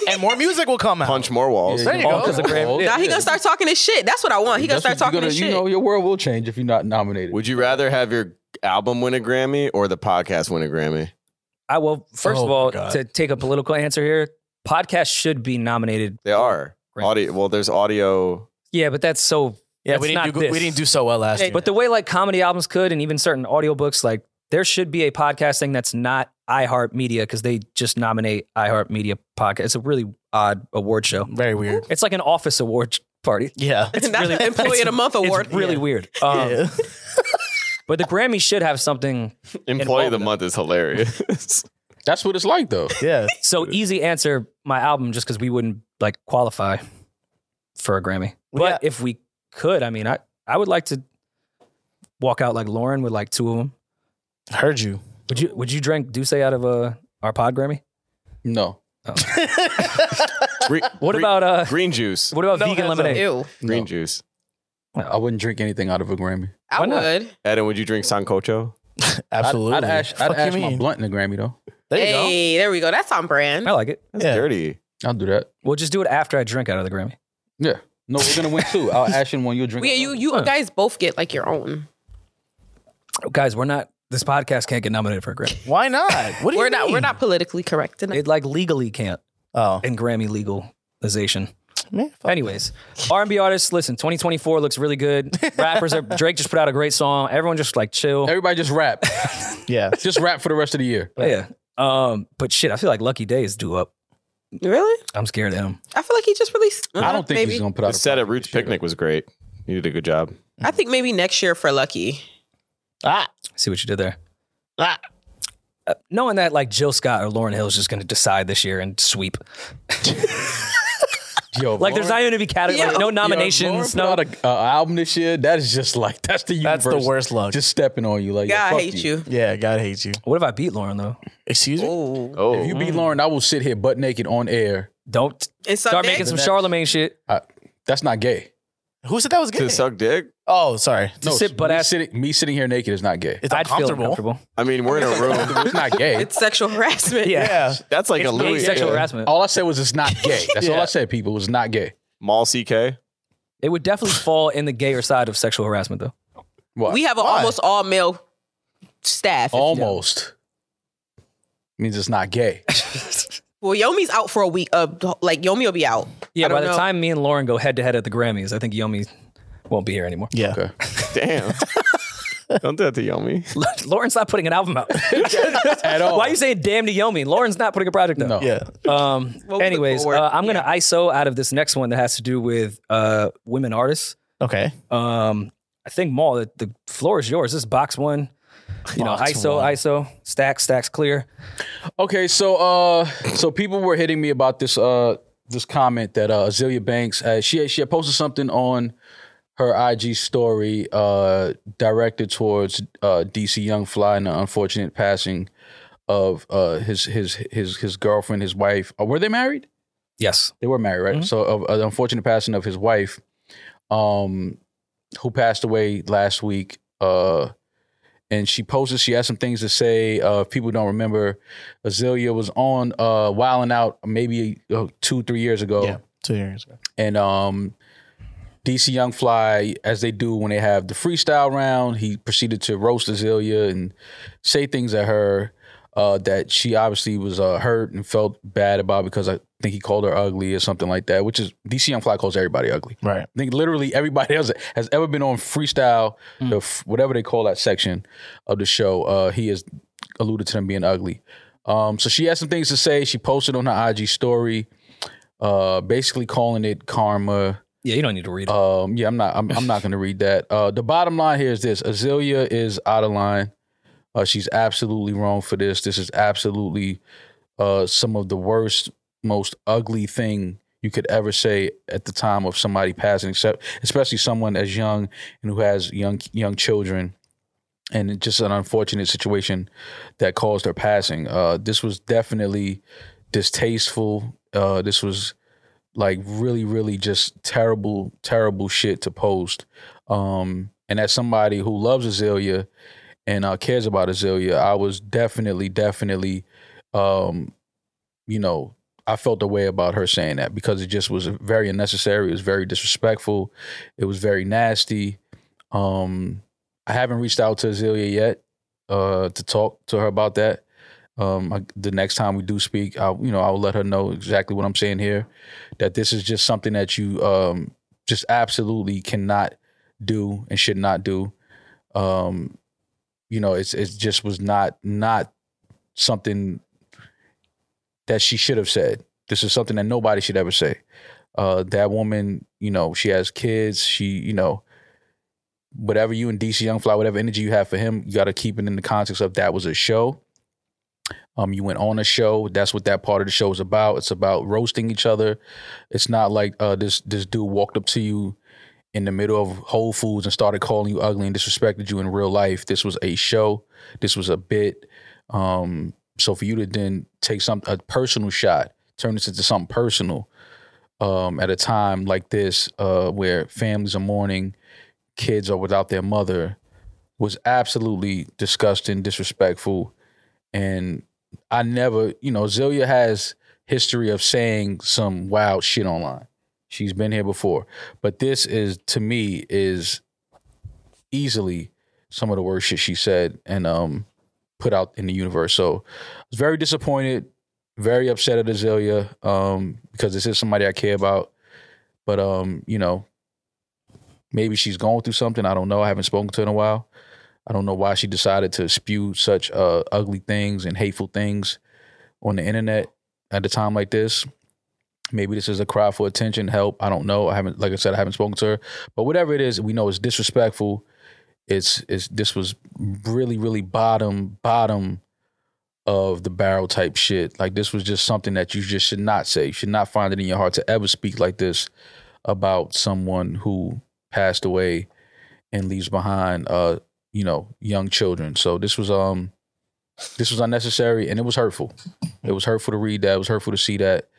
Speaker 2: and more music will come out.
Speaker 5: <laughs> punch more walls.
Speaker 2: There you
Speaker 1: all 'cause of Grammy-
Speaker 4: Well,
Speaker 3: now he
Speaker 4: yeah.
Speaker 3: gonna start talking his shit. That's what I want. Oh, He gonna
Speaker 4: That's
Speaker 3: start
Speaker 4: what
Speaker 3: talking
Speaker 4: you're
Speaker 3: his
Speaker 4: gonna-
Speaker 3: shit. <laughs>
Speaker 4: You know, your world will change if you're not nominated.
Speaker 5: Would you rather have your album win a Grammy or the podcast win a Grammy?
Speaker 1: I will. First
Speaker 2: Oh
Speaker 1: of
Speaker 2: my
Speaker 1: all,
Speaker 2: God.
Speaker 1: to take a political answer here, podcasts should be nominated.
Speaker 5: They are
Speaker 1: Grammys.
Speaker 5: audio. Well, there's audio.
Speaker 1: Yeah, but that's so.
Speaker 2: Yeah,
Speaker 1: That's
Speaker 2: we
Speaker 1: not
Speaker 2: didn't do
Speaker 1: this.
Speaker 2: we didn't do so well last
Speaker 3: Hey,
Speaker 2: year.
Speaker 1: But the way like comedy albums could, and even certain audiobooks, like there should be a podcast thing that's not iHeartMedia because they just nominate iHeartMedia podcast. It's a really odd award show. <laughs>
Speaker 2: very weird.
Speaker 1: It's like an office award party.
Speaker 3: <laughs>
Speaker 2: Yeah.
Speaker 3: That's the employee of the month award.
Speaker 1: It's really weird. <laughs> Um,
Speaker 2: <laughs> Yeah.
Speaker 3: <laughs>
Speaker 1: But the Grammys should have something.
Speaker 5: Employee of the
Speaker 1: Involved.
Speaker 5: month is hilarious. <laughs>
Speaker 4: That's what it's like, though.
Speaker 2: yeah.
Speaker 1: So easy answer, my album, just because we wouldn't like qualify for a Grammy.
Speaker 2: We
Speaker 1: But
Speaker 2: got-
Speaker 1: if we could, I mean, I I would like to walk out like Lauren with like two of them.
Speaker 2: Heard you.
Speaker 1: Would you Would you drink Douce out of uh, our pod Grammy?
Speaker 4: No,
Speaker 5: Gre-
Speaker 1: <laughs> What
Speaker 5: gre-
Speaker 1: about uh?
Speaker 5: green juice?
Speaker 1: What about
Speaker 2: No,
Speaker 1: vegan
Speaker 2: hands up.
Speaker 1: lemonade?
Speaker 3: Ew.
Speaker 5: Green
Speaker 4: No.
Speaker 5: juice.
Speaker 4: I wouldn't drink anything out of a Grammy.
Speaker 3: I
Speaker 1: Why not?
Speaker 3: would.
Speaker 5: Adam, would you drink Sancocho?
Speaker 2: Absolutely.
Speaker 4: I'd, I'd ash, I'd
Speaker 2: Fuck you
Speaker 4: ash my
Speaker 2: mean?
Speaker 4: blunt in a Grammy though.
Speaker 2: There you go.
Speaker 3: hey, there we go. That's on brand.
Speaker 1: I like it.
Speaker 5: That's
Speaker 2: Yeah.
Speaker 5: dirty.
Speaker 4: I'll do that.
Speaker 1: We'll just do it after I drink out of the Grammy.
Speaker 4: Yeah. No, we're gonna win two. I'll ash in one. You'll drink.
Speaker 3: We,
Speaker 4: in
Speaker 3: you
Speaker 4: one.
Speaker 3: you guys both get like your own.
Speaker 1: Guys, we're not. This podcast can't get nominated for a Grammy.
Speaker 2: Why not? What do you
Speaker 3: We're not we're
Speaker 2: mean?
Speaker 3: not politically correct enough.
Speaker 1: It like legally can't
Speaker 2: Oh,
Speaker 1: in Grammy legalization.
Speaker 2: <laughs> man, fuck.
Speaker 1: Anyways, R&B artists, listen, 2024 looks really
Speaker 2: <laughs>
Speaker 1: good. Rappers are Drake just put out a great song. Everyone just like chill.
Speaker 4: Everybody just rap.
Speaker 2: yeah.
Speaker 4: just rap for the rest of the year.
Speaker 1: Yeah. Um, but shit, I feel like Lucky Day is due up.
Speaker 3: really?
Speaker 1: I'm scared of him.
Speaker 3: I feel like he just released. uh,
Speaker 4: I don't think
Speaker 3: maybe.
Speaker 4: he's gonna put out.
Speaker 5: The
Speaker 4: a
Speaker 5: set at
Speaker 4: project
Speaker 5: Roots
Speaker 4: this year.
Speaker 5: Picnic was great. You did a good job.
Speaker 3: I think maybe next year for Lucky.
Speaker 2: Ah,
Speaker 1: See what you did there.
Speaker 2: ah.
Speaker 1: Uh, knowing that like Jill Scott or Lauren Hill is just going to decide this year and sweep.
Speaker 4: Yo,
Speaker 1: Like there's not even to be category,
Speaker 3: Yeah.
Speaker 1: no
Speaker 4: Yo,
Speaker 1: nominations,
Speaker 4: Lauren
Speaker 1: no.
Speaker 4: put out a, a album this year. That is just like that's the universe.
Speaker 2: That's the worst luck.
Speaker 4: Just stepping on you. Like yo,
Speaker 3: God, I
Speaker 4: fuck
Speaker 3: hate you.
Speaker 2: yeah, God hates you.
Speaker 1: What if I beat Lauren though?
Speaker 2: Excuse me.
Speaker 3: Oh,
Speaker 5: Oh,
Speaker 4: If you
Speaker 2: Mm.
Speaker 4: beat Lauren, I will sit here butt naked on air.
Speaker 1: Don't
Speaker 3: and so
Speaker 1: start
Speaker 3: then-
Speaker 1: making some
Speaker 4: Next.
Speaker 1: Charlemagne shit.
Speaker 4: I, that's not gay.
Speaker 2: Who said that was <laughs>
Speaker 5: to
Speaker 2: good?
Speaker 5: suck dick.
Speaker 2: oh, sorry.
Speaker 1: To sit butt
Speaker 4: me
Speaker 1: ass-
Speaker 4: sitting, me sitting here naked is not gay.
Speaker 2: It's
Speaker 1: I'd feel
Speaker 2: uncomfortable.
Speaker 1: uncomfortable.
Speaker 5: I mean, we're in a room.
Speaker 4: It's
Speaker 2: <laughs>
Speaker 4: not gay.
Speaker 3: it's sexual harassment.
Speaker 1: Yeah.
Speaker 2: yeah.
Speaker 5: That's like a
Speaker 1: Gay
Speaker 5: Louis
Speaker 1: sexual
Speaker 5: yeah.
Speaker 1: harassment.
Speaker 4: All I said was it's not gay. That's all
Speaker 2: Yeah.
Speaker 4: I said. People, it's not gay.
Speaker 5: mall CK.
Speaker 1: It would definitely fall in the gayer side of sexual harassment though.
Speaker 4: What?
Speaker 3: We have an
Speaker 2: Why?
Speaker 3: almost all male staff. if you know.
Speaker 4: almost means it's not gay.
Speaker 3: Well, Yomi's out for a week. Uh, like Yomi will be out.
Speaker 1: Yeah,
Speaker 3: I don't
Speaker 1: by the
Speaker 3: know.
Speaker 1: time me and Lauren go head to head at the Grammys, I think Yomi won't be here anymore. <laughs>
Speaker 2: Yeah.
Speaker 4: Okay.
Speaker 5: Damn. Don't do that to Yomi.
Speaker 1: Lauren's not putting an album out.
Speaker 4: At all.
Speaker 1: Why are you saying damn to Yomi? Lauren's not putting a project out.
Speaker 4: No.
Speaker 2: Yeah.
Speaker 1: Um,
Speaker 3: <laughs> Well,
Speaker 1: anyways,
Speaker 3: forward,
Speaker 1: uh, I'm gonna ISO out of this next one that has to do with uh, women artists.
Speaker 2: Okay.
Speaker 1: Um, I think Maul, the, the floor is yours. This is box one. You know,
Speaker 2: Box
Speaker 1: ISO,
Speaker 2: one.
Speaker 1: ISO, stack, stacks clear.
Speaker 4: Okay, so uh, so people were hitting me about this uh, this comment that uh, Azealia Banks uh, she had- she had posted something on her IG story uh, directed towards uh, DC Young Fly and the unfortunate passing of uh, his his his his girlfriend, his wife. Uh, were they married?
Speaker 1: Yes.
Speaker 4: They were married, right?
Speaker 1: Mhm.
Speaker 4: So, of, of the unfortunate passing of his wife, um, who passed away last week, uh, and she posted. She had some things to say. Uh, if people don't remember, Azalea was on uh, Wilding Out maybe uh, two, three years ago,
Speaker 2: Yeah, two years ago.
Speaker 4: and um, DC Young Fly, as they do when they have the freestyle round, he proceeded to roast Azalea and say things at her uh, that she obviously was uh, hurt and felt bad about because I think he called her ugly or something like that. Which is DC Young Fly calls everybody ugly.
Speaker 2: Right.
Speaker 4: I think literally everybody <laughs> else has ever been on freestyle, the f- whatever they call that section of the show. Uh, he has alluded to them being ugly. Um, so she had some things to say. She posted on her IG story, uh, basically calling it karma.
Speaker 1: Yeah, you don't need to read it.
Speaker 4: Um, yeah, I'm not. I'm, I'm not going to read that. Uh, the bottom line here is this: Azealia is out of line. Uh, she's absolutely wrong for this. This is absolutely uh, some of the worst, most ugly thing you could ever say at the time of somebody passing, except especially someone as young and who has young young children, and it's just an unfortunate situation that caused her passing. Uh, this was definitely distasteful. Uh, this was like really really just terrible terrible shit to post um and as somebody who loves azalea and uh, cares about azalea i was definitely definitely um you know i felt the way about her saying that because it just was very unnecessary it was very disrespectful it was very nasty um i haven't reached out to azalea yet uh to talk to her about that um I, the next time we do speak i you know i'll let her know exactly what i'm saying here that this is just something that you um, just absolutely cannot do and should not do. Um, you know, it's it just was not not something that she should have said. This is something that nobody should ever say. Uh, that woman, you know, she has kids. She, you know, whatever you and DC Young Fly, whatever energy you have for him, you got to keep it in the context of that was a show. Um, you went on a show. That's what that part of the show is about. It's about roasting each other. It's not like uh, this this dude walked up to you in the middle of Whole Foods and started calling you ugly and disrespected you in real life. This was a show. This was a bit. Um, so for you to then take some a personal shot, turn this into something personal, um, at a time like this, uh, where families are mourning, kids are without their mother, was absolutely disgusting, disrespectful, and I never, you know, Zilia has history of saying some wild shit online. She's been here before, but this is to me is easily some of the worst shit she said and um put out in the universe. So I was very disappointed, very upset at Azalea um because this is somebody I care about. But um, you know, maybe she's going through something. I don't know. I haven't spoken to her in a while. I don't know why she decided to spew such uh, ugly things and hateful things on the internet at a time like this. Maybe this is a cry for attention, help. I don't know. I haven't, like I said, I haven't spoken to her. But whatever it is, we know it's disrespectful. It's, it's this was really, really bottom, bottom of the barrel type shit. Like this was just something that you just should not say. You should not find it in your heart to ever speak like this about someone who passed away and leaves behind uh you know young children so this was um this was unnecessary and it was hurtful it was hurtful to read that it was hurtful to see that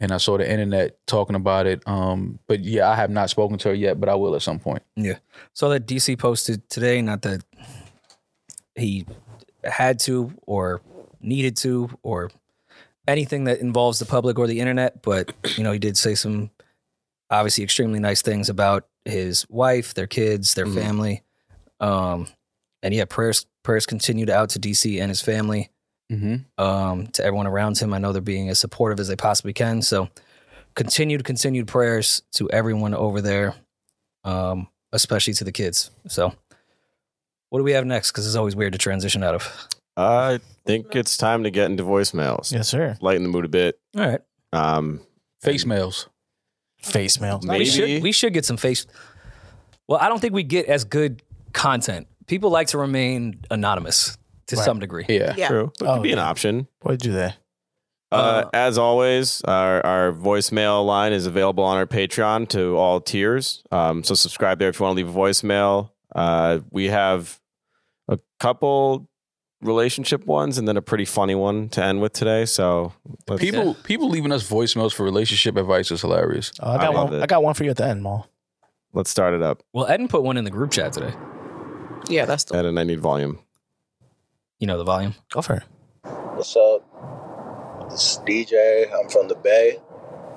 Speaker 4: and i saw the internet talking about it um but yeah i have not spoken to her yet but i will at some point
Speaker 1: So that DC posted today, not that he had to or needed to or anything that involves the public or the internet, but you know, he did say some obviously extremely nice things about his wife, their kids, their
Speaker 5: Mhm.
Speaker 1: family. Um and yeah, prayers prayers continued out to DC and his family
Speaker 4: mm-hmm.
Speaker 1: um, to everyone around him. I know they're being as supportive as they possibly can. So, continued, continued prayers to everyone over there, um, especially to the kids. So, what do we have next? Because it's always weird to transition out of.
Speaker 5: I think it's time to get into voicemails.
Speaker 2: Yes, sir.
Speaker 5: Lighten the mood a bit.
Speaker 1: All right,
Speaker 5: Um,
Speaker 4: face mails
Speaker 2: Face mail.
Speaker 1: we
Speaker 5: maybe
Speaker 1: should we should get some face. Well, I don't think we get as good content. People like to remain anonymous to
Speaker 2: Right.
Speaker 1: some degree.
Speaker 4: yeah
Speaker 3: Yeah.
Speaker 5: true. It
Speaker 2: Oh,
Speaker 5: could be an
Speaker 2: yeah.
Speaker 5: option.
Speaker 2: Why do that?
Speaker 5: Uh,
Speaker 1: Uh,
Speaker 5: as always, our, our voicemail line is available on our Patreon to all tiers. Um, so subscribe there if you want to leave a voicemail. Uh, we have a couple relationship ones and then a pretty funny one to end with today. So let's-
Speaker 4: people people leaving us voicemails for relationship advice is hilarious
Speaker 2: Oh, I
Speaker 5: I
Speaker 2: got
Speaker 5: love
Speaker 2: one.
Speaker 5: it.
Speaker 2: I got one for you at the end, Maul.
Speaker 5: let's start it up.
Speaker 1: Well, Eden put one in the group chat today.
Speaker 3: Yeah, that's the
Speaker 5: Ed and I need volume.
Speaker 1: You know the volume.
Speaker 2: Go for it.
Speaker 9: What's up? This is DJ. I'm from the Bay.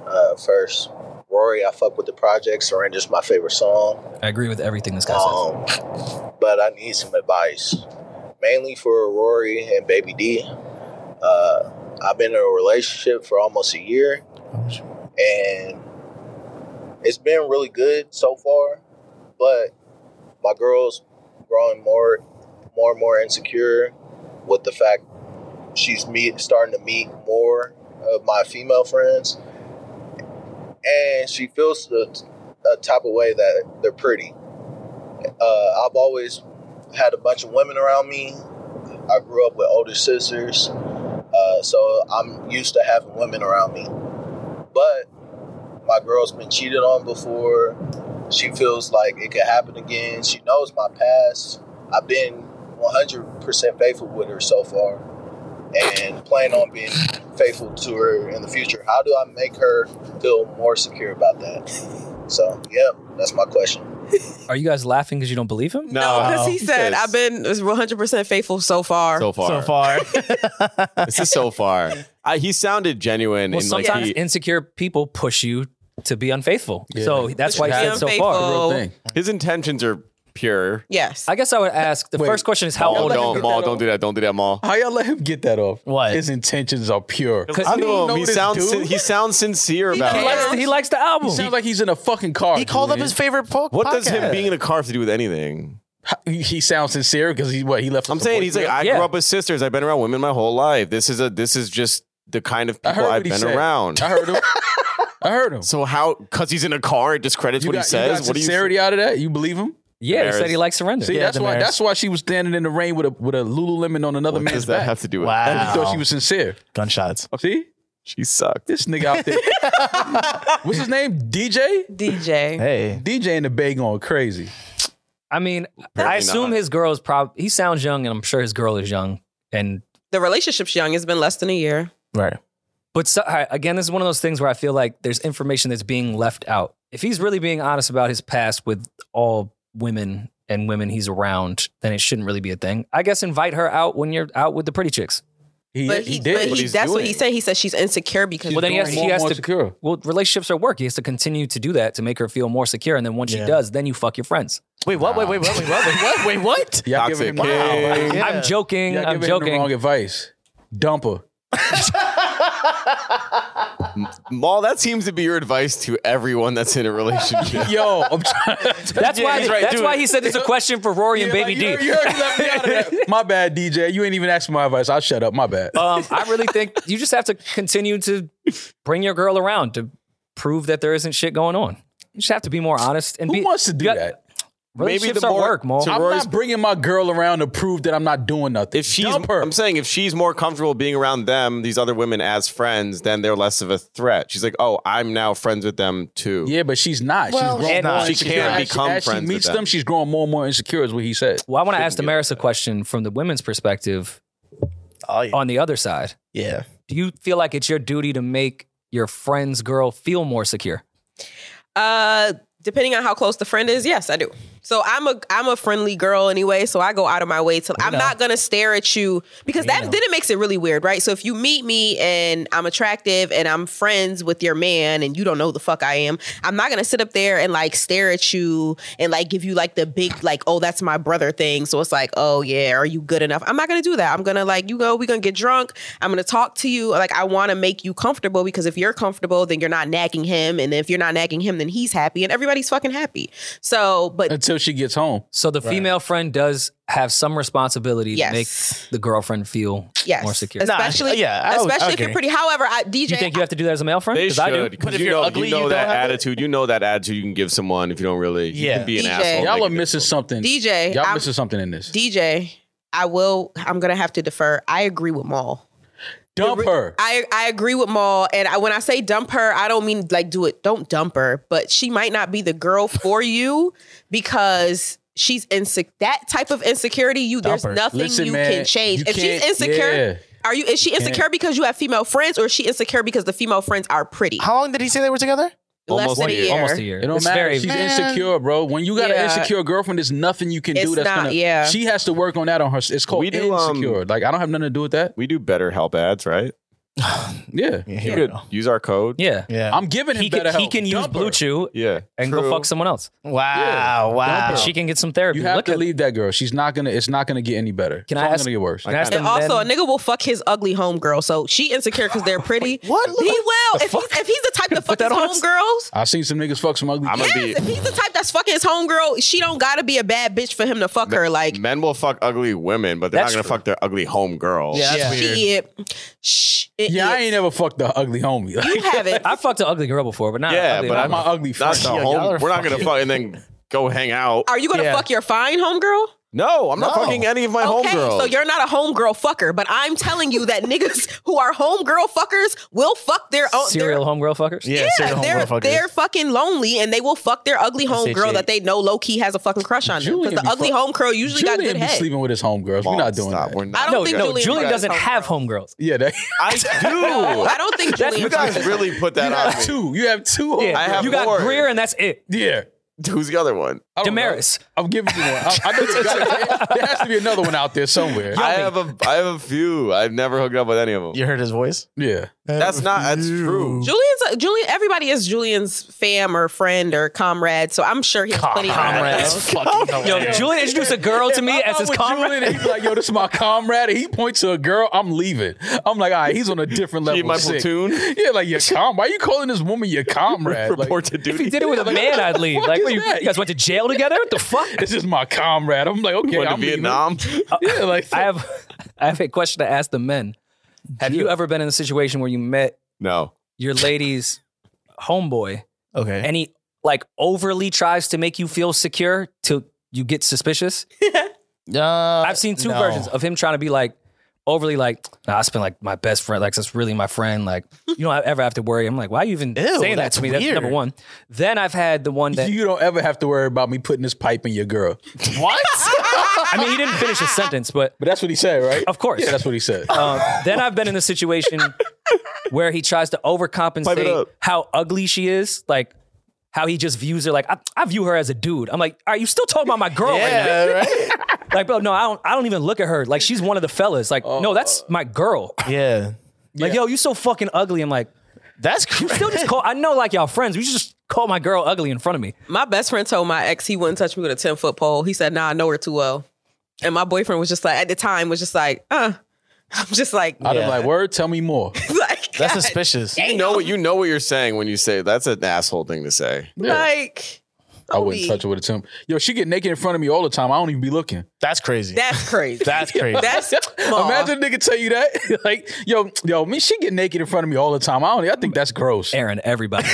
Speaker 9: Uh, first, Rory, I fuck with the project. Surrender's my favorite song.
Speaker 1: I agree with everything this guy says.
Speaker 9: Um, but I need some advice, mainly for Rory and Baby D. Uh, I've been in a relationship for almost a year,
Speaker 2: Oh,
Speaker 9: and it's been really good so far. But my girl's growing more, more and more insecure with the fact she's meet, starting to meet more of my female friends, and she feels the a type of way that they're pretty. Uh, I've always had a bunch of women around me. I grew up with older sisters, uh, so I'm used to having women around me. But my girl's been cheated on before. She feels like it could happen again. She knows my past. I've been 100% faithful with her so far and plan on being faithful to her in the future. How do I make her feel more secure about that? So, yeah, that's my question.
Speaker 1: Are you guys laughing because you don't believe him?
Speaker 5: No,
Speaker 3: No, because he said,
Speaker 5: says-
Speaker 3: I've been 100% faithful so far.
Speaker 5: so far.
Speaker 2: So far.
Speaker 5: <laughs> This is so far. <laughs> I, he sounded genuine
Speaker 1: Well,
Speaker 5: and like
Speaker 1: sometimes
Speaker 5: he,
Speaker 1: insecure people push you to be unfaithful. So that's why he
Speaker 3: Push you
Speaker 1: said
Speaker 3: to
Speaker 1: so
Speaker 3: be
Speaker 1: far.
Speaker 3: unfaithful.
Speaker 4: Real
Speaker 3: Oh.
Speaker 4: thing.
Speaker 5: his intentions are pure.
Speaker 3: yes.
Speaker 1: I guess I would ask the
Speaker 4: Wait.
Speaker 1: first question is how
Speaker 5: Maul,
Speaker 1: old are
Speaker 5: don't,
Speaker 1: you?
Speaker 5: Maul, don't do that. Don't do that, Maul.
Speaker 4: How y'all let him get that off?
Speaker 2: What?
Speaker 4: His intentions are pure.
Speaker 5: I know
Speaker 4: don't
Speaker 5: him. He
Speaker 4: this
Speaker 5: sounds sin-
Speaker 4: dude.
Speaker 5: he sounds sincere about
Speaker 1: He
Speaker 5: it.
Speaker 1: likes, he likes the album.
Speaker 4: Sounds like he's in a fucking car.
Speaker 2: he called up
Speaker 4: Julian.
Speaker 2: his favorite po-
Speaker 5: What does
Speaker 2: podcast.
Speaker 5: him being in a car have to do with anything?
Speaker 4: He, he sounds sincere because he what he left.
Speaker 5: I'm
Speaker 4: us a
Speaker 5: saying he's like
Speaker 4: voicemail.
Speaker 5: I
Speaker 1: Yeah.
Speaker 5: grew up with sisters. I've been around women my whole life. This is a this is just the kind of
Speaker 4: I
Speaker 5: people
Speaker 4: heard
Speaker 5: I've
Speaker 4: what he
Speaker 5: been
Speaker 4: said.
Speaker 5: around.
Speaker 4: I
Speaker 5: <laughs>
Speaker 4: heard him. I heard him.
Speaker 5: So how? Because he's in a car, it discredits
Speaker 4: you
Speaker 5: what
Speaker 4: got,
Speaker 5: he
Speaker 4: you
Speaker 5: says.
Speaker 4: got
Speaker 5: what do you?
Speaker 4: sincerity out of that? You believe him?
Speaker 1: yeah, he
Speaker 5: Maris.
Speaker 1: said he likes surrender.
Speaker 4: See,
Speaker 2: Yeah,
Speaker 4: that's why.
Speaker 2: Damaris.
Speaker 4: That's why she was standing in the rain with a with a Lululemon on another
Speaker 5: What
Speaker 4: man's
Speaker 5: does that
Speaker 4: back.
Speaker 5: have to do with?
Speaker 2: Wow.
Speaker 4: I just thought she was sincere.
Speaker 2: Gunshots.
Speaker 4: See
Speaker 5: She sucked.
Speaker 4: this nigga out
Speaker 5: <laughs>
Speaker 4: there. What's his name? DJ.
Speaker 3: DJ.
Speaker 2: Hey.
Speaker 4: DJ in the bay going crazy.
Speaker 1: I mean, I
Speaker 5: Apparently
Speaker 1: assume
Speaker 5: not.
Speaker 1: his girl is probably, he sounds young and I'm sure his girl is young. And,
Speaker 3: The relationship's young. It's been less than a year.
Speaker 2: Right.
Speaker 1: but so, all right, again, this is one of those things where I feel like there's information that's being left out. If he's really being honest about his past with all women and women he's around, then it shouldn't really be a thing. I guess invite her out when you're out with the pretty chicks.
Speaker 4: He,
Speaker 3: But
Speaker 4: he
Speaker 3: he,
Speaker 4: did.
Speaker 3: but
Speaker 4: what
Speaker 3: he,
Speaker 4: he's
Speaker 3: that's what
Speaker 4: doing.
Speaker 3: he said. He said she's insecure because
Speaker 4: She's
Speaker 1: Well, then he has-
Speaker 4: growing
Speaker 1: he
Speaker 4: more and
Speaker 1: has
Speaker 4: more
Speaker 1: to-
Speaker 4: secure.
Speaker 1: Well, relationships are work. He has to continue to do that to make her feel more secure. And then once she
Speaker 2: Yeah.
Speaker 1: does, then you fuck your friends.
Speaker 2: Wait, what? Wait, wait, wait, wait, what? Wait, what? Wait, what?
Speaker 4: Y'all
Speaker 5: Toxic
Speaker 4: giving him, wow.
Speaker 5: king.
Speaker 2: Yeah.
Speaker 1: I'm joking.
Speaker 4: Y'all
Speaker 1: I'm
Speaker 4: giving him the wrong
Speaker 1: joking.
Speaker 4: advice. Dump her.
Speaker 5: Maul, that seems to be your advice to everyone that's in
Speaker 4: <laughs>
Speaker 5: a relationship.
Speaker 4: Yo, I'm
Speaker 5: <laughs>
Speaker 4: trying to
Speaker 1: That's
Speaker 5: Yeah,
Speaker 1: why.
Speaker 5: he's right,
Speaker 1: that's
Speaker 5: dude.
Speaker 1: why he said it's a question for Rory and Baby
Speaker 4: you,
Speaker 1: D.
Speaker 4: You already left me out of that. My bad, DJ. You ain't even asked for my advice. I'll shut up. My bad.
Speaker 5: Uh,
Speaker 1: Um, I really think you just have to continue to bring your girl around to prove that there isn't shit going on. You just have to be more honest and
Speaker 4: Who
Speaker 1: be.
Speaker 4: wants to do
Speaker 1: you got-
Speaker 4: that?
Speaker 1: Relationships
Speaker 5: the
Speaker 1: are
Speaker 5: more-
Speaker 1: work, Mo.
Speaker 5: to
Speaker 4: I'm
Speaker 5: Roy's-
Speaker 4: not bringing my girl around to prove that I'm not doing nothing.
Speaker 5: If she's,
Speaker 4: Dump her.
Speaker 5: I'm saying if she's more comfortable being around them, these other women as friends, then they're less of a threat. She's like, oh, I'm now friends with them too.
Speaker 4: yeah, but she's not.
Speaker 2: Well,
Speaker 4: she's growing
Speaker 1: and
Speaker 4: more
Speaker 1: she
Speaker 4: insecure.
Speaker 5: can't
Speaker 4: As
Speaker 5: become
Speaker 4: as
Speaker 5: friends with
Speaker 4: She meets
Speaker 5: them.
Speaker 4: them. She's growing more and more insecure. Is what he said.
Speaker 1: well, I want to ask
Speaker 5: Shouldn't
Speaker 1: Damaris a question from the women's perspective
Speaker 2: <laughs> Oh, yeah.
Speaker 1: on the other side.
Speaker 2: yeah.
Speaker 1: Do you feel like it's your duty to make your friend's girl feel more secure?
Speaker 3: Uh, depending on how close the friend is, yes, I do. So I'm a I'm a friendly girl anyway, so I go out of my way to I'm not gonna stare at you because that then it makes it really weird, right? So if you meet me and I'm attractive and I'm friends with your man and you don't know who the fuck I am, I'm not gonna sit up there and like stare at you and like give you like the big like oh that's my brother thing. So it's like oh yeah, are you good enough? I'm not gonna do that. I'm gonna like you go, we're gonna get drunk. I'm gonna talk to you. Like I wanna make you comfortable because if you're comfortable, then you're not nagging him, and if you're not nagging him, then he's happy and everybody's fucking happy. So but
Speaker 4: Until she gets home.
Speaker 1: So the female friend does have some responsibility
Speaker 3: Yes.
Speaker 1: to make the girlfriend feel
Speaker 3: Yes.
Speaker 1: more secure.
Speaker 2: Nah,
Speaker 3: Especially,
Speaker 2: yeah, I would- I
Speaker 3: especially if
Speaker 2: agree.
Speaker 3: you're pretty. However, I, DJ,
Speaker 1: you think you have to do that as a male friend?
Speaker 5: They
Speaker 1: 'Cause I do.
Speaker 5: should because
Speaker 2: if
Speaker 5: you
Speaker 2: you're
Speaker 5: know,
Speaker 2: ugly,
Speaker 5: you know
Speaker 2: you
Speaker 5: that
Speaker 2: don't have it?
Speaker 5: attitude. You know that attitude you can give someone if you don't really. You
Speaker 2: Yeah.
Speaker 5: can be an
Speaker 3: DJ.
Speaker 5: asshole.
Speaker 4: Y'all
Speaker 5: Like,
Speaker 4: are missing something.
Speaker 3: DJ,
Speaker 4: Y'all
Speaker 3: I'm-
Speaker 4: missing something in this.
Speaker 3: DJ, I will. I'm gonna have to defer. I agree with Maul.
Speaker 4: Dump her.
Speaker 3: I I agree with Maul, and I, when I say dump her, I don't mean like do it. Don't dump her, but she might not be the girl for you because. She's insecure. That type of insecurity, you there's
Speaker 2: her.
Speaker 3: nothing
Speaker 4: Listen,
Speaker 3: you
Speaker 4: man,
Speaker 3: can change.
Speaker 4: you
Speaker 3: if she's
Speaker 4: can't-
Speaker 3: insecure,
Speaker 4: yeah.
Speaker 3: are you? Is she insecure because you have female friends, or is she insecure because the female friends are pretty?
Speaker 2: How long did he say they were together?
Speaker 3: less
Speaker 5: Almost
Speaker 3: than a
Speaker 5: a year.
Speaker 3: year.
Speaker 1: Almost a year.
Speaker 4: It don't
Speaker 1: it's
Speaker 4: matter.
Speaker 1: very
Speaker 4: She's
Speaker 1: man.
Speaker 4: insecure, bro. When you got
Speaker 3: Yeah.
Speaker 4: an insecure girlfriend, there's nothing you can do
Speaker 3: It's
Speaker 4: that's
Speaker 3: not-
Speaker 4: gonna.
Speaker 3: yeah.
Speaker 4: She has to work on that on her. It's called
Speaker 5: We do, um,
Speaker 4: insecure. like I don't have nothing to do with that.
Speaker 5: We do better help ads, right?
Speaker 4: Yeah,
Speaker 2: Yeah,
Speaker 5: You
Speaker 2: here we
Speaker 5: could
Speaker 2: go.
Speaker 5: use our code.
Speaker 1: <laughs> Yeah.
Speaker 2: yeah.
Speaker 4: I'm giving him
Speaker 1: He
Speaker 4: better
Speaker 1: can, he
Speaker 4: help.
Speaker 1: can use
Speaker 4: Dump her.
Speaker 1: Blue Chew
Speaker 5: Yeah.
Speaker 1: and
Speaker 5: True.
Speaker 1: go fuck someone else.
Speaker 2: Wow, wow.
Speaker 1: And she can get some therapy.
Speaker 4: You have
Speaker 1: Look
Speaker 4: to
Speaker 1: at-
Speaker 4: leave that girl. She's not gonna. It's not gonna get any better.
Speaker 1: Can
Speaker 4: it's
Speaker 1: I
Speaker 4: only
Speaker 1: ask-
Speaker 4: Gonna get worse.
Speaker 1: Can I ask
Speaker 3: And
Speaker 1: them
Speaker 3: also,
Speaker 1: then-
Speaker 3: a nigga will fuck his ugly homegirl. So she insecure because they're pretty.
Speaker 2: What?
Speaker 3: He will. If he's, if he's the type to fuck his
Speaker 1: that on us?
Speaker 3: homegirls,
Speaker 4: I've seen some niggas fuck some ugly.
Speaker 5: I'm gonna
Speaker 3: yes, if
Speaker 5: be.
Speaker 3: he's the type that's fucking his homegirl, she don't gotta be a bad bitch for him to fuck her. Like,
Speaker 5: Men will fuck ugly women, but they're
Speaker 1: That's
Speaker 5: not gonna
Speaker 1: true.
Speaker 5: fuck their ugly home girl.
Speaker 1: Yeah, that's weird.
Speaker 3: shit. Shit.
Speaker 4: yeah, I ain't never fucked the ugly homie. Like, <laughs>
Speaker 3: You have it.
Speaker 1: I fucked an ugly girl before, but not.
Speaker 5: Yeah,
Speaker 1: ugly
Speaker 5: but
Speaker 1: at
Speaker 5: I'm
Speaker 1: all.
Speaker 4: my ugly friend.
Speaker 5: Not the
Speaker 2: Yo, y'all
Speaker 5: home.
Speaker 2: are
Speaker 5: We're not gonna
Speaker 2: fucking-
Speaker 5: fuck and then go hang out.
Speaker 3: <laughs> Are you gonna
Speaker 2: Yeah.
Speaker 3: fuck your fine homegirl?
Speaker 5: No, I'm not
Speaker 2: No.
Speaker 5: fucking any of my
Speaker 3: okay,
Speaker 5: homegirls.
Speaker 3: so you're not a homegirl fucker, but I'm telling you that niggas who are homegirl fuckers will fuck their own their-
Speaker 1: serial homegirl fuckers.
Speaker 2: yeah,
Speaker 3: Yeah,
Speaker 2: serial
Speaker 3: they're,
Speaker 2: motherfuckers.
Speaker 3: they're fucking lonely and they will fuck their ugly
Speaker 2: That's
Speaker 3: home girl
Speaker 2: it.
Speaker 3: that they know low key has a fucking crush on them.
Speaker 4: Julian
Speaker 3: Because
Speaker 4: be
Speaker 3: the ugly
Speaker 4: fuck-
Speaker 3: home girl usually
Speaker 4: Julian
Speaker 3: got good
Speaker 4: be
Speaker 3: head.
Speaker 4: sleeping with his homegirls. We're not doing
Speaker 5: Stop,
Speaker 4: that.
Speaker 5: We're not.
Speaker 3: I don't
Speaker 1: No,
Speaker 3: think
Speaker 1: no,
Speaker 3: Julian
Speaker 1: Julian,
Speaker 3: has
Speaker 1: doesn't have homegirls.
Speaker 4: Yeah, <laughs> they,
Speaker 5: I <laughs> do.
Speaker 3: I don't think
Speaker 1: That's
Speaker 3: Julian.
Speaker 5: you guys really put that
Speaker 4: you
Speaker 5: on
Speaker 4: have
Speaker 5: me.
Speaker 4: two. You have two.
Speaker 1: Yeah,
Speaker 5: I have
Speaker 1: you got
Speaker 5: more.
Speaker 1: Greer, and that's it.
Speaker 4: Yeah.
Speaker 5: Who's the other one?
Speaker 4: I don't know.
Speaker 1: Damaris.
Speaker 4: I'm giving you one. I, I know
Speaker 1: <laughs>
Speaker 4: you got it. There has to be another one out there somewhere.
Speaker 5: I have a I have a few. I've never hooked up with any of them.
Speaker 2: you heard his voice?
Speaker 4: Yeah.
Speaker 5: That's not that's true.
Speaker 3: Julian's Julian. Everybody is Julian's fam or friend or comrade, so I'm sure he has plenty of
Speaker 2: Comrades.
Speaker 3: homegirls.
Speaker 2: Fucking
Speaker 1: Yo, Julian introduced a girl to me
Speaker 4: I'm
Speaker 1: as
Speaker 4: out
Speaker 1: his
Speaker 4: with Julian
Speaker 1: comrade.
Speaker 4: and he's like, yo, this is my comrade. And he points to a girl. I'm leaving. I'm like, all right, he's on a different level.
Speaker 5: She my
Speaker 4: Sick.
Speaker 5: platoon?
Speaker 4: Yeah, like your com. Why you calling this woman your comrade? Like,
Speaker 5: Report to duty.
Speaker 1: If he did it with a
Speaker 4: Like,
Speaker 1: man,
Speaker 4: <laughs> what
Speaker 1: I'd
Speaker 4: the
Speaker 1: leave.
Speaker 4: fuck
Speaker 1: Like,
Speaker 4: is
Speaker 1: what, you
Speaker 4: that?
Speaker 1: you guys went to jail together? What the fuck? Uh,
Speaker 4: this is my comrade. I'm like, okay,
Speaker 5: Going to
Speaker 4: I'm leaving.
Speaker 5: Vietnam.
Speaker 4: <laughs> Yeah, like
Speaker 1: I have, I have a question to ask the men. Have you ever been in a situation where you met
Speaker 5: <laughs> No.
Speaker 1: your lady's homeboy
Speaker 2: Okay.
Speaker 1: and he like overly tries to make you feel secure till you get suspicious?
Speaker 2: Uh,
Speaker 1: I've seen two
Speaker 2: no. <laughs>
Speaker 1: versions of him trying to be like overly like nah, it's been like my best friend like that's really my friend like you don't ever have to worry I'm like why are you even
Speaker 2: Ew,
Speaker 1: saying that
Speaker 2: that's
Speaker 1: to me that's
Speaker 2: weird.
Speaker 1: number one then I've had the one
Speaker 4: <laughs>
Speaker 1: that
Speaker 4: you don't ever have to worry about me putting this pipe in your girl.
Speaker 1: I mean he didn't finish his sentence but
Speaker 4: But that's what he said, right?
Speaker 1: Of course.
Speaker 4: Yeah, that's what
Speaker 1: <laughs>
Speaker 4: he said.
Speaker 1: um, then I've been in the situation where he tries to
Speaker 5: Pipe it
Speaker 1: overcompensate
Speaker 5: up.
Speaker 1: how ugly she is like how he just views her like I, I view her as a dude I'm like are you still talking about my girl right now
Speaker 2: Yeah, right?
Speaker 1: like bro no I don't I don't even look at her like she's one of the fellas like no that's my girl <laughs>
Speaker 2: yeah.
Speaker 1: like yo you so fucking ugly I'm like
Speaker 2: That's
Speaker 1: You
Speaker 2: crazy.
Speaker 1: still just call. I know, like y'all friends. We should just call my girl ugly in front of me.
Speaker 3: My best friend told my ex he wouldn't touch me with a ten foot pole. He said, "Nah, I know her too well." And my boyfriend was just like, at the time, was just like, "Uh." <laughs> I'm just like,
Speaker 4: I'd
Speaker 2: Yeah.
Speaker 4: have like, word, tell me more.
Speaker 3: <laughs> like
Speaker 2: That's
Speaker 3: God
Speaker 2: suspicious.
Speaker 5: You know what you know what you're saying when you say that's an asshole thing to say.
Speaker 3: Like,
Speaker 4: I wouldn't
Speaker 3: Obi,
Speaker 4: touch her with a temp. Yo, she get naked in front of me all the time. I don't even be looking.
Speaker 2: That's crazy.
Speaker 3: That's crazy.
Speaker 2: That's crazy.
Speaker 3: <laughs> That's aw.
Speaker 4: Imagine a nigga tell you that. <laughs> like, yo, yo, me, she get naked in front of me all the time. I don't. I think that's gross.
Speaker 1: Aaron, everybody.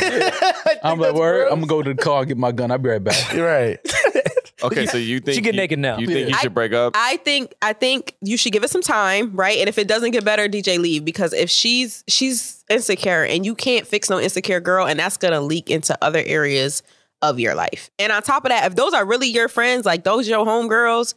Speaker 4: I'm like, word, I'm gonna go to the car and get my gun. I'll be right
Speaker 3: <laughs>
Speaker 4: back.
Speaker 2: You're right.
Speaker 5: <laughs> Okay, so <laughs> you think
Speaker 1: She get
Speaker 5: you-
Speaker 1: naked now.
Speaker 5: You think you
Speaker 3: I-
Speaker 5: should break up?
Speaker 3: I think I think you should give it some time, right? And if it doesn't get better, DJ leave because if she's she's insecure and you can't fix no insecure girl, and that's gonna leak into other areas of your life. And on top of that, if those are really your friends, like those your homegirls,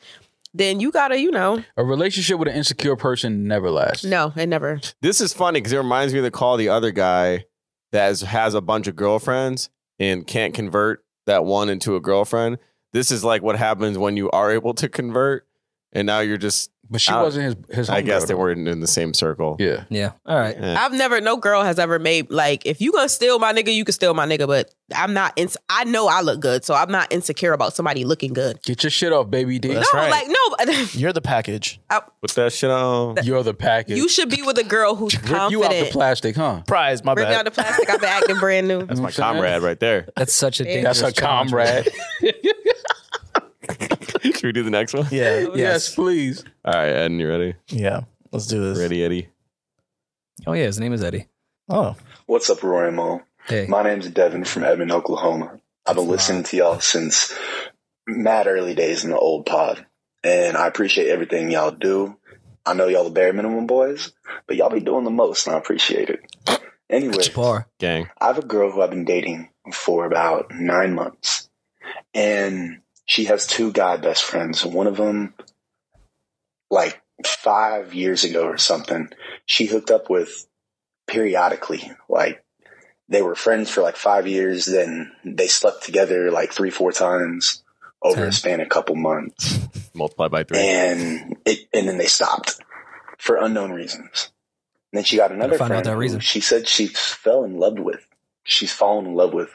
Speaker 3: then you gotta, you know,
Speaker 4: A relationship with an insecure person never lasts.
Speaker 3: no, it never.
Speaker 5: This is funny because it reminds me of the call the other guy that has, has a bunch of girlfriends and can't convert that one into a girlfriend. This is like what happens when you are able to convert, and now you're just.
Speaker 4: But she
Speaker 5: I-
Speaker 4: wasn't his. his
Speaker 5: I
Speaker 4: homegirl,
Speaker 5: guess they
Speaker 4: though.
Speaker 5: weren't in the same circle.
Speaker 4: Yeah.
Speaker 1: yeah. All right.
Speaker 5: Yeah.
Speaker 3: I've never no girl has ever made like if you gonna steal my nigga, you can steal my nigga, but I'm not. Ins- I know I look good, so I'm not insecure about somebody looking good.
Speaker 4: Get your shit off, baby D.
Speaker 2: That's
Speaker 3: no,
Speaker 2: right.
Speaker 3: like no. <laughs>
Speaker 2: You're the package.
Speaker 5: Put that shit on.
Speaker 4: You're the package.
Speaker 3: You should be with a girl who's
Speaker 4: Rip
Speaker 3: confident.
Speaker 4: you out the plastic, huh?
Speaker 2: Prize, my
Speaker 3: Rip me out
Speaker 2: bad.
Speaker 3: the plastic. I've been acting brand
Speaker 10: <laughs>
Speaker 3: new.
Speaker 5: That's
Speaker 4: You know
Speaker 5: my
Speaker 4: what I'm saying?
Speaker 5: comrade right <laughs> there.
Speaker 1: That's such a dangerous
Speaker 4: That's her
Speaker 1: challenge.
Speaker 4: comrade.
Speaker 5: Should we do the next one?
Speaker 2: yeah.
Speaker 4: <laughs> <laughs> yes, please.
Speaker 5: All right, Ed, you ready?
Speaker 2: Yeah. Let's do this.
Speaker 5: Ready, Eddie?
Speaker 1: <laughs> Oh yeah, his name is Eddie.
Speaker 2: Oh.
Speaker 10: What's up, Rory and Mo?
Speaker 1: Hey.
Speaker 10: My name's Devin from Edmond, Oklahoma. I've been listening to y'all since mad early days in the old pod, and I appreciate everything y'all do. I know y'all the bare minimum boys, but y'all be doing the most, and I appreciate it. Anyway,
Speaker 1: Bar.
Speaker 5: Gang.
Speaker 10: I have a girl who I've been dating for about nine months, and she has two guy best friends. One of them, like five years ago or something, she hooked up with periodically. Like They were friends for like five years. Then they slept together like three, four times over a span of couple months,
Speaker 5: multiply by three.
Speaker 10: and it and then they stopped for unknown reasons. And then she got another
Speaker 1: find
Speaker 10: friend.
Speaker 1: out that
Speaker 10: who
Speaker 1: reason.
Speaker 10: She said she fell in love with. She's fallen in love with.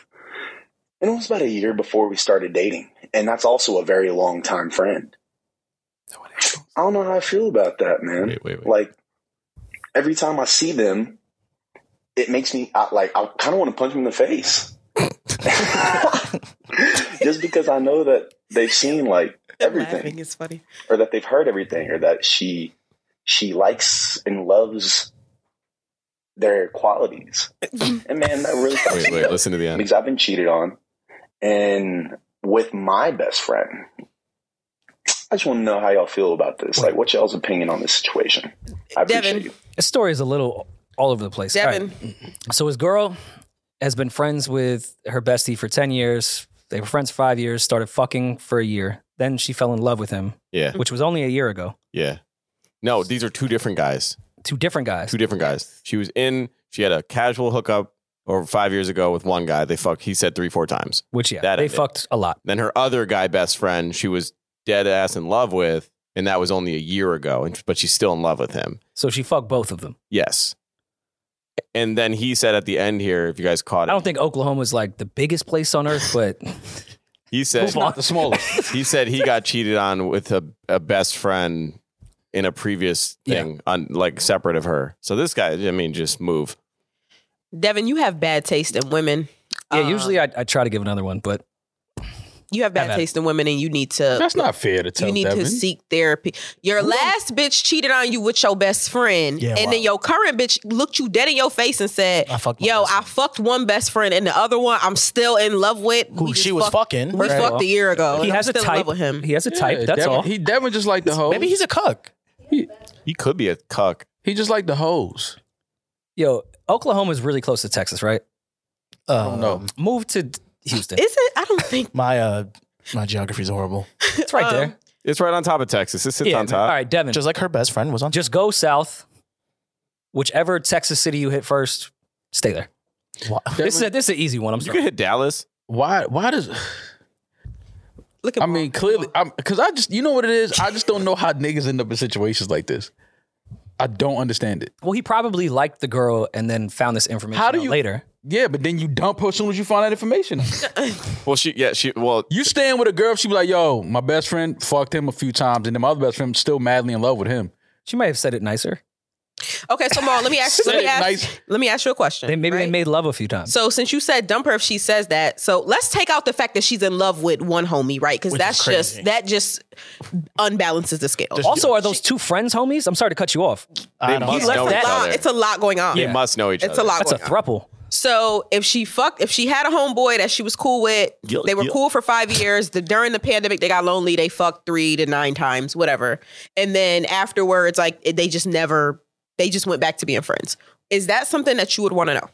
Speaker 10: And it was about a year before we started dating, and that's also a very long time friend. I don't know how I feel about that, man.
Speaker 5: Wait, wait, wait.
Speaker 10: Like every time I see them, it makes me I, like I kind of want to punch them in the face, <laughs> just because I know that they've seen like everything
Speaker 3: Laughing is funny.
Speaker 10: or that they've heard everything or that she she likes and loves their qualities. and man, that really fucks
Speaker 5: Wait,
Speaker 10: me
Speaker 5: wait,
Speaker 10: up.
Speaker 5: listen to the end.
Speaker 10: because I've been cheated on and with my best friend. I just want to know how y'all feel about this. Like, what's y'all's opinion on this situation? I appreciate
Speaker 3: Devin.
Speaker 10: you.
Speaker 1: This story is a little all over the place. All right.
Speaker 3: Devin,
Speaker 1: So his girl has been friends with her bestie for 10 years. They were friends for five years, started fucking for a year. Then she fell in love with him,
Speaker 5: Yeah,
Speaker 1: which was only a year ago.
Speaker 5: yeah. No, these are two different guys.
Speaker 1: Two different guys.
Speaker 5: Two different guys. She was in. She had a casual hookup over five years ago with one guy. They fucked. He said three, four times.
Speaker 1: Which yeah,
Speaker 5: That
Speaker 1: they
Speaker 5: ended.
Speaker 1: fucked a lot.
Speaker 5: Then her other guy best friend, she was dead ass in love with, and that was only a year ago. And but she's still in love with him.
Speaker 1: So she fucked both of them.
Speaker 5: Yes. And then he said at the end here, if you guys caught
Speaker 1: I
Speaker 5: it,
Speaker 1: don't think Oklahoma's like the biggest place on earth,
Speaker 3: <laughs>
Speaker 1: but
Speaker 5: he said
Speaker 4: It's not the smallest.
Speaker 5: he said he got cheated on with a, a best friend in a previous thing, on, like separate of her. So this guy, I mean, just move.
Speaker 3: Devin, you have bad taste in women.
Speaker 1: yeah,
Speaker 3: Um,
Speaker 1: usually I, I try to give another one, but
Speaker 3: you have bad
Speaker 1: I've had-
Speaker 3: taste in women, and you need to.
Speaker 4: That's not fair to tell
Speaker 3: you need
Speaker 4: Devin.
Speaker 3: to seek therapy. Your last bitch cheated on you with your best friend,
Speaker 2: Yeah,
Speaker 3: and
Speaker 2: wow.
Speaker 3: then your current bitch looked you dead in your face and said,
Speaker 2: I fucked my
Speaker 3: "Yo,
Speaker 2: best
Speaker 3: I fucked one best friend, and the other one I'm still in love with.
Speaker 2: Who
Speaker 3: We just
Speaker 2: she was
Speaker 3: fucked-
Speaker 2: fucking.
Speaker 3: We
Speaker 2: right?
Speaker 3: fucked a year ago. oh, and
Speaker 1: he
Speaker 3: I'm
Speaker 1: has a
Speaker 3: still in
Speaker 1: type.
Speaker 3: love with him.
Speaker 1: He has a
Speaker 4: Yeah,
Speaker 1: type. That's
Speaker 4: Devin-
Speaker 1: all.
Speaker 4: He Devin just like the hoes.
Speaker 2: Maybe he's a cuck.
Speaker 5: He could be a cuck.
Speaker 4: he just like the hoes.
Speaker 1: Yo, Oklahoma's really close to Texas, right?
Speaker 2: Um,
Speaker 4: Oh, no.
Speaker 1: Move to Houston.
Speaker 3: Is it? I don't think
Speaker 2: My uh, my geography's horrible.
Speaker 1: It's right
Speaker 3: um,
Speaker 1: there.
Speaker 5: It's right on top of Texas. It sits
Speaker 1: Yeah,
Speaker 5: on
Speaker 1: All
Speaker 5: top.
Speaker 1: right, Devin.
Speaker 2: Just
Speaker 1: Just,
Speaker 2: like her best friend was on.
Speaker 1: just go south. Whichever Texas city you hit first, stay there.
Speaker 2: Wha-
Speaker 1: This is a, this is an easy one. I'm
Speaker 5: You could
Speaker 1: sorry.
Speaker 5: hit Dallas.
Speaker 4: Why? Why does?
Speaker 3: Look at
Speaker 4: I
Speaker 3: Mark.
Speaker 4: mean, clearly, I'm because I just you know what it is. I just don't know how niggas end up in situations like this. I don't understand it.
Speaker 1: Well, he probably liked the girl and then found this information
Speaker 4: How do
Speaker 1: out
Speaker 4: you-
Speaker 1: later.
Speaker 4: Yeah, but then you dump her as soon as you find that information.
Speaker 5: Well, she, yeah, she, well,
Speaker 4: you staying with a girl, she be like, "Yo, my best friend fucked him a few times, and then my other best friend still madly in love with him."
Speaker 1: She might have said it nicer.
Speaker 3: okay, so Mar, let me ask. let
Speaker 4: Said
Speaker 3: me
Speaker 4: it
Speaker 3: ask.
Speaker 4: nice.
Speaker 3: Let me ask you a question.
Speaker 1: They maybe
Speaker 3: right?
Speaker 1: they made love a few times.
Speaker 3: So since you said dump her if she says that, so let's take out the fact that she's in love with one homie, right? Because
Speaker 2: Which is
Speaker 3: that's
Speaker 2: crazy.
Speaker 3: just that just unbalances the scale.
Speaker 1: also, are those two friends homies? I'm sorry to cut you off.
Speaker 2: I
Speaker 5: they
Speaker 2: don't
Speaker 5: must
Speaker 2: know.
Speaker 1: left
Speaker 5: know each
Speaker 1: that-
Speaker 3: lot,
Speaker 5: other.
Speaker 3: it's a lot going on.
Speaker 5: they must know each
Speaker 3: It's
Speaker 5: other.
Speaker 3: a lot
Speaker 1: That's a
Speaker 3: going on.
Speaker 1: thruple.
Speaker 3: So if she fucked, if she had a homeboy that she was cool with,
Speaker 2: Yo,
Speaker 3: they were
Speaker 2: yo.
Speaker 3: cool for five years. The, during the pandemic, they got lonely. They fucked three to nine times, whatever. And then afterwards, like it- they just never, they just went back to being friends. Is that something that you would want to know?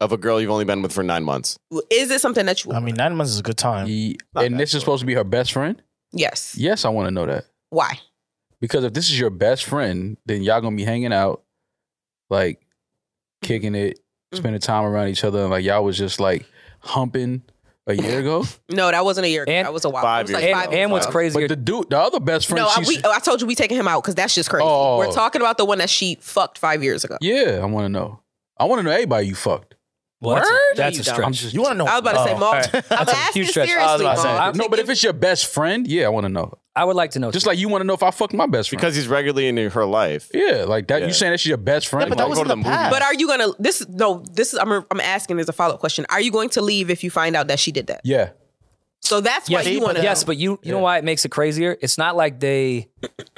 Speaker 5: Of a girl you've only been with for nine months.
Speaker 3: Is it something that you?
Speaker 10: Um,
Speaker 2: I mean, nine months is a good time.
Speaker 4: Ye- and this is supposed to be her best friend.
Speaker 3: yes.
Speaker 4: Yes, I want to know that
Speaker 3: Why?
Speaker 4: because if this is your best friend, then y'all gonna be hanging out, like kicking it, spending time around each other, and like y'all was just like humping a year ago.
Speaker 3: No, that wasn't a year. ago.
Speaker 1: And-
Speaker 3: that was a while.
Speaker 5: Five
Speaker 3: It was like
Speaker 5: years
Speaker 1: And,
Speaker 3: five
Speaker 5: ago.
Speaker 1: and what's
Speaker 5: Wow.
Speaker 1: crazy?
Speaker 4: But the dude, the other best friend,
Speaker 3: No, I,
Speaker 4: she's,
Speaker 3: we, I told you we taking him out because that's just crazy.
Speaker 4: Oh.
Speaker 3: We're talking about the one that she fucked five years ago.
Speaker 4: yeah, I want to know. I want to know everybody you fucked.
Speaker 1: Well, that's a-
Speaker 3: Word?
Speaker 1: That's,
Speaker 3: No, you
Speaker 1: a
Speaker 3: don't.
Speaker 1: stretch.
Speaker 2: You want to know?
Speaker 3: I was about to say,
Speaker 2: Oh.
Speaker 3: Maul.
Speaker 1: right.
Speaker 3: I'm
Speaker 1: That's a
Speaker 3: asking
Speaker 1: huge stretch.
Speaker 3: seriously,
Speaker 2: I was about to say.
Speaker 3: Maul. I'm
Speaker 4: no, but if
Speaker 3: thinking-
Speaker 4: it's your best friend, yeah, I want to know.
Speaker 1: I would like to know.
Speaker 4: Just
Speaker 1: too.
Speaker 4: like you want to know if I fucked my best friend.
Speaker 5: Because he's regularly in her life.
Speaker 4: yeah, like that.
Speaker 5: Yeah.
Speaker 4: You saying that's your best friend?
Speaker 2: Yeah, but that
Speaker 4: Like,
Speaker 2: was
Speaker 5: go
Speaker 2: in
Speaker 5: to
Speaker 2: the,
Speaker 5: the movies.
Speaker 2: past.
Speaker 3: But are you gonna? This no. This is I'm. I'm asking as a follow up question. Are you going to leave if you find out that she did that?
Speaker 4: yeah.
Speaker 3: So that's
Speaker 1: yes,
Speaker 3: why you want to.
Speaker 1: yes, but you you know why it makes it crazier? It's not like
Speaker 4: <clears throat>
Speaker 1: they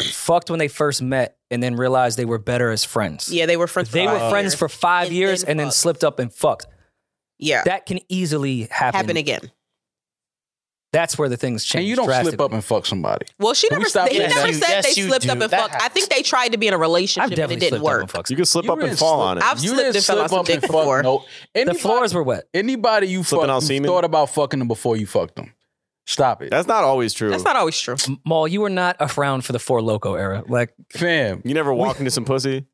Speaker 1: fucked when they first met and then realized they were better as friends.
Speaker 3: yeah, they were friends.
Speaker 1: They
Speaker 3: for
Speaker 1: were
Speaker 3: five
Speaker 1: friends
Speaker 3: years.
Speaker 1: for five
Speaker 3: And
Speaker 1: years
Speaker 3: then
Speaker 1: and then
Speaker 3: fucked.
Speaker 1: slipped up and fucked.
Speaker 3: Yeah,
Speaker 1: That can easily happen.
Speaker 3: happen again.
Speaker 1: That's where the things change.
Speaker 4: And you don't slip
Speaker 1: drastically.
Speaker 4: up and fuck somebody.
Speaker 3: Well, she
Speaker 4: Can we
Speaker 3: never.
Speaker 4: stop
Speaker 3: He
Speaker 4: saying
Speaker 3: never
Speaker 4: that?
Speaker 3: said
Speaker 2: Yes,
Speaker 3: they
Speaker 2: you
Speaker 3: slipped
Speaker 2: do.
Speaker 3: up and
Speaker 2: That
Speaker 3: fucked. I think they tried to be in a relationship
Speaker 1: I've
Speaker 3: and it
Speaker 1: definitely
Speaker 3: didn't
Speaker 1: slipped up
Speaker 3: work.
Speaker 1: and fucked.
Speaker 5: You can slip
Speaker 4: You
Speaker 5: up and
Speaker 4: didn't
Speaker 5: fall
Speaker 4: slip-
Speaker 5: on it.
Speaker 3: I've
Speaker 4: You
Speaker 3: slipped
Speaker 4: didn't
Speaker 3: and fell
Speaker 4: slip
Speaker 3: on some
Speaker 4: up
Speaker 3: dick
Speaker 4: and fuck.
Speaker 3: before.
Speaker 4: No,
Speaker 1: The
Speaker 4: anybody,
Speaker 1: floors were wet.
Speaker 4: anybody you
Speaker 5: Slipping
Speaker 4: fucked,
Speaker 5: out
Speaker 4: you
Speaker 5: semen?
Speaker 4: thought about fucking them before you fucked them. Stop it,
Speaker 5: That's not always true.
Speaker 3: That's not always true.
Speaker 1: Maul, you were not around for the Four Loco era. Like
Speaker 4: fam.
Speaker 5: you never walk into some pussy.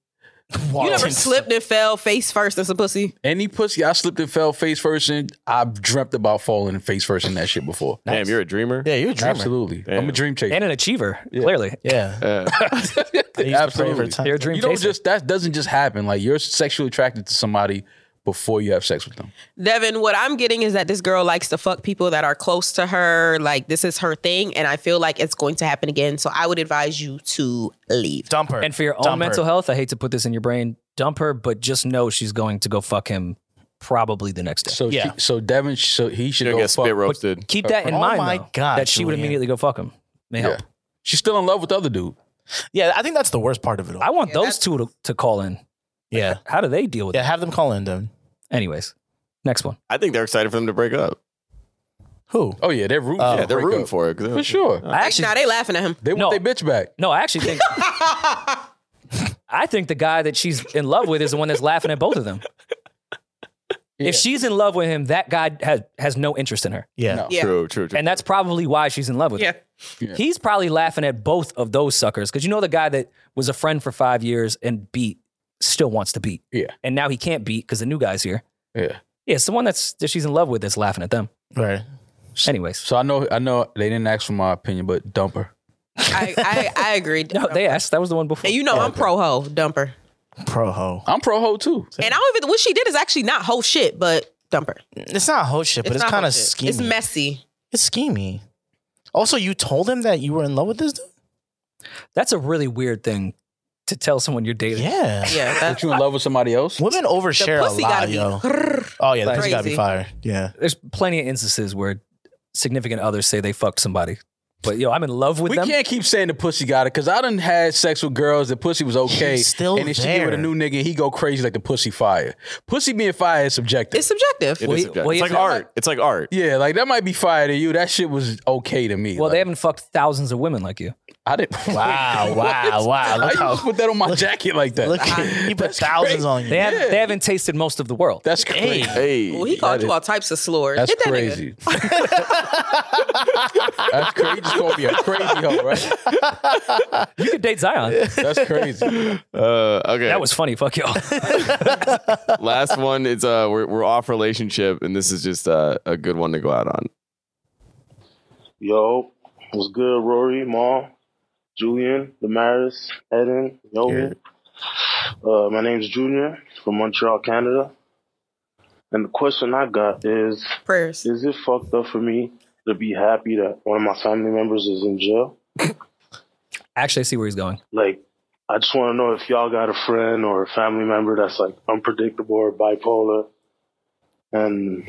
Speaker 3: You never slipped and fell face first as a pussy.
Speaker 4: Any pussy I slipped and fell face first in, I've dreamt about falling face first in that shit before.
Speaker 5: Damn, you're a <laughs> dreamer.
Speaker 2: <laughs> Yeah, you're a dreamer.
Speaker 4: Absolutely.
Speaker 5: Damn.
Speaker 4: I'm a dream chaser.
Speaker 1: and an achiever, clearly.
Speaker 2: Yeah.
Speaker 5: Uh,
Speaker 4: Absolutely.
Speaker 2: favorite time.
Speaker 1: You're a dream
Speaker 4: You don't
Speaker 1: chaser.
Speaker 4: just that doesn't just happen. Like you're sexually attracted to somebody before you have sex with them.
Speaker 3: Devin, what I'm getting is that this girl likes to fuck people that are close to her. Like this is her thing, and I feel like it's going to happen again. So I would advise you to leave.
Speaker 2: Dump her.
Speaker 1: and for your own
Speaker 2: Dump her.
Speaker 1: mental health, I hate to put this in your brain, dump her, but just know she's going to go fuck him probably the next day.
Speaker 4: So
Speaker 2: Yeah.
Speaker 4: she, so Devin sh- so he should
Speaker 5: you don't
Speaker 4: go
Speaker 5: get
Speaker 4: fuck-
Speaker 5: spit roasted.
Speaker 1: Keep that in
Speaker 2: Oh
Speaker 1: mind,
Speaker 2: my
Speaker 1: though,
Speaker 2: God,
Speaker 1: that she would
Speaker 2: Julianne.
Speaker 1: immediately go fuck him. May
Speaker 4: Yeah.
Speaker 1: help.
Speaker 4: She's still in love with the other dude.
Speaker 2: Yeah, I think that's the worst part of it all.
Speaker 1: I want
Speaker 3: Yeah,
Speaker 1: those two to, to call in.
Speaker 2: yeah.
Speaker 1: How do they deal with
Speaker 2: Yeah, have them call in them.
Speaker 1: it? Anyways, next one.
Speaker 5: I think they're excited for them to break up.
Speaker 2: Who?
Speaker 4: Oh yeah, they're rooting.
Speaker 2: Oh.
Speaker 4: for
Speaker 5: yeah,
Speaker 4: a
Speaker 5: they're Oh,
Speaker 4: breakup.
Speaker 5: rooting for it. 'cause-
Speaker 4: for sure.
Speaker 3: Like,
Speaker 1: actually-
Speaker 3: nah, they laughing at him.
Speaker 4: They
Speaker 1: No.
Speaker 4: want their bitch back.
Speaker 1: No, I actually
Speaker 4: <laughs>
Speaker 1: think I think the guy that she's in love with is the one that's laughing at both of them.
Speaker 4: Yeah.
Speaker 1: If she's in love with him, that guy has has no interest in her,
Speaker 2: Yeah.
Speaker 4: No.
Speaker 3: Yeah.
Speaker 5: True, true, true.
Speaker 1: and that's probably why she's in love with. him.
Speaker 3: Yeah.
Speaker 4: Yeah.
Speaker 1: He's probably laughing at both of those suckers because you know the guy that was a friend for five years and beat still wants to beat.
Speaker 4: Yeah.
Speaker 1: And now he can't beat because the new guy's here.
Speaker 4: Yeah.
Speaker 1: Yeah, it's the one that's that she's in love with that's laughing at them.
Speaker 2: Right.
Speaker 1: Anyways,
Speaker 4: So I know I know they didn't ask for my opinion, but dump her.
Speaker 3: I, I,
Speaker 4: <laughs>
Speaker 3: I agreed.
Speaker 1: no, they asked. That was the one before.
Speaker 3: and you know I'm pro ho dumper.
Speaker 2: Pro ho.
Speaker 4: I'm pro ho too.
Speaker 3: And I don't even what she did is actually not whole shit, but dumper.
Speaker 2: It's not whole shit, but it's,
Speaker 3: not
Speaker 2: kind
Speaker 3: hoe
Speaker 2: of
Speaker 3: shit.
Speaker 2: schemey.
Speaker 3: It's messy.
Speaker 2: It's schemey. Also, you told him that you were in love with this dude?
Speaker 1: That's a really weird thing to tell someone you're dating.
Speaker 2: Yeah. <laughs>
Speaker 3: Yeah.
Speaker 4: But
Speaker 3: That,
Speaker 4: you in love with somebody else?
Speaker 2: Women
Speaker 3: the
Speaker 2: overshare a
Speaker 3: pussy gotta
Speaker 2: lot,
Speaker 3: be
Speaker 2: yo. Oh yeah, the
Speaker 1: Like-
Speaker 2: pussy gotta be
Speaker 3: Crazy.
Speaker 2: fire. Yeah.
Speaker 1: There's plenty of instances where significant others say they fucked somebody, but yo, I'm in love with
Speaker 4: we
Speaker 1: them.
Speaker 4: can't keep saying the pussy got it because I done had sex with girls. The pussy was okay,
Speaker 2: She's still
Speaker 4: and then she get with
Speaker 2: there.
Speaker 4: a new nigga, he go crazy like the pussy fire. Pussy being fire is subjective.
Speaker 3: it's subjective.
Speaker 5: It is
Speaker 1: Well, he-
Speaker 5: subjective.
Speaker 1: well, he-
Speaker 5: it's like art. It's like art.
Speaker 4: yeah, like that might be fire to you. That shit was okay to me.
Speaker 1: Well, they
Speaker 4: Like,
Speaker 1: haven't fucked thousands of women like you.
Speaker 4: I didn't. <laughs>
Speaker 2: Wow, wow, wow. <laughs>
Speaker 4: I
Speaker 2: Look
Speaker 4: used to
Speaker 2: how
Speaker 4: put that on my jacket like
Speaker 2: <laughs>
Speaker 4: that.
Speaker 2: look
Speaker 4: <laughs>
Speaker 2: he put thousands on you.
Speaker 1: They have they haven't tasted most of the world.
Speaker 4: That's crazy.
Speaker 5: Hey,
Speaker 3: Well, he called you all types of slurs.
Speaker 4: That's
Speaker 3: Hit that nigga.
Speaker 4: crazy. <laughs> That's crazy. You just called me a crazy hoe, right?
Speaker 1: You could date Zion.
Speaker 4: That's crazy.
Speaker 5: Uh, okay.
Speaker 1: That was funny. Fuck
Speaker 4: <laughs>
Speaker 1: y'all.
Speaker 5: <laughs> Last one is uh we're we're off relationship and this is just uh, a good one to go out on. <laughs>
Speaker 9: Yo, what's good, Rory, Ma, Julian, Damaris, Eden, Yogi. Uh, my name's Junior from Montreal, Canada. And the question I got is
Speaker 3: Prayers.
Speaker 9: Is it fucked up for me to be happy that one of my family members is in jail?
Speaker 1: Actually, I see where he's going.
Speaker 9: Like, I just want to know if y'all got a friend or a family member that's like unpredictable or bipolar. And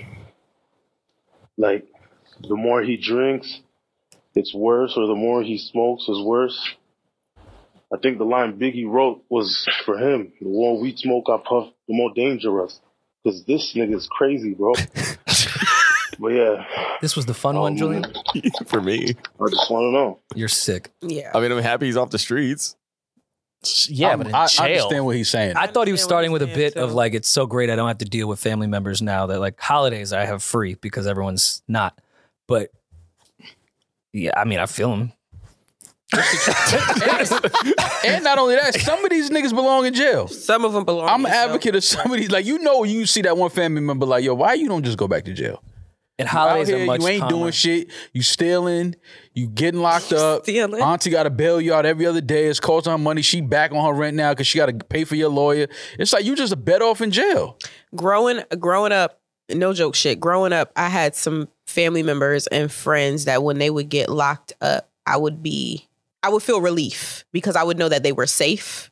Speaker 9: like, the more he drinks, it's worse, or the more he smokes, is worse. I think the line Biggie wrote was for him the more we smoke, I puff, the more dangerous. Because this nigga's crazy, bro. but yeah,
Speaker 1: This was the fun one,
Speaker 4: Oh,
Speaker 9: Um,
Speaker 1: Julian.
Speaker 5: For me.
Speaker 9: I just want to know.
Speaker 1: You're sick.
Speaker 3: Yeah.
Speaker 5: I mean, I'm happy he's off the streets.
Speaker 2: Yeah,
Speaker 4: I'm-
Speaker 2: but in
Speaker 4: I, I
Speaker 2: jail.
Speaker 4: understand what he's saying.
Speaker 1: I thought he was
Speaker 3: understand what
Speaker 1: starting
Speaker 3: he's
Speaker 1: with a
Speaker 3: saying,
Speaker 1: bit of
Speaker 3: too.
Speaker 1: like, it's so great I don't have to deal with family members now that like holidays I have free because everyone's not. But yeah, I mean, I feel him.
Speaker 4: and not only that, some of these niggas belong in jail.
Speaker 3: Some of them belong.
Speaker 4: I'm
Speaker 3: in
Speaker 4: an
Speaker 3: jail.
Speaker 4: advocate of somebody like you know you see that one family member like yo why you don't just go back to jail?
Speaker 1: And
Speaker 4: You out
Speaker 1: holidays
Speaker 4: here,
Speaker 1: are much
Speaker 4: you ain't
Speaker 1: calmer.
Speaker 4: doing shit. You stealing. You getting locked up.
Speaker 3: Stealing.
Speaker 4: Auntie got to bail you out every other day. It's costing her money. She back on her rent now because she got to pay for your lawyer. It's like you just a bet off in jail.
Speaker 3: growing growing up no joke shit growing up i had some family members and friends that when they would get locked up i would be i would feel relief because i would know that they were safe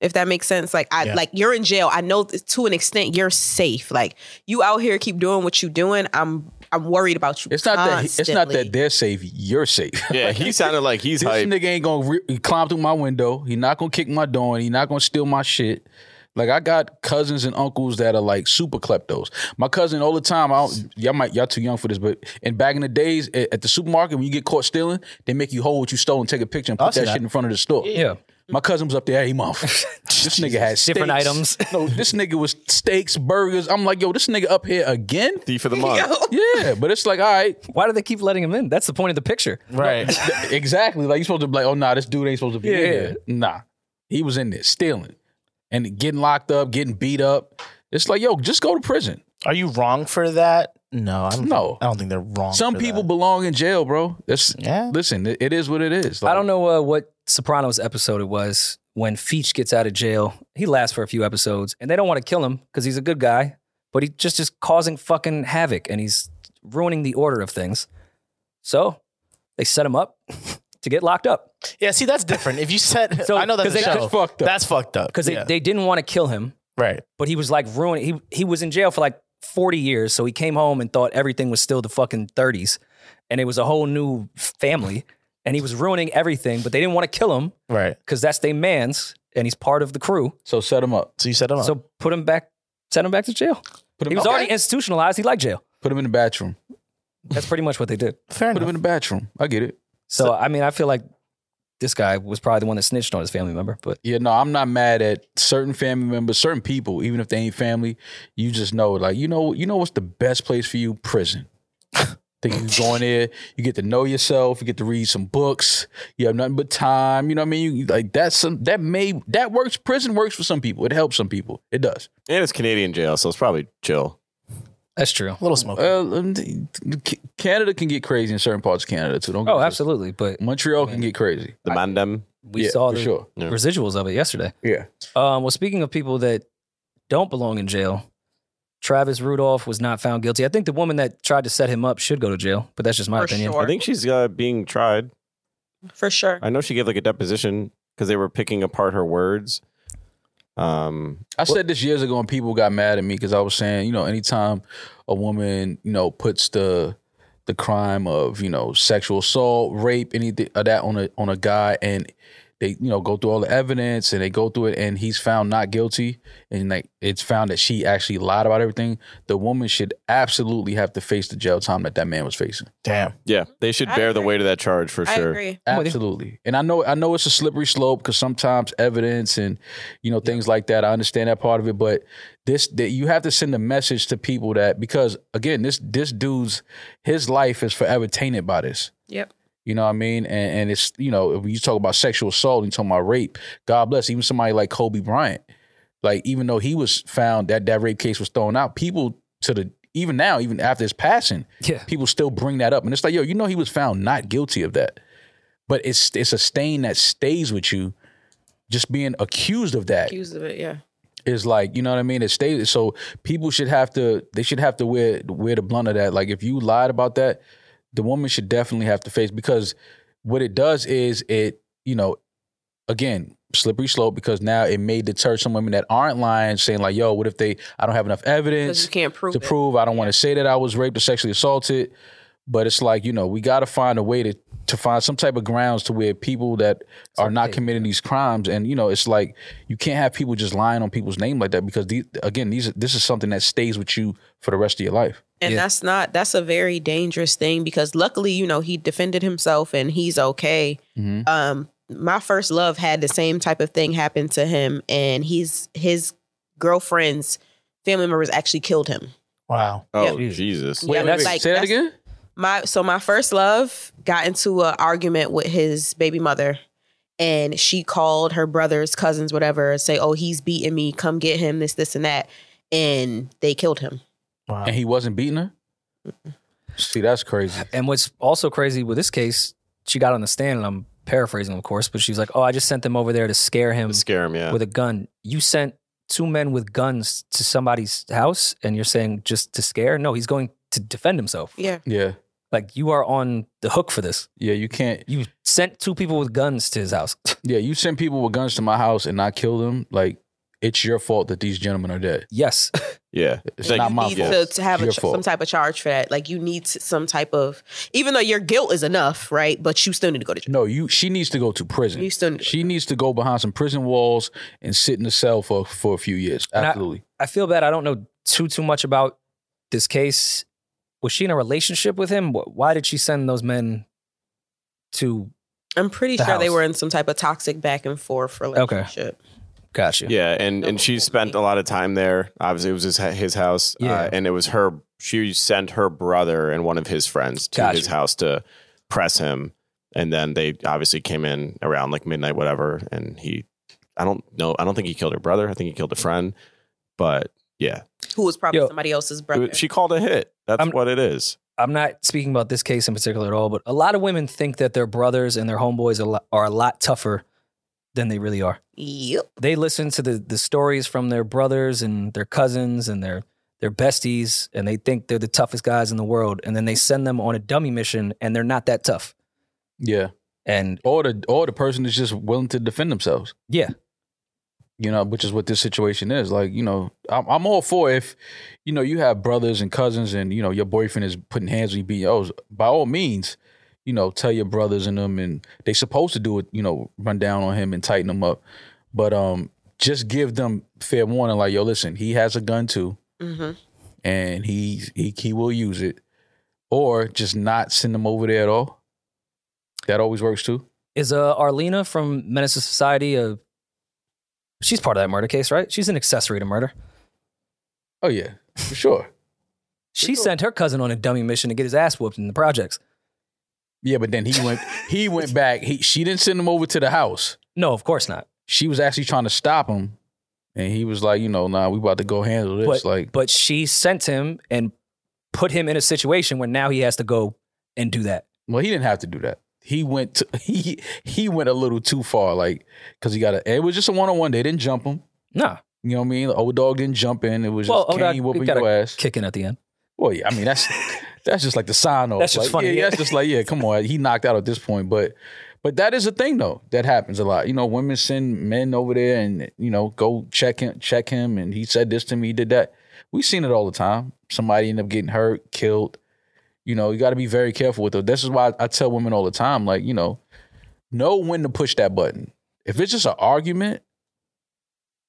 Speaker 3: if that makes sense like i
Speaker 2: Yeah.
Speaker 3: like you're in jail i know th- to an extent you're safe like you out here keep doing what you doing i'm i'm worried about you
Speaker 4: It's not that it's not
Speaker 3: constantly.
Speaker 4: that they're safe. You're safe.
Speaker 5: Yeah, he sounded like he's
Speaker 4: This
Speaker 5: hype.
Speaker 4: nigga ain't gonna re- climb through my window. He not gonna kick my door. And he not gonna steal my shit. Like I got cousins and uncles that are like super kleptos. My cousin all the time. I don't- y'all might y'all too young for this, but and back in the days a- at the supermarket when you get caught stealing, they make you hold what you stole and take a picture and
Speaker 2: I'll
Speaker 4: put
Speaker 2: see
Speaker 4: that,
Speaker 2: that.
Speaker 4: shit in front of the store.
Speaker 1: Yeah.
Speaker 4: My cousin was up there every
Speaker 2: <laughs>
Speaker 4: month. this nigga had steaks.
Speaker 1: Different items.
Speaker 4: <laughs> No, this nigga was steaks, burgers. I'm like, yo, this nigga up here again.
Speaker 5: Thief of
Speaker 3: <laughs>
Speaker 5: the month.
Speaker 4: Yeah, but it's like, all right,
Speaker 1: Why do they keep letting him in? That's the point of the picture.
Speaker 2: right.
Speaker 4: exactly. Like you supposed to be like, oh nah, this dude ain't supposed to be
Speaker 1: Yeah.
Speaker 4: in here. Nah. He was in there stealing. and getting locked up, getting beat up. It's like, yo, just go to prison.
Speaker 2: Are you wrong for that? No, I don't,
Speaker 4: No.
Speaker 2: I don't think they're wrong.
Speaker 4: Some
Speaker 2: for
Speaker 4: people belong in jail, bro. That's
Speaker 2: Yeah.
Speaker 4: Listen, it, it is what it is.
Speaker 1: I don't know uh, what Sopranos episode it was when Feach gets out of jail. He lasts for a few episodes, and they don't want to kill him because he's a good guy, but he just is causing fucking havoc and he's ruining the order of things. So they set him up <laughs> to get locked up
Speaker 2: that. yeah. See, that's different. If you said,
Speaker 1: So-
Speaker 2: I know that's
Speaker 1: 'cause
Speaker 2: a
Speaker 1: they-
Speaker 2: show.
Speaker 4: That's fucked up.
Speaker 2: That's fucked up.
Speaker 1: because they,
Speaker 2: Yeah.
Speaker 1: they didn't want to kill him,
Speaker 2: right.
Speaker 1: but he was like ruining. He he was in jail for like forty years, so he came home and thought everything was still the fucking thirties, and it was a whole new family, and he was ruining everything. But they didn't want to kill him.
Speaker 2: Right.
Speaker 1: because that's they man's and he's part of the crew.
Speaker 4: So set them up.
Speaker 2: So you set them up.
Speaker 1: So put him back, send him back to jail.
Speaker 4: Put him,
Speaker 1: He was
Speaker 4: okay.
Speaker 1: already institutionalized. He liked jail.
Speaker 4: Put him in the bathroom.
Speaker 1: That's pretty much what they did.
Speaker 2: fair
Speaker 4: Put him in the bathroom. I get it.
Speaker 1: So, I mean, I feel like this guy was probably the one that snitched on his family member. But
Speaker 4: Yeah, no, I'm not mad at certain family members, certain people, even if they ain't family. You just know, like you know, you know what's the best place for you? Prison. <laughs> Think you go in there, you get to know yourself, you get to read some books. You have nothing but time. You know what I mean? You, like that's some that may that works. Prison works for some people. It helps some people. It does.
Speaker 5: And it's Canadian jail, so it's probably chill.
Speaker 1: that's true.
Speaker 2: a little smoke.
Speaker 4: Uh, um, t- t- Canada can get crazy in certain parts of Canada too. Don't get
Speaker 1: Oh,
Speaker 4: us-
Speaker 1: absolutely. But
Speaker 4: Montreal can get crazy.
Speaker 5: The mandem.
Speaker 1: we
Speaker 4: Yeah,
Speaker 1: saw
Speaker 4: for
Speaker 1: the
Speaker 4: sure.
Speaker 5: Yeah.
Speaker 1: residuals of it yesterday.
Speaker 4: Yeah.
Speaker 1: Um, well, speaking of people that don't belong in jail, Travis Rudolph was not found guilty. I think the woman that tried to set him up should go to jail, but that's just my
Speaker 3: For
Speaker 1: opinion.
Speaker 3: sure.
Speaker 5: I think she's uh, being tried.
Speaker 3: for sure.
Speaker 5: I know she gave like a deposition because they were picking apart her words. Um,
Speaker 4: I said this years ago, and people got mad at me because I was saying, you know, anytime a woman, you know, puts the the crime of you know sexual assault, rape, anything of that on a on a guy, and they you know go through all the evidence and they go through it, and he's found not guilty, and like it's found that she actually lied about everything. The woman should absolutely have to face the jail time that that man was facing.
Speaker 2: Damn.
Speaker 5: yeah, they should
Speaker 3: I
Speaker 5: bear the
Speaker 3: agree.
Speaker 5: weight of that charge for
Speaker 3: I
Speaker 5: sure.
Speaker 3: agree.
Speaker 1: I'm with you.
Speaker 4: Absolutely. And I know I know it's a slippery slope because sometimes evidence and you know things like that. I understand that part of it, but this that you have to send a message to people that because again, this this dude's his life is forever tainted by this.
Speaker 3: Yep.
Speaker 4: You know what I mean? And and it's you know, when you talk about sexual assault, you talk about rape, God bless, even somebody like Kobe Bryant. Like even though he was found that that rape case was thrown out, people to the even now, even after his passing,
Speaker 1: Yeah.
Speaker 4: people still bring that up, and it's like, yo, you know, he was found not guilty of that, but it's it's a stain that stays with you. Just being accused of that
Speaker 3: Accused of it. Yeah.
Speaker 4: is like, you know what I mean? It stays. So people should have to they should have to wear wear the blunt of that. Like if you lied about that, the woman should definitely have to face because what it does is it, you know, again slippery slope because now it may deter some women that aren't lying saying like yo what if they i don't have enough
Speaker 3: Because
Speaker 4: evidence
Speaker 3: you can't prove
Speaker 4: to
Speaker 3: it.
Speaker 4: prove. I don't want to say that I was raped or sexually assaulted, but it's like you know we got to find a way to to find some type of grounds to where people that are not
Speaker 1: okay.
Speaker 4: committing these crimes, and you know it's like you can't have people just lying on people's name like that because these again these this is something that stays with you for the rest of your life.
Speaker 3: And
Speaker 1: Yeah.
Speaker 3: that's not that's a very dangerous thing because luckily, you know, he defended himself and he's okay.
Speaker 4: Mhm.
Speaker 3: Um my first love had the same type of thing happen to him and he's his girlfriend's family members actually killed him.
Speaker 2: Wow.
Speaker 5: Oh
Speaker 1: Yeah.
Speaker 5: Jesus!
Speaker 3: Yeah, that's like-
Speaker 4: say that
Speaker 3: that's-
Speaker 4: again.
Speaker 3: my so my first love got into an argument with his baby mother and she called her brothers cousins whatever and say oh he's beating me come get him this this and that and they killed him
Speaker 2: Wow.
Speaker 4: And he wasn't beating her. See, that's crazy.
Speaker 1: And what's also crazy with this case, she got on the stand, and I'm paraphrasing, of course, but she's like, "Oh, I just sent them over there to scare him
Speaker 5: To scare him, yeah.
Speaker 1: with a gun. You sent two men with guns to somebody's house, and you're saying just to scare? No, he's going to defend himself.
Speaker 3: yeah
Speaker 4: Yeah,
Speaker 1: Like you are on the hook for this.
Speaker 4: yeah. You can't.
Speaker 1: You sent two people with guns to his house. <laughs>
Speaker 4: Yeah, you send people with guns to my house and I kill them. Like it's your fault that these gentlemen are dead.
Speaker 1: yes,
Speaker 5: yeah,
Speaker 4: It's
Speaker 5: Like,
Speaker 4: not
Speaker 3: you
Speaker 4: my
Speaker 3: need
Speaker 4: fault.
Speaker 3: to, to have a,
Speaker 4: Your
Speaker 3: ch-
Speaker 4: fault.
Speaker 3: some type of charge for that like you need s- some type of even though your guilt is enough right but you still need to go to jail
Speaker 4: No, you. She needs to go to prison.
Speaker 3: you still need to
Speaker 4: Mm-hmm. She needs to go behind some prison walls and sit in a cell for for a few years.
Speaker 1: And I-
Speaker 4: Absolutely.
Speaker 1: I feel bad. I don't know too too much about this case. Was she in a relationship with him? Wh- Why did she send those men to?
Speaker 3: i'm pretty
Speaker 1: The
Speaker 3: sure they
Speaker 1: house.
Speaker 3: were in some type of toxic back and forth
Speaker 1: Okay.
Speaker 3: relationship
Speaker 1: Gotcha.
Speaker 5: yeah. And and she spent a lot of time there. Obviously, it was his his house,
Speaker 1: Yeah.
Speaker 5: uh, and it was her. She sent her brother and one of his friends to
Speaker 1: Gotcha.
Speaker 5: his house to press him, and then they obviously came in around like midnight, whatever, and he I don't know. I don't think he killed her brother. I think he killed a friend. But yeah,
Speaker 3: Who was probably somebody else's
Speaker 5: It
Speaker 3: brother?
Speaker 5: was- uh, she called a hit. That's what it is.
Speaker 1: I'm not speaking about this case in particular at all, but a lot of women think that their brothers and their homeboys are, a lot- are a lot tougher than they really are.
Speaker 3: Yep.
Speaker 1: They listen to the the stories from their brothers and their cousins and their their besties, and they think they're the toughest guys in the world. And then they send them on a dummy mission, and they're not that tough.
Speaker 4: Yeah.
Speaker 1: And
Speaker 4: or the or the person is just willing to defend themselves.
Speaker 1: Yeah.
Speaker 4: You know, which is what this situation is. Like, you know, I'm, I'm all for if, you know, you have brothers and cousins and, you know, your boyfriend is putting hands on you, beating oh, by all means, you know, tell your brothers and them and they supposed to do it, you know, run down on him and tighten him up. But um just give them fair warning, like, yo, listen, he has a gun too
Speaker 3: Mm-hmm.
Speaker 4: and he he he will use it, or just not send them over there at all. That always works too.
Speaker 1: Is uh, Arlena from Menace to Society a? She's part of that murder case, right? She's an accessory to murder.
Speaker 4: Oh yeah, for sure.
Speaker 1: She sent her cousin on a dummy mission to get his ass whooped in the projects.
Speaker 4: Yeah, but then he went he went back. He she didn't send him over to the house.
Speaker 1: No, of course not.
Speaker 4: She was actually trying to stop him, and he was like, you know, nah, we about to go handle this.
Speaker 1: But
Speaker 4: like,
Speaker 1: but she sent him and put him in a situation where now he has to go and do that.
Speaker 4: well, he didn't have to do that. He went to, <laughs> he he went a little too far, like because he got a. It was just a one on one. They didn't jump him.
Speaker 1: Nah.
Speaker 4: You know what I mean? Old dog didn't jump in. It was
Speaker 1: Well, oh,
Speaker 4: just
Speaker 1: Old
Speaker 4: Kane
Speaker 1: Dog
Speaker 4: whooping
Speaker 1: got
Speaker 4: your
Speaker 1: a
Speaker 4: ass.
Speaker 1: Kicking at the end.
Speaker 4: Well, yeah, I mean that's that's just like the sign off.
Speaker 1: That's just
Speaker 4: Like,
Speaker 1: funny,
Speaker 4: Yeah,
Speaker 1: yeah.
Speaker 4: that's just like yeah, come on, he knocked out at this point, but but that is a thing though that happens a lot. You know, women send men over there and you know go check him, check him, and he said this to me, he did that. We've seen it all the time. Somebody end up getting hurt, killed. You know, you got to be very careful with it. This is why I tell women all the time, like you know, know when to push that button. If it's just an argument,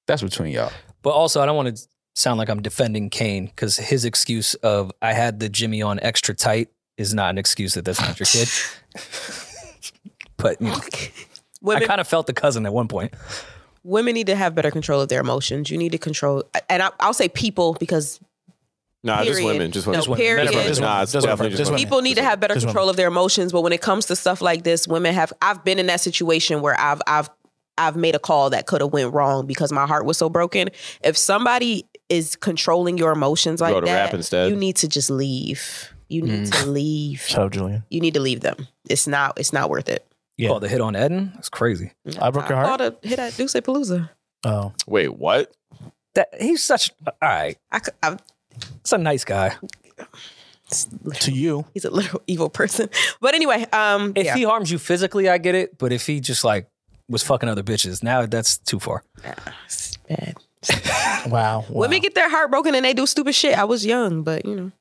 Speaker 4: that's between y'all.
Speaker 1: But also, I don't want to sound like I'm defending Kane because his excuse of I had the Jimmy on extra tight is not an excuse that that's not your
Speaker 4: <laughs>
Speaker 1: kid. but you know, Hmm. I
Speaker 3: <laughs> Women-
Speaker 1: kind of felt the cousin at one point.
Speaker 3: Women need to have better control of their emotions. You need to control, and I, I'll say people because
Speaker 5: Nah, just
Speaker 3: Period.
Speaker 5: women. Just women.
Speaker 3: No, period.
Speaker 5: Just women.
Speaker 3: Just
Speaker 5: Nah,
Speaker 3: women.
Speaker 5: it's
Speaker 2: Just women.
Speaker 5: definitely just
Speaker 2: Just
Speaker 5: women.
Speaker 2: women.
Speaker 3: people need to have better
Speaker 2: Just
Speaker 3: control of their emotions. But when it comes to stuff like this, women have. I've been in that situation where I've I've I've made a call that could have went wrong because my heart was so broken. If somebody is controlling your emotions
Speaker 5: Go
Speaker 3: like
Speaker 5: to
Speaker 3: that,
Speaker 5: rap instead.
Speaker 3: you need to just leave. You need
Speaker 2: Mm.
Speaker 3: to leave.
Speaker 2: Shut up, Julian.
Speaker 3: You need to leave them. It's not. It's not worth it.
Speaker 1: Yeah.
Speaker 2: Yeah.
Speaker 1: Called the hit on Eden. That's crazy.
Speaker 2: I broke your heart.
Speaker 3: I ought to hit at Deuce Palooza.
Speaker 2: Oh,
Speaker 5: Wait, what?
Speaker 1: That he's such. All right,
Speaker 3: I, cou- I'm,
Speaker 1: it's a nice guy.
Speaker 2: to you.
Speaker 3: he's a little evil person. <laughs> But anyway, um,
Speaker 1: If
Speaker 3: yeah.
Speaker 1: he harms you physically, I get it. But if he just like was fucking other bitches, now that's too far.
Speaker 3: It's bad.
Speaker 2: Wow.
Speaker 3: Women get their heart broken and they do stupid shit. I was young, but you know,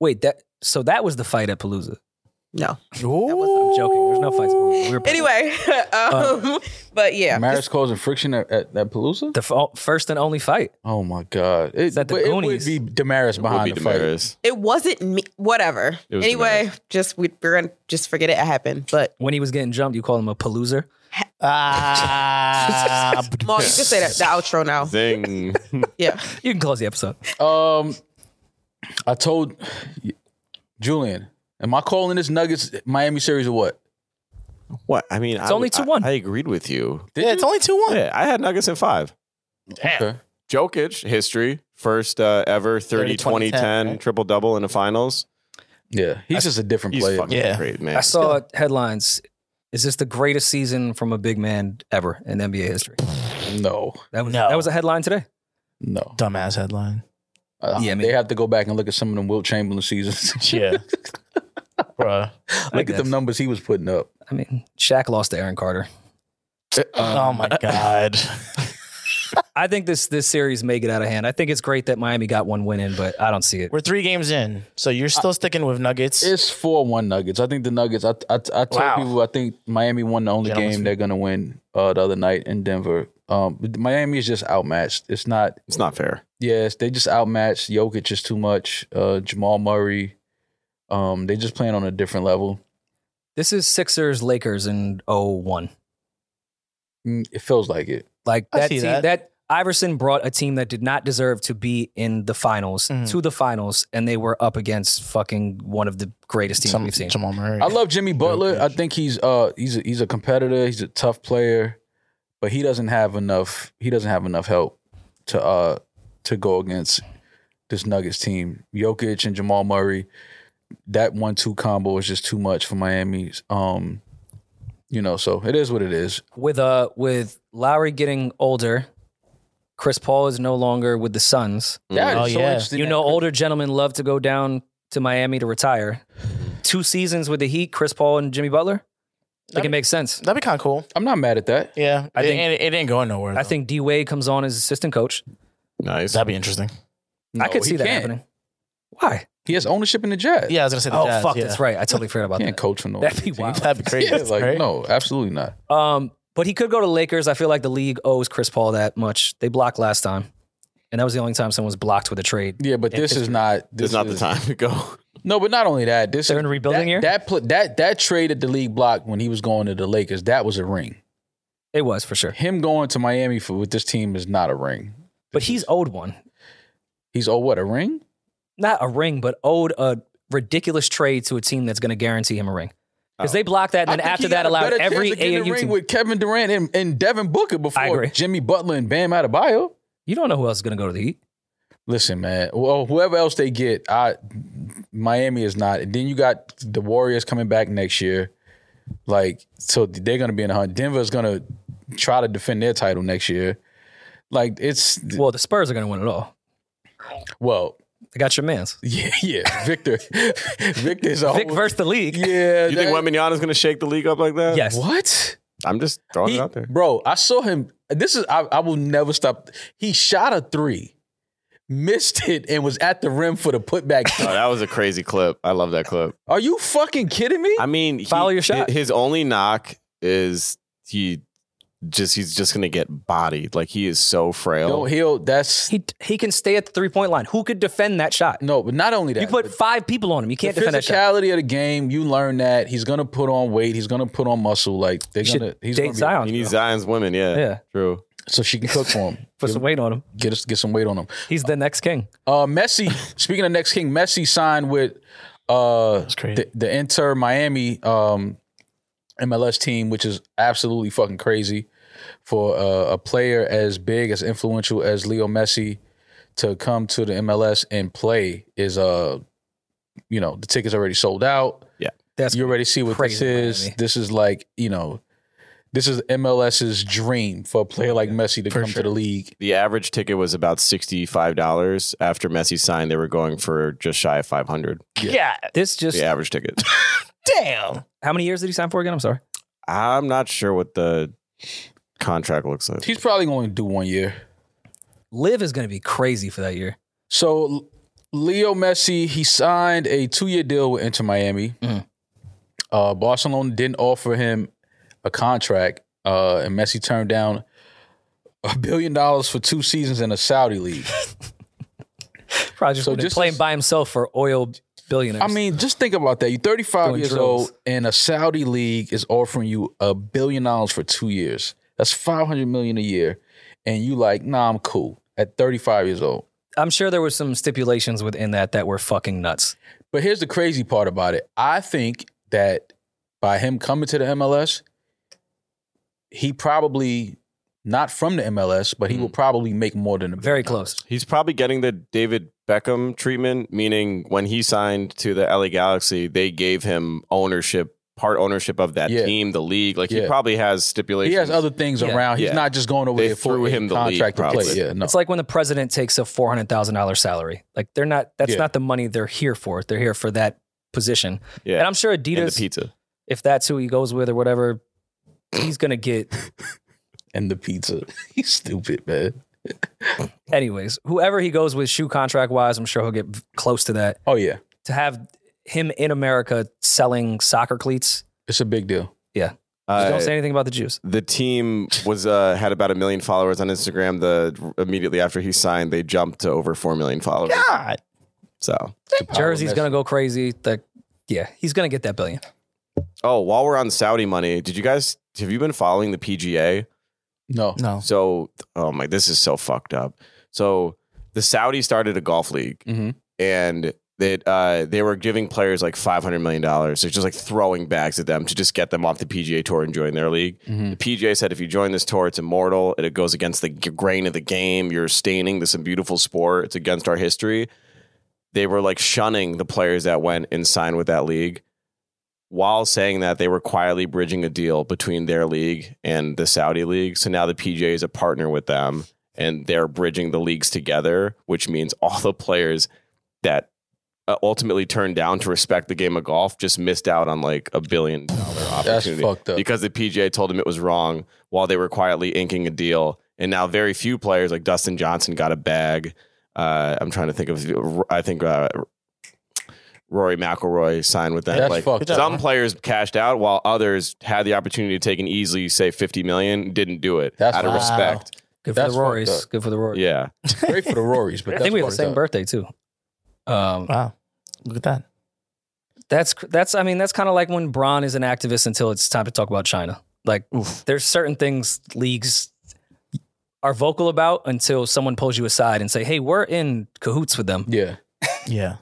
Speaker 1: Wait, that so that was the fight at Palooza.
Speaker 3: no.
Speaker 2: <laughs>
Speaker 1: I'm joking. Uh, There's no fights. going on. We were playing.
Speaker 3: Anyway, <laughs> um, but yeah,
Speaker 4: Marriage causing friction at, at, at Palooza.
Speaker 1: the fo- first and only fight.
Speaker 4: Oh my God! It,
Speaker 1: that the
Speaker 4: but it would
Speaker 1: Goonies?
Speaker 4: be Damaris
Speaker 5: Would
Speaker 4: behind
Speaker 5: be
Speaker 4: the fight.
Speaker 5: Damaris.
Speaker 3: it wasn't me. Whatever.
Speaker 5: It was
Speaker 3: anyway,
Speaker 5: Damaris.
Speaker 3: just we, we're gonna just forget it happened.
Speaker 1: <laughs>
Speaker 3: But
Speaker 1: When he was getting jumped, you called him a paloozer.
Speaker 2: Ah.
Speaker 3: Maul, you can say that the outro
Speaker 5: <laughs>
Speaker 3: now. <laughs>
Speaker 5: Zing.
Speaker 3: Yeah,
Speaker 1: You can close the episode.
Speaker 4: Um, I told Julian, am I calling this Nuggets Miami series or what?
Speaker 5: what? I mean, it's I,
Speaker 1: only
Speaker 5: I-
Speaker 1: 2-1.
Speaker 5: I, agreed with you.
Speaker 2: Yeah, it's only two one.
Speaker 5: Yeah, I had Nuggets in five.
Speaker 4: Okay.
Speaker 5: Jokic, history, first uh, ever 30, 20, 10,
Speaker 2: right?
Speaker 5: triple double in the finals.
Speaker 4: Yeah, he's just a different
Speaker 5: He's
Speaker 4: player.
Speaker 5: fucking
Speaker 2: Yeah.
Speaker 5: great,
Speaker 1: I
Speaker 5: man.
Speaker 1: saw headlines. Is this the greatest season from a big man ever in NBA history?
Speaker 4: No,
Speaker 1: That was
Speaker 2: No.
Speaker 1: that was a headline today.
Speaker 4: no.
Speaker 2: Dumbass headline.
Speaker 4: Uh,
Speaker 1: Yeah, I mean-
Speaker 4: they have to go back and look at some of them Wilt Chamberlain seasons.
Speaker 2: <laughs>
Speaker 4: <laughs>
Speaker 2: Yeah. Bruh.
Speaker 4: look at
Speaker 1: guess.
Speaker 4: them numbers he was putting up.
Speaker 1: I mean, Shaq lost to Aaron Carter.
Speaker 2: oh
Speaker 1: Um,
Speaker 2: my god.
Speaker 1: I think this this series may get out of hand. I think it's great that Miami got one win in, but I don't see it.
Speaker 2: We're three games in, so you're still sticking with Nuggets.
Speaker 4: It's four one Nuggets. I think the Nuggets. I I, I told
Speaker 2: Wow.
Speaker 4: people I think Miami won the only
Speaker 2: Gentlemen's
Speaker 4: game they're gonna win uh, the other night in Denver. Um, but Miami is just outmatched. It's not.
Speaker 5: It's not fair.
Speaker 4: Yes, they just outmatched Jokic is too much. Uh, Jamal Murray, um, they just playing on a different level.
Speaker 1: This is Sixers Lakers in 01.
Speaker 4: Mm, It feels like it.
Speaker 1: Like
Speaker 2: I
Speaker 1: that
Speaker 2: see
Speaker 1: team that.
Speaker 2: that.
Speaker 1: Iverson brought a team that did not deserve to be in the finals
Speaker 2: Mhm.
Speaker 1: to the finals, and they were up against fucking one of the greatest teams we've seen.
Speaker 2: Jamal Murray.
Speaker 4: I love Jimmy Butler. I
Speaker 2: Jokic.
Speaker 4: think he's uh he's a, he's a competitor. He's a tough player. but he doesn't have enough. He doesn't have enough help to uh to go against this Nuggets team. Jokic and Jamal Murray, that one-two combo is just too much for Miami. Um, you know, so it is what it is.
Speaker 1: with uh with Lowry getting older, Chris Paul is no longer with the Suns.
Speaker 4: That is Oh, so yeah. interesting
Speaker 1: Mm. You know, older gentlemen love to go down to Miami to retire. Two seasons with the Heat, Chris Paul and Jimmy Butler. Like it makes sense.
Speaker 2: That'd be kind of cool.
Speaker 4: I'm not mad at that.
Speaker 2: Yeah,
Speaker 1: I
Speaker 2: I
Speaker 1: think-
Speaker 2: think it, it ain't going nowhere.
Speaker 1: I think D Wade comes on as assistant coach.
Speaker 5: Nice.
Speaker 2: that'd be interesting.
Speaker 1: I could
Speaker 4: he
Speaker 1: see that
Speaker 4: can't.
Speaker 1: happening. Why?
Speaker 4: He has ownership in the Jazz.
Speaker 2: Yeah, I was gonna say. The
Speaker 1: oh
Speaker 2: Jazz,
Speaker 1: fuck,
Speaker 2: yeah.
Speaker 1: that's right. I totally forgot about
Speaker 4: He can't
Speaker 1: that.
Speaker 4: coach for no.
Speaker 1: That'd be wild.
Speaker 2: That'd
Speaker 1: <laughs>
Speaker 2: be crazy.
Speaker 4: <laughs> Yeah, like
Speaker 2: right?
Speaker 4: no, absolutely not.
Speaker 1: Um, but he could go to Lakers. I feel like the league owes Chris Paul that much. They blocked last time, and that was the only time someone was blocked with a trade.
Speaker 4: Yeah, but this is not. This
Speaker 5: This is not the
Speaker 4: is-
Speaker 5: time to go.
Speaker 4: No, but not only that, this
Speaker 1: They're
Speaker 4: is-
Speaker 1: in rebuilding
Speaker 4: that,
Speaker 1: year?
Speaker 4: That pl- that that trade at the league block when he was going to the Lakers, that was a ring.
Speaker 1: It was for sure.
Speaker 4: Him going to Miami for with this team is not a ring.
Speaker 1: But he's owed one,
Speaker 4: He's oh what a ring?
Speaker 1: not a ring, but owed a ridiculous trade to a team that's going to guarantee him a ring because they blocked that,
Speaker 4: Oh. I
Speaker 1: and then
Speaker 4: think
Speaker 1: after
Speaker 4: he
Speaker 1: that
Speaker 4: got a
Speaker 1: allowed
Speaker 4: better chance
Speaker 1: every
Speaker 4: of getting a
Speaker 1: AAU
Speaker 4: ring
Speaker 1: team.
Speaker 4: with Kevin Durant and, and Devin Booker before
Speaker 1: agree.
Speaker 4: Jimmy Butler and Bam Adebayo.
Speaker 1: you don't know who else is going to go to the Heat.
Speaker 4: Listen, man. Well, whoever else they get, I Miami is not. Then you got the Warriors coming back next year. Like, so they're going to be in a hunt. Denver's going to try to defend their title next year. Like, it's
Speaker 1: Well, the Spurs are going to win it all.
Speaker 4: well, <laughs>
Speaker 1: They got your man's.
Speaker 4: yeah, yeah. Victor, <laughs> Victor's all.
Speaker 1: Vic versus the league.
Speaker 4: Oh. yeah.
Speaker 5: You think
Speaker 4: that-
Speaker 5: Wembanyama is going to shake the league up like that?
Speaker 1: Yes.
Speaker 4: what?
Speaker 5: I'm just throwing
Speaker 4: He-
Speaker 5: it out there.
Speaker 4: Bro, I saw him. This is I, I will never stop. He shot a three, missed it, and was at the rim for the putback.
Speaker 5: <laughs> Oh, that was a crazy clip. I love that clip.
Speaker 4: Are you fucking kidding me?
Speaker 5: I mean, he-
Speaker 1: Follow your shot.
Speaker 5: hi- His only knock is he just he's just going to get bodied. Like he is so frail.
Speaker 4: Don't heal. That's
Speaker 1: He he can stay at the three point line. Who could defend that shot?
Speaker 4: no, but not only that.
Speaker 1: You put
Speaker 4: but
Speaker 1: five people on him. You can't
Speaker 4: the
Speaker 1: defend that shot.
Speaker 4: physicality of the game. You learn that he's gonna put on weight. He's gonna put on muscle. Like they're
Speaker 1: You should
Speaker 4: gonna. He's
Speaker 1: date
Speaker 4: gonna be-
Speaker 1: Zion.
Speaker 5: he needs
Speaker 1: bro.
Speaker 5: Zion's women. Yeah,
Speaker 1: Yeah.
Speaker 5: true.
Speaker 4: <laughs> so she can cook
Speaker 1: <laughs>
Speaker 4: for him.
Speaker 1: Put some weight on him.
Speaker 4: Get us get some weight on him.
Speaker 1: He's the next king. <laughs>
Speaker 4: Uh, Messi. speaking of next king, Messi signed with uh
Speaker 2: crazy.
Speaker 4: the, the Inter Miami um MLS team, which is absolutely fucking crazy for uh, a player as big as influential as Leo Messi to come to the MLS and play is uh you know the tickets already sold out.
Speaker 1: That's
Speaker 4: you already see what this
Speaker 1: crazy,
Speaker 4: is.
Speaker 1: Miami.
Speaker 4: This is like you know. This is MLS's dream for a player like Messi to
Speaker 2: For
Speaker 4: come
Speaker 2: sure.
Speaker 4: to the league.
Speaker 5: The average ticket was about sixty five dollars. After Messi signed, they were going for just shy of five hundred.
Speaker 2: Yeah.
Speaker 1: this just
Speaker 5: The average ticket.
Speaker 2: Damn.
Speaker 1: how many years did he sign for again? I'm sorry.
Speaker 5: I'm not sure what the contract looks like.
Speaker 4: He's probably going to do one year.
Speaker 1: Live is going to be crazy for that year.
Speaker 4: So Leo Messi, he signed a two-year deal with Inter Miami.
Speaker 1: Mhm.
Speaker 4: Uh, Barcelona didn't offer him a contract, uh, and Messi turned down a billion dollars for two seasons in a Saudi league.
Speaker 1: Probably just,
Speaker 4: So
Speaker 1: would've
Speaker 4: just
Speaker 1: playing
Speaker 4: as-
Speaker 1: by himself for oil billionaires.
Speaker 4: I mean, just think about that. You're 35
Speaker 1: Doing
Speaker 4: years
Speaker 1: drills.
Speaker 4: old, and a Saudi league is offering you a billion dollars for two years. That's 500 million a year, and you like, nah, I'm cool. At 35 years old.
Speaker 1: I'm sure there was some stipulations within that that were fucking nuts.
Speaker 4: But here's the crazy part about it. I think that by him coming to the MLS, he probably not from the MLS, but he
Speaker 5: Mm.
Speaker 4: will probably make more than a
Speaker 1: Very close.
Speaker 5: He's probably getting the David Beckham treatment, meaning when he signed to the LA Galaxy, they gave him ownership, part ownership of that
Speaker 4: Yeah.
Speaker 5: team, the league. Like he
Speaker 4: Yeah.
Speaker 5: probably has
Speaker 4: He
Speaker 5: stipulations.
Speaker 4: has other things
Speaker 1: Yeah.
Speaker 4: around. He's
Speaker 5: Yeah.
Speaker 4: not just going over
Speaker 5: They
Speaker 4: there for
Speaker 5: threw
Speaker 4: a
Speaker 5: him the league,
Speaker 4: contract to play.
Speaker 5: probably.
Speaker 4: Yeah, no.
Speaker 1: It's like when the president takes a four hundred thousand dollars salary. Like they're not. That's
Speaker 4: Yeah.
Speaker 1: not the money they're here for. They're here for that position.
Speaker 5: yeah,
Speaker 1: And I'm sure
Speaker 5: and the
Speaker 1: Adidas,
Speaker 5: pizza.
Speaker 1: if that's who he goes with or whatever, he's gonna get.
Speaker 4: and the pizza. <laughs> He's stupid, man.
Speaker 1: Anyways, whoever he goes with, shoe contract wise, I'm sure he'll get v- close to that.
Speaker 4: Oh yeah,
Speaker 1: To have him in America selling soccer cleats.
Speaker 4: it's a big deal.
Speaker 1: Just
Speaker 5: Uh,
Speaker 1: don't say anything about the Jews.
Speaker 5: the team was uh, had about a million followers on Instagram. The immediately after he signed, they jumped to over four million followers.
Speaker 2: God.
Speaker 5: So,
Speaker 4: It's the power
Speaker 1: Jersey's
Speaker 4: of
Speaker 1: gonna
Speaker 4: Messi.
Speaker 1: go crazy. Like, yeah, he's gonna get that billion.
Speaker 5: oh, while we're on Saudi money, did you guys have you been following the PGA?
Speaker 4: No,
Speaker 2: No.
Speaker 5: So, oh my, this is so fucked up. So, the Saudi started a golf league.
Speaker 4: Mhm.
Speaker 5: and that uh, they were giving players like five hundred million dollars. They're just like throwing bags at them to just get them off the PGA tour and join their league.
Speaker 4: Mhm.
Speaker 1: Mm-hmm.
Speaker 5: The PGA said if you join this tour, it's immortal. It, it goes against the g- grain of the game. You're staining this beautiful sport. It's against our history. They were like shunning the players that went and signed with that league. While saying that, they were quietly bridging a deal between their league and the Saudi league. So now the PGA is a partner with them, and they're bridging the leagues together, which means <laughs> all the players that uh, ultimately turned down to respect the game of golf just missed out on like a billion dollar opportunity
Speaker 4: fucked up.
Speaker 5: because the PGA told them it was wrong while they were quietly inking a deal. And now very few players like Dustin Johnson got a bag. Uh, I'm trying to think of I think uh, Rory McIlroy signed with them.
Speaker 4: That's
Speaker 5: like
Speaker 4: fucked up.
Speaker 5: some players cashed out while others had the opportunity to take an easily say 50 million, didn't do it
Speaker 4: That's
Speaker 5: out of
Speaker 4: wow.
Speaker 5: respect.
Speaker 1: Good for
Speaker 4: That's
Speaker 1: the Rorys.
Speaker 4: fucked
Speaker 1: Good for the Rorys.
Speaker 5: Yeah,
Speaker 4: Great for the Rorys, but
Speaker 1: I think we had the
Speaker 4: fucked
Speaker 1: same
Speaker 4: up.
Speaker 1: birthday too. Um,
Speaker 2: Wow. Look at that.
Speaker 1: that's cr- that's. I mean, that's kind of like when Braun is an activist until it's time to talk about China. Like, there's certain things leagues are vocal about until someone pulls you aside and say, "Hey, we're in cahoots with them."
Speaker 4: Yeah,
Speaker 2: Yeah.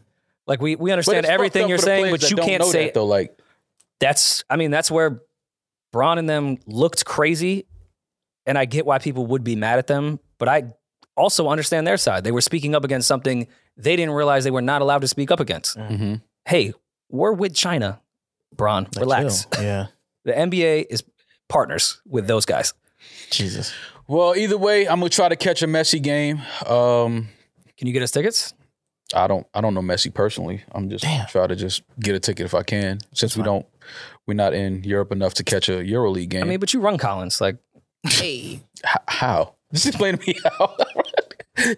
Speaker 1: Like, we we
Speaker 4: But
Speaker 1: understand
Speaker 4: it's fucked up
Speaker 1: everything you're
Speaker 4: for the
Speaker 1: saying,
Speaker 4: players
Speaker 1: but
Speaker 4: that
Speaker 1: you
Speaker 4: don't
Speaker 1: can't
Speaker 4: know
Speaker 1: say
Speaker 4: that, though. Like,
Speaker 1: that's I mean, that's where Braun and them looked crazy. And I get why people would be mad at them, but I also understand their side. They were speaking up against something they didn't realize they were not allowed to speak up against.
Speaker 4: mhm.
Speaker 1: Hey, we're with China, Braun.
Speaker 2: Like,
Speaker 1: Relax. <laughs>
Speaker 2: chill. Yeah.
Speaker 1: The NBA is partners with those guys.
Speaker 2: Jesus.
Speaker 4: well, either way, I'm gonna try to catch a messy game. Um,
Speaker 1: Can you get us tickets?
Speaker 4: I don't I don't know Messi personally. I'm just
Speaker 2: Damn.
Speaker 4: try to just get a ticket if I can. Since we don't we're not in Europe enough to catch a EuroLeague game.
Speaker 1: I mean, but you run Collins. Like, <laughs>
Speaker 3: Hey,
Speaker 4: H- how? <laughs> Just explain to me how. <laughs>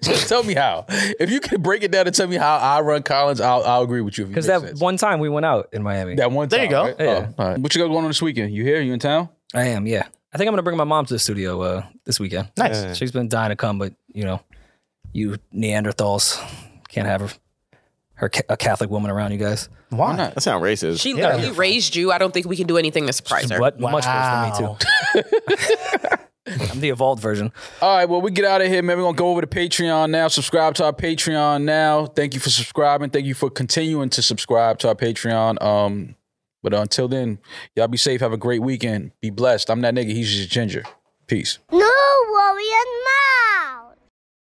Speaker 4: just tell me how. If you can break it down and tell me how I run Collins, I'll I'll agree with you. if it
Speaker 1: because
Speaker 4: makes
Speaker 1: that
Speaker 4: sense.
Speaker 1: one time we went out in Miami.
Speaker 4: that one
Speaker 2: There you
Speaker 4: time,
Speaker 2: go.
Speaker 4: right?
Speaker 1: Yeah.
Speaker 4: Oh, all right. What you got going on this weekend? You here? You in town?
Speaker 1: I am, yeah. I think I'm gonna bring my mom to the studio uh, this weekend.
Speaker 2: Nice.
Speaker 5: Yeah.
Speaker 1: She's been dying to come, but you know, you Neanderthals can't have her, her ca- a Catholic woman around you guys.
Speaker 2: Why?
Speaker 4: not?
Speaker 5: that's not racist.
Speaker 3: she
Speaker 2: Yeah.
Speaker 3: literally raised you. I don't think we can do anything to surprise her.
Speaker 1: But much worse for me
Speaker 2: Wow.
Speaker 1: too. <laughs> I'm the evolved version.
Speaker 4: All right, well, we get out of here, man. We're going to go over to Patreon now. Subscribe to our Patreon now. Thank you for subscribing. Thank you for continuing to subscribe to our Patreon. Um, But until then, y'all be safe. Have a great weekend. Be blessed. I'm that nigga. He's just Ginger. Peace.
Speaker 6: No worry and